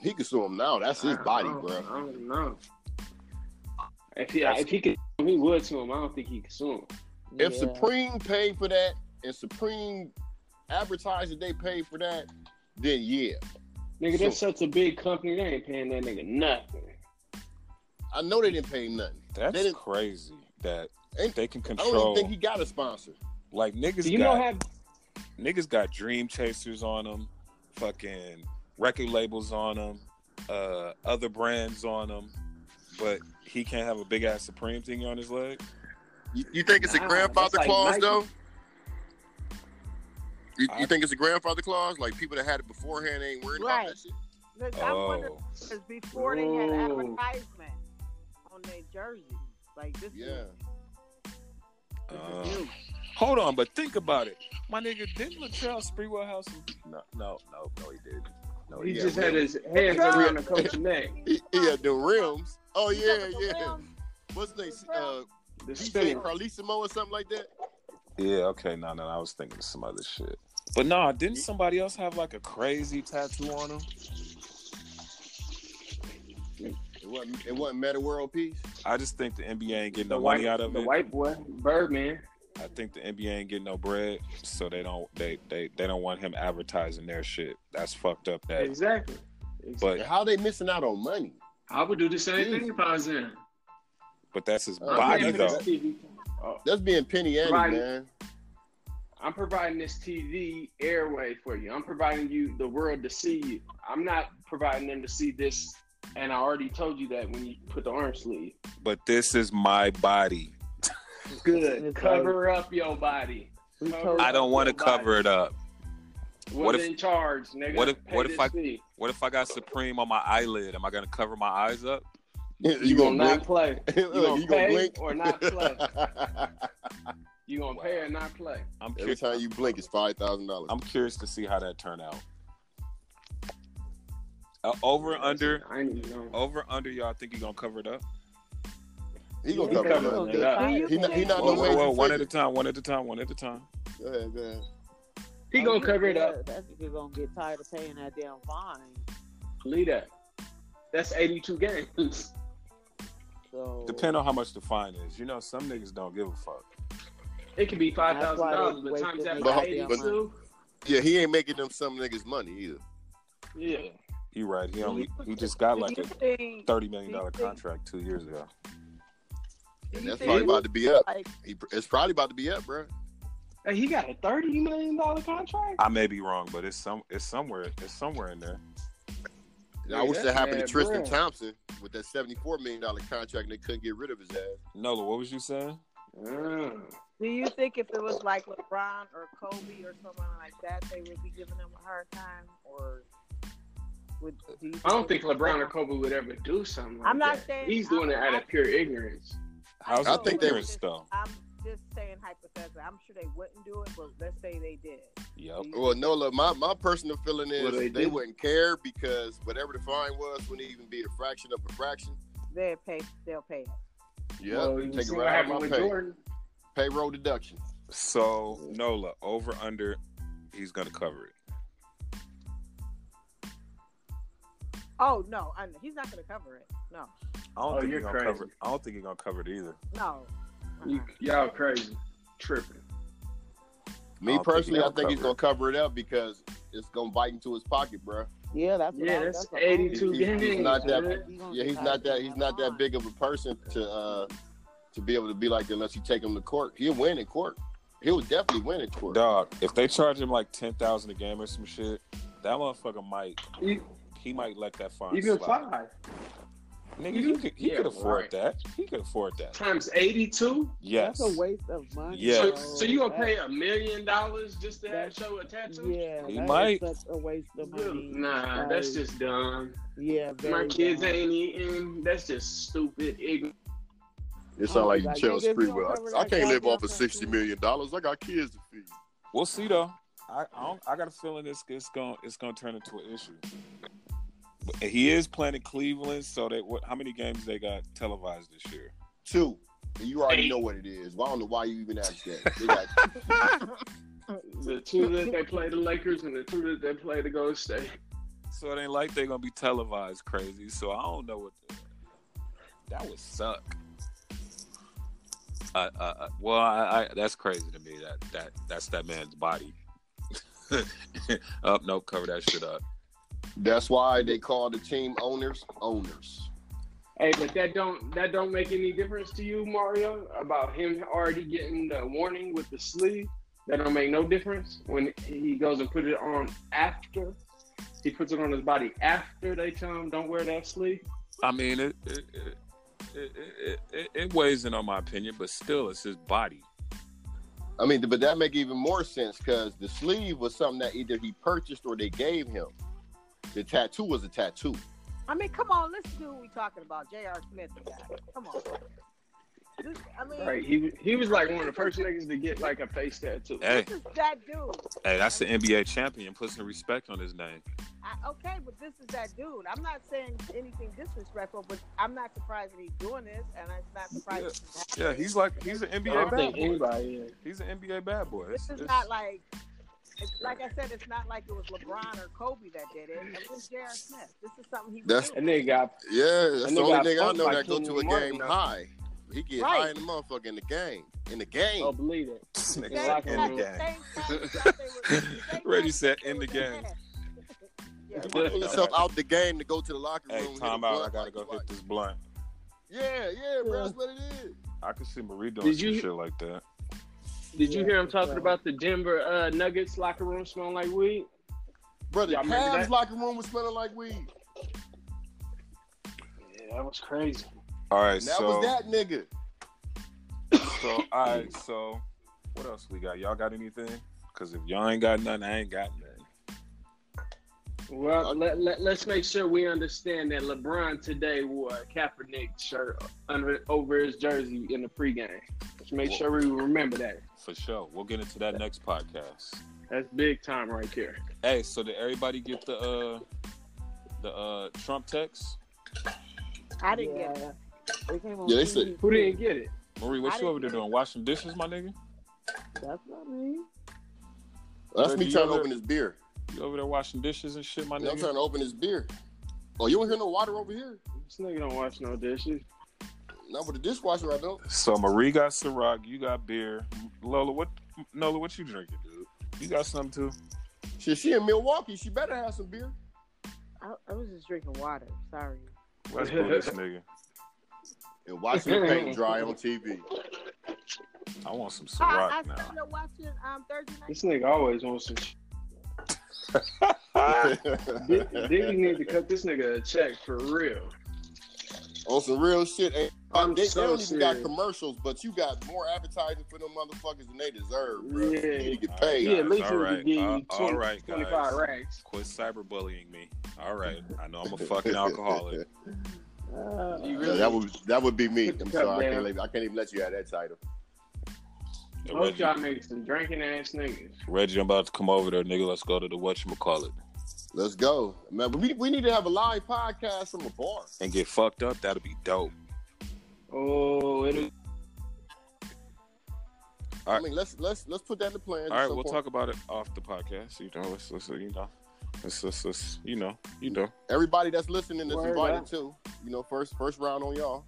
[SPEAKER 3] He can sue him now. That's
[SPEAKER 2] I
[SPEAKER 3] his
[SPEAKER 2] don't
[SPEAKER 3] body,
[SPEAKER 2] know.
[SPEAKER 3] bro.
[SPEAKER 2] I don't know. If he if he could, he would sue him. I don't think he could sue him.
[SPEAKER 3] If Supreme paid for that and Supreme advertised that they paid for that, then yeah.
[SPEAKER 2] Nigga, that's such a big company. They ain't paying that nigga nothing.
[SPEAKER 3] I know they didn't pay him nothing. They
[SPEAKER 1] That's
[SPEAKER 3] didn't-
[SPEAKER 1] crazy that
[SPEAKER 3] Ain't-
[SPEAKER 1] they can
[SPEAKER 3] I don't even
[SPEAKER 1] control.
[SPEAKER 3] think he got a sponsor.
[SPEAKER 1] like niggas
[SPEAKER 2] Do you
[SPEAKER 1] got
[SPEAKER 2] know how?
[SPEAKER 1] niggas got dream chasers on them, fucking record labels on them, uh, other brands on them, but he can't have a big ass Supreme thing on his leg.
[SPEAKER 3] You, you think
[SPEAKER 2] it's a Nah, grandfather that's like clause, Nike. though?
[SPEAKER 3] You,
[SPEAKER 1] you
[SPEAKER 3] think it's a grandfather clause? Like people that had it beforehand ain't worried
[SPEAKER 5] about Right. that Look, I wonder
[SPEAKER 1] Oh,
[SPEAKER 5] because before they had
[SPEAKER 2] Ooh.
[SPEAKER 5] advertisement on their jerseys, like this.
[SPEAKER 3] Yeah.
[SPEAKER 5] Is, this
[SPEAKER 1] Uh.
[SPEAKER 5] is new.
[SPEAKER 1] hold on, but think about it, my nigga. Didn't Latrell Sprewell have some? No, no, no, no, he didn't. No,
[SPEAKER 2] He
[SPEAKER 1] he
[SPEAKER 2] just
[SPEAKER 1] didn't.
[SPEAKER 2] had his hands around the coach's neck.
[SPEAKER 3] He, he had the rims. Oh
[SPEAKER 5] You
[SPEAKER 3] yeah,
[SPEAKER 5] know, the
[SPEAKER 3] yeah.
[SPEAKER 5] rims,
[SPEAKER 3] What's his name? Uh,
[SPEAKER 2] The
[SPEAKER 3] DJ
[SPEAKER 2] spinning.
[SPEAKER 3] Carlissimo or something like that.
[SPEAKER 1] Yeah, okay, no, no, no, I was thinking of some other shit. But no, didn't somebody else have like a crazy tattoo on him?
[SPEAKER 3] It wasn't. It wasn't Meta World Peace.
[SPEAKER 1] I just think the NBA ain't getting no
[SPEAKER 2] the
[SPEAKER 1] money
[SPEAKER 2] white,
[SPEAKER 1] out of
[SPEAKER 2] the
[SPEAKER 1] it.
[SPEAKER 2] white boy, Birdman.
[SPEAKER 1] I think the NBA ain't getting no bread, so they don't they they they don't want him advertising their shit. That's fucked up. That
[SPEAKER 2] Exactly.
[SPEAKER 1] but
[SPEAKER 3] And How they missing out on money?
[SPEAKER 2] I would do the same thing if I was in.
[SPEAKER 1] but that's his
[SPEAKER 3] Uh,
[SPEAKER 1] body
[SPEAKER 3] yeah,
[SPEAKER 2] I'm
[SPEAKER 3] but
[SPEAKER 1] though.
[SPEAKER 3] it's-
[SPEAKER 2] providing, this TV. Oh,
[SPEAKER 3] That's being penny ante,
[SPEAKER 2] Right.
[SPEAKER 3] man.
[SPEAKER 2] I'm providing this TV airway for you. I'm providing you the world to see you. I'm not providing them to see this. And I already told you that when you put the arm sleeve.
[SPEAKER 1] But this is my body.
[SPEAKER 4] It's
[SPEAKER 2] Good.
[SPEAKER 4] like-
[SPEAKER 2] Cover up your body.
[SPEAKER 4] We
[SPEAKER 2] Cover
[SPEAKER 4] told-
[SPEAKER 2] up
[SPEAKER 1] I don't want to
[SPEAKER 2] your body.
[SPEAKER 1] cover it up. What
[SPEAKER 2] What's
[SPEAKER 1] if-
[SPEAKER 2] in charge, nigga?
[SPEAKER 1] what if-
[SPEAKER 2] Pay
[SPEAKER 1] what if
[SPEAKER 2] this
[SPEAKER 1] I-
[SPEAKER 2] fee.
[SPEAKER 1] What if I got Supreme on my eyelid? Am I gonna cover my eyes up?
[SPEAKER 3] You,
[SPEAKER 2] You gonna not play?
[SPEAKER 3] You
[SPEAKER 2] You gonna, pay
[SPEAKER 3] you gonna blink?
[SPEAKER 2] or not play? You gonna
[SPEAKER 1] Wow.
[SPEAKER 2] pay or not play?
[SPEAKER 1] I'm
[SPEAKER 3] Every
[SPEAKER 1] curious.
[SPEAKER 3] time you blink, it's five thousand dollars.
[SPEAKER 1] I'm curious to see how that turn out. Uh, over under Oh.
[SPEAKER 2] I ain't even know.
[SPEAKER 1] over under y'all think you gonna cover it up?
[SPEAKER 3] He
[SPEAKER 4] He's
[SPEAKER 3] gonna cover it up.
[SPEAKER 4] gonna
[SPEAKER 2] it
[SPEAKER 4] get
[SPEAKER 2] up.
[SPEAKER 4] fired.
[SPEAKER 3] He not- he not
[SPEAKER 1] Whoa,
[SPEAKER 3] no
[SPEAKER 1] whoa,
[SPEAKER 3] way.
[SPEAKER 1] whoa,
[SPEAKER 3] to
[SPEAKER 1] one at
[SPEAKER 3] figure.
[SPEAKER 1] a time, one at a time, one at a time.
[SPEAKER 3] Go ahead, go ahead.
[SPEAKER 2] He gonna cover it up.
[SPEAKER 4] That's if you're gonna get tired of paying that damn fine.
[SPEAKER 2] Lead that. That's 82 games.
[SPEAKER 4] So
[SPEAKER 1] Depend on how much the fine is. You know, some niggas don't give a fuck.
[SPEAKER 2] It could be five
[SPEAKER 4] That's
[SPEAKER 2] thousand
[SPEAKER 4] why they
[SPEAKER 2] dollars, but
[SPEAKER 4] wasted
[SPEAKER 2] times that
[SPEAKER 4] their
[SPEAKER 2] by
[SPEAKER 3] goddamn
[SPEAKER 2] 82.
[SPEAKER 3] Yeah, he ain't making them some niggas money either.
[SPEAKER 2] Yeah.
[SPEAKER 1] He right. He only he just got like
[SPEAKER 5] do
[SPEAKER 1] a
[SPEAKER 5] you think,
[SPEAKER 1] thirty million dollar contract two years ago.
[SPEAKER 5] do
[SPEAKER 3] And
[SPEAKER 5] you
[SPEAKER 3] that's
[SPEAKER 5] think-
[SPEAKER 3] probably about to be up.
[SPEAKER 5] like,
[SPEAKER 3] He, it's probably about to be up, bro.
[SPEAKER 2] Hey, he got a 30 million dollar contract.
[SPEAKER 1] I may be wrong, but it's some it's somewhere it's somewhere in there.
[SPEAKER 3] And I wish that happened
[SPEAKER 2] Man,
[SPEAKER 3] to Tristan
[SPEAKER 2] bruh.
[SPEAKER 3] Thompson with that seventy-four million dollar contract, and they couldn't get rid of his ass.
[SPEAKER 1] Nola, what was you saying?
[SPEAKER 2] Mm.
[SPEAKER 5] do you think if it was like LeBron or Kobe or someone like that, they would be giving them a hard time, or would? Do you
[SPEAKER 2] I don't think LeBron or Kobe would ever do something like
[SPEAKER 5] I'm not
[SPEAKER 2] that.
[SPEAKER 5] saying-
[SPEAKER 2] he's doing it out of pure ignorance.
[SPEAKER 1] How's
[SPEAKER 5] I
[SPEAKER 1] I
[SPEAKER 5] know
[SPEAKER 1] think
[SPEAKER 5] they
[SPEAKER 1] they
[SPEAKER 5] were
[SPEAKER 1] were
[SPEAKER 5] just-
[SPEAKER 1] though?
[SPEAKER 5] I'm just saying hypothetically. I'm sure they wouldn't do it, but let's say they did.
[SPEAKER 1] Yep.
[SPEAKER 3] Well, no, look, my, my personal feeling is
[SPEAKER 2] Well,
[SPEAKER 3] they,
[SPEAKER 2] they did.
[SPEAKER 3] wouldn't care because whatever the fine was wouldn't even be a fraction of a fraction.
[SPEAKER 5] They'll pay. They'll pay. it.
[SPEAKER 3] Yeah,
[SPEAKER 2] Well, you
[SPEAKER 3] take it
[SPEAKER 2] see what
[SPEAKER 3] right out
[SPEAKER 2] happened
[SPEAKER 3] of my
[SPEAKER 2] with
[SPEAKER 3] pay.
[SPEAKER 2] Jordan.
[SPEAKER 3] payroll deduction.
[SPEAKER 1] So Nola over under. He's gonna cover it.
[SPEAKER 5] Oh no, I, he's not going to cover it.
[SPEAKER 1] I
[SPEAKER 5] No,
[SPEAKER 1] don't
[SPEAKER 2] Oh,
[SPEAKER 1] think
[SPEAKER 2] you're
[SPEAKER 1] he's gonna
[SPEAKER 2] crazy.
[SPEAKER 1] cover. It. I don't think he's gonna cover it either.
[SPEAKER 5] no. Uh-uh.
[SPEAKER 2] You, y'all crazy, tripping.
[SPEAKER 1] I don't
[SPEAKER 3] Me
[SPEAKER 1] think
[SPEAKER 3] personally,
[SPEAKER 1] he'll
[SPEAKER 3] I think he's
[SPEAKER 1] cover it.
[SPEAKER 3] gonna cover it up because it's gonna bite into his pocket, bruh.
[SPEAKER 4] Yeah, that's what
[SPEAKER 2] Yeah,
[SPEAKER 4] I,
[SPEAKER 2] that's
[SPEAKER 4] what I was
[SPEAKER 2] 82
[SPEAKER 4] thinking.
[SPEAKER 3] games, He's not that-
[SPEAKER 4] Like, he gonna
[SPEAKER 3] Yeah,
[SPEAKER 4] get
[SPEAKER 3] he's not that
[SPEAKER 4] tired.
[SPEAKER 3] he's not that big of a person to uh to be able to be like that unless you take him to court. He'll win in court. He'll definitely win in court.
[SPEAKER 1] Dog, if they charge him like ten thousand a game or some shit, that motherfucker might.
[SPEAKER 2] E-
[SPEAKER 1] He might let that fine
[SPEAKER 2] Even
[SPEAKER 1] slide.
[SPEAKER 2] five
[SPEAKER 1] Nigga,
[SPEAKER 2] even-
[SPEAKER 1] you could, he
[SPEAKER 2] yeah,
[SPEAKER 1] could afford
[SPEAKER 2] right.
[SPEAKER 1] that. He could afford that.
[SPEAKER 2] times eighty-two.
[SPEAKER 1] Yes.
[SPEAKER 4] That's a waste of money.
[SPEAKER 1] Yes.
[SPEAKER 2] So,
[SPEAKER 4] bro.
[SPEAKER 2] so you gonna
[SPEAKER 4] That-
[SPEAKER 2] pay a million dollars just to have
[SPEAKER 4] That's-
[SPEAKER 2] show a tattoo?
[SPEAKER 4] Yeah,
[SPEAKER 1] He
[SPEAKER 4] that is
[SPEAKER 1] might.
[SPEAKER 4] such a waste of money.
[SPEAKER 2] Nah, that's
[SPEAKER 4] Like,
[SPEAKER 2] just dumb.
[SPEAKER 4] yeah.
[SPEAKER 2] My
[SPEAKER 4] very
[SPEAKER 2] kids
[SPEAKER 4] dumb.
[SPEAKER 2] ain't eating. That's just stupid, ignorant.
[SPEAKER 3] It
[SPEAKER 4] sound like you Like, Chelsea nigga, if you Freewell. don't cover I- I that can't live goddamn off of $60
[SPEAKER 3] million dollars. I got kids to feed.
[SPEAKER 1] We'll see though. I I, don't, I got a feeling it's it's going it's going to turn into an issue. But he is playing in Cleveland, so they what? How many games they got televised this year?
[SPEAKER 3] Two. And you already
[SPEAKER 2] Eight.
[SPEAKER 3] know what it is. Well, I don't know why you even asked that. They got
[SPEAKER 2] The two that they play the Lakers and the two that they play the Golden State.
[SPEAKER 1] So it ain't like they're gonna be televised, crazy. So I don't know what that would suck. Uh, uh, uh, well, I, I, that's crazy to me. That that that's that man's body. up, nope, cover that shit up.
[SPEAKER 3] That's why they call the team owners owners.
[SPEAKER 2] Hey, but that don't that don't make any difference to you, Mario, about him already getting the warning with the sleeve. That don't make no difference when he goes and put it on after. He puts it on his body after they tell him don't wear that sleeve.
[SPEAKER 1] I mean, it it, it, it, it, it it weighs in on my opinion, but still, it's his body.
[SPEAKER 3] I mean, but that make even more sense because the sleeve was something that either he purchased or they gave him. The tattoo was a tattoo.
[SPEAKER 5] I mean, come on, let's do what we talking about. J.R. Smith, and that. come on. This, I mean,
[SPEAKER 2] Right? He he was like one of the first niggas to get like a face tattoo.
[SPEAKER 1] Hey,
[SPEAKER 5] this is that dude.
[SPEAKER 1] hey, that's the NBA champion. Put some respect on his name.
[SPEAKER 5] I, okay, but this is that dude. I'm not saying anything disrespectful, but I'm not surprised that he's doing this, and I'm not surprised. that he's happy.
[SPEAKER 1] Yeah, he's like he's an
[SPEAKER 2] I don't
[SPEAKER 1] NBA
[SPEAKER 2] think
[SPEAKER 1] bad boy.
[SPEAKER 2] anybody. Is.
[SPEAKER 1] He's an NBA bad boy.
[SPEAKER 5] This
[SPEAKER 1] It's-
[SPEAKER 5] is
[SPEAKER 1] it's-
[SPEAKER 5] not like, it's, like I said, it's not like it was LeBron or Kobe that did it. It was J.R. Smith. This is something he
[SPEAKER 3] That's-
[SPEAKER 5] was
[SPEAKER 2] And
[SPEAKER 5] doing.
[SPEAKER 2] they got
[SPEAKER 3] Yeah,
[SPEAKER 2] And they got punked by Kenyon Martin, though.
[SPEAKER 3] high. He get
[SPEAKER 5] Right.
[SPEAKER 3] high in the motherfucker in the game. In the game.
[SPEAKER 2] oh believe it.
[SPEAKER 1] Nigga,
[SPEAKER 2] Same
[SPEAKER 1] like in the
[SPEAKER 2] fact.
[SPEAKER 1] game.
[SPEAKER 5] same time they were- same
[SPEAKER 1] Reggie
[SPEAKER 5] time
[SPEAKER 1] said,
[SPEAKER 5] they
[SPEAKER 1] "In
[SPEAKER 5] were
[SPEAKER 1] the game."
[SPEAKER 5] ahead. yeah.
[SPEAKER 3] He pull himself out the game to go to the locker room.
[SPEAKER 1] Hey,
[SPEAKER 3] hit a
[SPEAKER 1] time out. I
[SPEAKER 3] blunt
[SPEAKER 1] gotta
[SPEAKER 3] like
[SPEAKER 1] go
[SPEAKER 3] he
[SPEAKER 1] hit this blunt.
[SPEAKER 3] Yeah, yeah, bro. That's what it is.
[SPEAKER 1] I could see Marie doing
[SPEAKER 2] Did
[SPEAKER 1] some
[SPEAKER 2] you-
[SPEAKER 1] shit like that.
[SPEAKER 2] Did you
[SPEAKER 4] Yeah,
[SPEAKER 2] hear him talking
[SPEAKER 4] so-
[SPEAKER 2] about the Denver uh, Nuggets locker room smelling like weed?
[SPEAKER 3] Brother,
[SPEAKER 2] Y'all remember
[SPEAKER 3] Cavs
[SPEAKER 2] that?
[SPEAKER 3] locker room was smelling like weed.
[SPEAKER 2] Yeah, that was crazy.
[SPEAKER 1] All right,
[SPEAKER 3] And that
[SPEAKER 1] so
[SPEAKER 3] was that nigga.
[SPEAKER 1] so all right, so what else we got? Y'all got anything? Because if y'all ain't got nothing, I ain't got nothing.
[SPEAKER 2] Well, let, let, let's make sure we understand that LeBron today wore a Kaepernick shirt under over his jersey in the pregame. Let's make sure we remember that.
[SPEAKER 1] For sure, we'll get into that next podcast.
[SPEAKER 2] That's big time right there.
[SPEAKER 1] Hey, so did everybody get the uh the uh Trump text?
[SPEAKER 5] I didn't get it.
[SPEAKER 4] yeah. They came on
[SPEAKER 3] Yeah, they
[SPEAKER 4] TV,
[SPEAKER 3] said-
[SPEAKER 2] Who
[SPEAKER 4] too.
[SPEAKER 2] didn't get it?
[SPEAKER 1] Marie, what
[SPEAKER 5] I
[SPEAKER 1] you
[SPEAKER 5] didn't
[SPEAKER 1] over there
[SPEAKER 5] get it.
[SPEAKER 1] doing? Washing dishes, my nigga?
[SPEAKER 4] That's not me.
[SPEAKER 3] That's
[SPEAKER 1] Brother,
[SPEAKER 3] me
[SPEAKER 1] you
[SPEAKER 3] trying to
[SPEAKER 1] ever-
[SPEAKER 3] open his beer.
[SPEAKER 1] You over there washing dishes and shit, my
[SPEAKER 3] I'm
[SPEAKER 1] nigga?
[SPEAKER 3] trying to open his beer. Oh, you don't hear no water over here?
[SPEAKER 2] This nigga don't wash no dishes.
[SPEAKER 3] Not with the dishwasher, I don't.
[SPEAKER 1] So Marie got Ciroc, you got beer. Lola, what Nola, what you drinking, dude? You got something too?
[SPEAKER 3] Shit, she in Milwaukee. She better have some beer.
[SPEAKER 5] I, I was just drinking water. Sorry.
[SPEAKER 1] Let's do this nigga.
[SPEAKER 3] And watching the paint dry on TV.
[SPEAKER 1] I want some
[SPEAKER 5] I, I
[SPEAKER 1] Ciroc now.
[SPEAKER 5] started watching um, Thursday night.
[SPEAKER 2] This nigga always wants some. Sh- Did you
[SPEAKER 3] on
[SPEAKER 2] need to cut this nigga a check for real?
[SPEAKER 3] some real shit. ain't-
[SPEAKER 2] I'm
[SPEAKER 3] they, they
[SPEAKER 2] so
[SPEAKER 3] don't even got
[SPEAKER 2] serious.
[SPEAKER 3] commercials, but you got more advertising for them motherfuckers than they deserve, bro.
[SPEAKER 2] Yeah.
[SPEAKER 3] You need to get
[SPEAKER 1] All
[SPEAKER 3] paid.
[SPEAKER 1] right,
[SPEAKER 2] Yeah, at least
[SPEAKER 1] all
[SPEAKER 2] we
[SPEAKER 1] right,
[SPEAKER 2] could give you
[SPEAKER 1] uh,
[SPEAKER 2] 20,
[SPEAKER 1] all right,
[SPEAKER 2] 25
[SPEAKER 1] guys.
[SPEAKER 2] racks.
[SPEAKER 1] Quit cyberbullying me. All right. I know I'm a fucking alcoholic.
[SPEAKER 2] Uh,
[SPEAKER 3] Yeah, that would that would be me.
[SPEAKER 2] Put the
[SPEAKER 3] I'm
[SPEAKER 2] cup
[SPEAKER 3] sorry, I
[SPEAKER 2] down.
[SPEAKER 3] can't, let, I can't even let you have that title.
[SPEAKER 2] Most
[SPEAKER 1] Reggie,
[SPEAKER 2] y'all niggas some drinking ass niggas.
[SPEAKER 1] Reggie, I'm about to come over there, nigga. Let's go to the whatchamacallit
[SPEAKER 3] Let's go, man. But we, we need to have a live podcast from a bar.
[SPEAKER 1] and get fucked up. That'll be dope.
[SPEAKER 2] Oh, it'll
[SPEAKER 1] All
[SPEAKER 3] I
[SPEAKER 1] right.
[SPEAKER 3] mean, let's let's let's put that in the plan.
[SPEAKER 1] All right, we'll talk about it off the podcast. You know, let's, let's you know, let's, let's, let's you know, you know,
[SPEAKER 3] Everybody that's listening that's
[SPEAKER 2] Word
[SPEAKER 3] invited
[SPEAKER 2] up.
[SPEAKER 3] too. You know, first first round on y'all.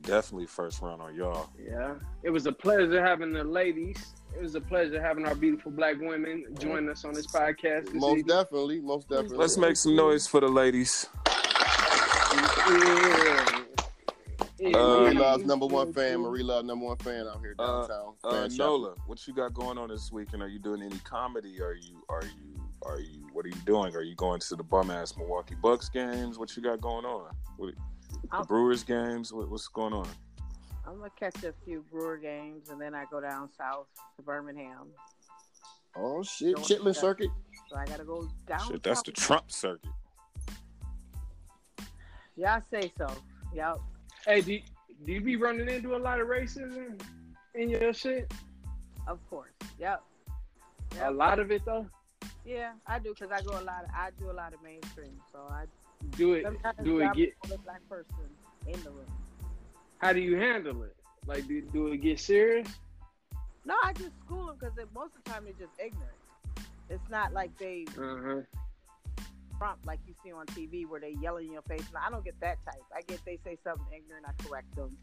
[SPEAKER 1] definitely first round on y'all.
[SPEAKER 2] Yeah, it was a pleasure having the ladies. It was a pleasure having our beautiful black women join us on this podcast. This
[SPEAKER 3] Most
[SPEAKER 2] evening.
[SPEAKER 3] definitely, most definitely.
[SPEAKER 1] Let's make some noise for the ladies.
[SPEAKER 2] Yeah. Yeah,
[SPEAKER 1] Uh,
[SPEAKER 3] Marie
[SPEAKER 2] yeah.
[SPEAKER 3] Love's number one fan. Marie Love number one fan out here
[SPEAKER 1] Uh,
[SPEAKER 3] downtown.
[SPEAKER 1] Uh,
[SPEAKER 3] Fan shopping.
[SPEAKER 1] Nola, what you got going on this week? And are you doing any comedy? Are you are you are you what are you doing? Are you going to the bum ass Milwaukee Bucks games? What you got going on? What, the
[SPEAKER 5] I'm-
[SPEAKER 1] Brewers games? What, what's going on?
[SPEAKER 5] I'm gonna catch a few Brewer games and then I go down south to Birmingham.
[SPEAKER 3] Oh shit,
[SPEAKER 5] Don't
[SPEAKER 3] Chitlin
[SPEAKER 5] do that.
[SPEAKER 3] Circuit.
[SPEAKER 5] So I gotta go down.
[SPEAKER 1] Shit, that's
[SPEAKER 5] south.
[SPEAKER 1] the Trump circuit.
[SPEAKER 5] Y'all say so. Y'all.
[SPEAKER 2] Hey, do, do you be running into a lot of racism in your shit?
[SPEAKER 5] Of course. Yep.
[SPEAKER 2] A lot of it though.
[SPEAKER 5] Yeah, I do because I go a lot. Of, I do a lot of mainstream, so I
[SPEAKER 2] Do it.
[SPEAKER 5] sometimes
[SPEAKER 2] Do it
[SPEAKER 5] I'm
[SPEAKER 2] get?
[SPEAKER 5] the only black person in the room.
[SPEAKER 2] How do you handle it? Like, do, do it get serious?
[SPEAKER 5] No, I just school them because most of the time they're just ignorant. It's not like they
[SPEAKER 2] Uh huh.
[SPEAKER 5] prompt like you see on TV where they yelling in your face. And I don't get that type. I get they say something ignorant, I correct them.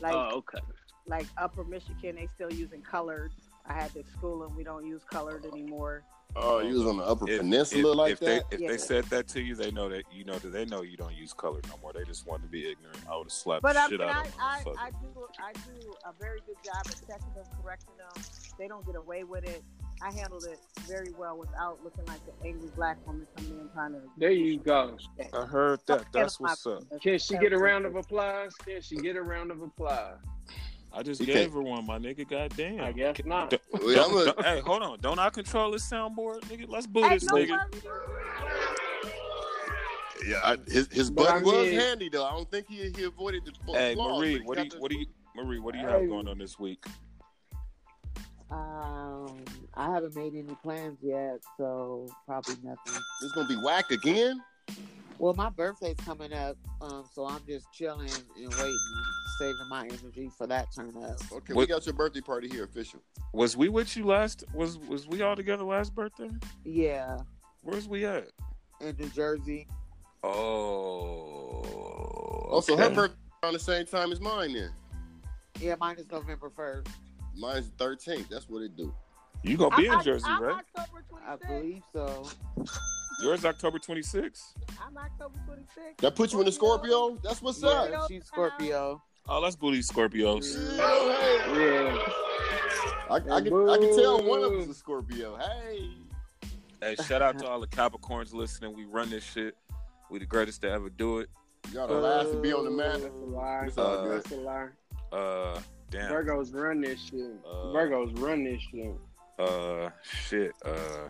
[SPEAKER 5] Like
[SPEAKER 2] Oh, okay.
[SPEAKER 5] like Upper Michigan, they still using colored. I had to school them. We don't use colored anymore.
[SPEAKER 3] Oh, you was on the Upper
[SPEAKER 1] If-
[SPEAKER 3] Peninsula
[SPEAKER 1] if,
[SPEAKER 3] like
[SPEAKER 1] if
[SPEAKER 3] that.
[SPEAKER 1] They, if
[SPEAKER 5] Yeah.
[SPEAKER 1] they said that to you, they know that you know that they know you don't use color no more. They just want to be ignorant. I would have slapped
[SPEAKER 5] But
[SPEAKER 1] the
[SPEAKER 5] I
[SPEAKER 1] shit
[SPEAKER 5] mean,
[SPEAKER 1] out
[SPEAKER 5] I,
[SPEAKER 1] of them.
[SPEAKER 5] I,
[SPEAKER 1] Fuck
[SPEAKER 5] I
[SPEAKER 1] it.
[SPEAKER 5] do I do a very good job of catching them, correcting them. They don't get away with it. I handled it very well without looking like an angry black woman coming in trying to.
[SPEAKER 2] There you go.
[SPEAKER 1] I heard that. That's what's up.
[SPEAKER 2] Can she get a round of applause? Can she get a round of applause?
[SPEAKER 1] I just
[SPEAKER 3] You
[SPEAKER 1] gave
[SPEAKER 3] can't-
[SPEAKER 1] her one, my nigga. Goddamn.
[SPEAKER 2] I guess not.
[SPEAKER 1] Don't-
[SPEAKER 3] Wait, I'm
[SPEAKER 1] don't-
[SPEAKER 3] a-
[SPEAKER 1] don't- hey, hold on. Don't I control this soundboard, nigga? Let's boo
[SPEAKER 5] Hey,
[SPEAKER 1] this
[SPEAKER 5] no
[SPEAKER 1] nigga.
[SPEAKER 5] worries.
[SPEAKER 3] yeah, I, his his
[SPEAKER 2] But
[SPEAKER 3] button
[SPEAKER 2] I
[SPEAKER 3] was
[SPEAKER 2] mean-
[SPEAKER 3] handy though. I don't think he he avoided the. the
[SPEAKER 1] Hey,
[SPEAKER 3] flaws,
[SPEAKER 1] Marie,
[SPEAKER 3] but he
[SPEAKER 1] what do
[SPEAKER 3] got
[SPEAKER 1] you
[SPEAKER 3] the-
[SPEAKER 1] what do you Marie, what do you
[SPEAKER 2] Hey.
[SPEAKER 1] have going on this week?
[SPEAKER 4] Um, I haven't made any plans yet, so probably nothing.
[SPEAKER 3] It's gonna be whack again.
[SPEAKER 4] Well, my birthday's coming up, um, so I'm just chilling and waiting, saving my energy for that turn up.
[SPEAKER 3] Okay, we
[SPEAKER 1] What-
[SPEAKER 3] got your birthday party here official.
[SPEAKER 1] Was we with you last was was we all together last birthday?
[SPEAKER 4] Yeah,
[SPEAKER 1] Where's we at?
[SPEAKER 4] in New Jersey.
[SPEAKER 1] Oh
[SPEAKER 3] Also,
[SPEAKER 1] okay.
[SPEAKER 3] her birthday around the same time as mine. Then
[SPEAKER 4] Yeah, mine is November first,
[SPEAKER 3] mine's the 13th. That's what it do.
[SPEAKER 1] You gonna be
[SPEAKER 5] I'm-
[SPEAKER 1] in Jersey,
[SPEAKER 5] I'm
[SPEAKER 1] right?
[SPEAKER 5] October
[SPEAKER 4] I
[SPEAKER 5] 26th.
[SPEAKER 4] believe so.
[SPEAKER 1] Yours October twenty sixth.
[SPEAKER 5] I'm October 26th.
[SPEAKER 3] That put you in the Scorpio. That's what's up.
[SPEAKER 4] Yeah, she's Scorpio.
[SPEAKER 1] Oh, let's boo these Scorpios.
[SPEAKER 3] Yeah, hey.
[SPEAKER 2] Yeah.
[SPEAKER 3] I, I, can, I can tell one of us is Scorpio. Hey,
[SPEAKER 1] Hey, shout out to all the Capricorns listening. We run this shit. We the greatest to ever do it.
[SPEAKER 3] y'all the
[SPEAKER 2] Uh,
[SPEAKER 3] last to be on the map.
[SPEAKER 2] That's a lie.
[SPEAKER 3] It's all good.
[SPEAKER 2] That's a lie.
[SPEAKER 1] Uh damn.
[SPEAKER 2] Virgos run this shit.
[SPEAKER 1] Uh,
[SPEAKER 2] Virgos run this shit.
[SPEAKER 1] Uh shit. Uh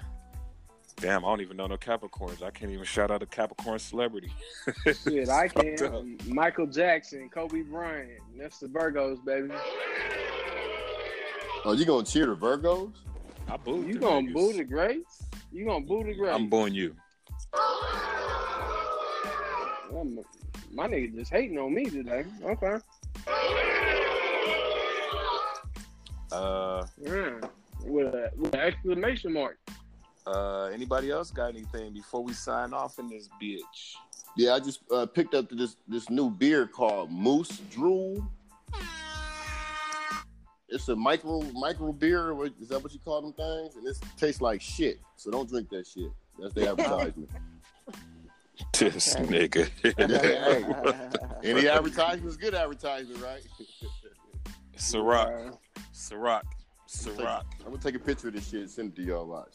[SPEAKER 1] damn, I don't even know no Capricorns. I can't even shout out a Capricorn celebrity.
[SPEAKER 2] Shit, I
[SPEAKER 1] Fucked up.
[SPEAKER 2] can. Michael Jackson, Kobe Bryant. That's the Virgos, baby.
[SPEAKER 3] Oh, you gonna cheer the Virgos?
[SPEAKER 1] I booed
[SPEAKER 2] You
[SPEAKER 1] them
[SPEAKER 2] gonna
[SPEAKER 1] niggas.
[SPEAKER 2] boo the greats? You gonna boo the greats?
[SPEAKER 1] I'm booing you.
[SPEAKER 2] I'm- my nigga just hating on me today. Okay.
[SPEAKER 1] Uh
[SPEAKER 2] Yeah. With, a, with an exclamation mark.
[SPEAKER 1] uh anybody else got anything before we sign off in this bitch?
[SPEAKER 3] Yeah, I just uh, picked up this this new beer called Moose Drool. It's a micro micro beer. what- Is that what you call them things? And it tastes like shit. So don't drink that shit. That's the advertisement.
[SPEAKER 1] This nigga.
[SPEAKER 4] Hey,
[SPEAKER 3] Any advertisement is good advertisement, right?
[SPEAKER 1] Ciroc. Ciroc. Ciroc.
[SPEAKER 3] I'm gonna take a picture of this shit and send it to y'all. Watch.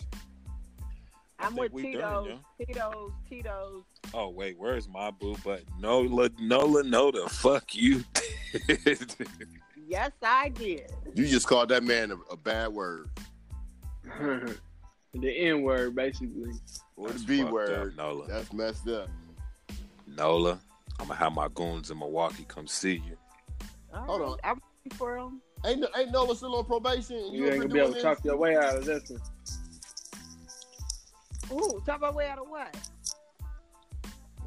[SPEAKER 1] I
[SPEAKER 5] I'm
[SPEAKER 1] think
[SPEAKER 5] with
[SPEAKER 1] we
[SPEAKER 5] Tito's,
[SPEAKER 1] done,
[SPEAKER 5] Tito's, Tito's.
[SPEAKER 1] Oh wait, where's my boo button? Nola Nola no the fuck you did.
[SPEAKER 5] Yes, I did.
[SPEAKER 3] You just called that man a, a bad word.
[SPEAKER 2] Uh, the N word, basically.
[SPEAKER 3] Or the
[SPEAKER 1] That's
[SPEAKER 3] B
[SPEAKER 1] fucked
[SPEAKER 3] word.
[SPEAKER 1] up, Nola.
[SPEAKER 3] That's messed up.
[SPEAKER 1] Nola. I'm gonna have my goons in Milwaukee come see you.
[SPEAKER 3] Hold on.
[SPEAKER 5] I'm ready for him.
[SPEAKER 3] Ain't no- ain't Nola still on probation? and
[SPEAKER 2] You
[SPEAKER 3] up
[SPEAKER 2] ain't
[SPEAKER 3] here
[SPEAKER 2] gonna be able to
[SPEAKER 3] doing
[SPEAKER 2] talk
[SPEAKER 3] this?
[SPEAKER 2] your way out of this. one.
[SPEAKER 5] Ooh, talk about way out of what?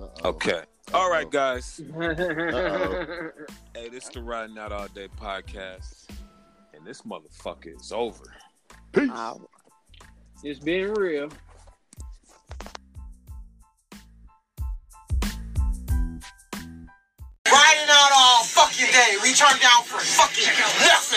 [SPEAKER 3] Uh-oh.
[SPEAKER 1] Okay. All right,
[SPEAKER 3] Uh-oh.
[SPEAKER 1] guys.
[SPEAKER 3] Uh-oh.
[SPEAKER 1] Hey, this the Riding Out All Day podcast, and this motherfucker is over.
[SPEAKER 3] Peace.
[SPEAKER 4] Wow.
[SPEAKER 2] it's being real.
[SPEAKER 6] Riding out all fucking day. We turned down for fucking nothing.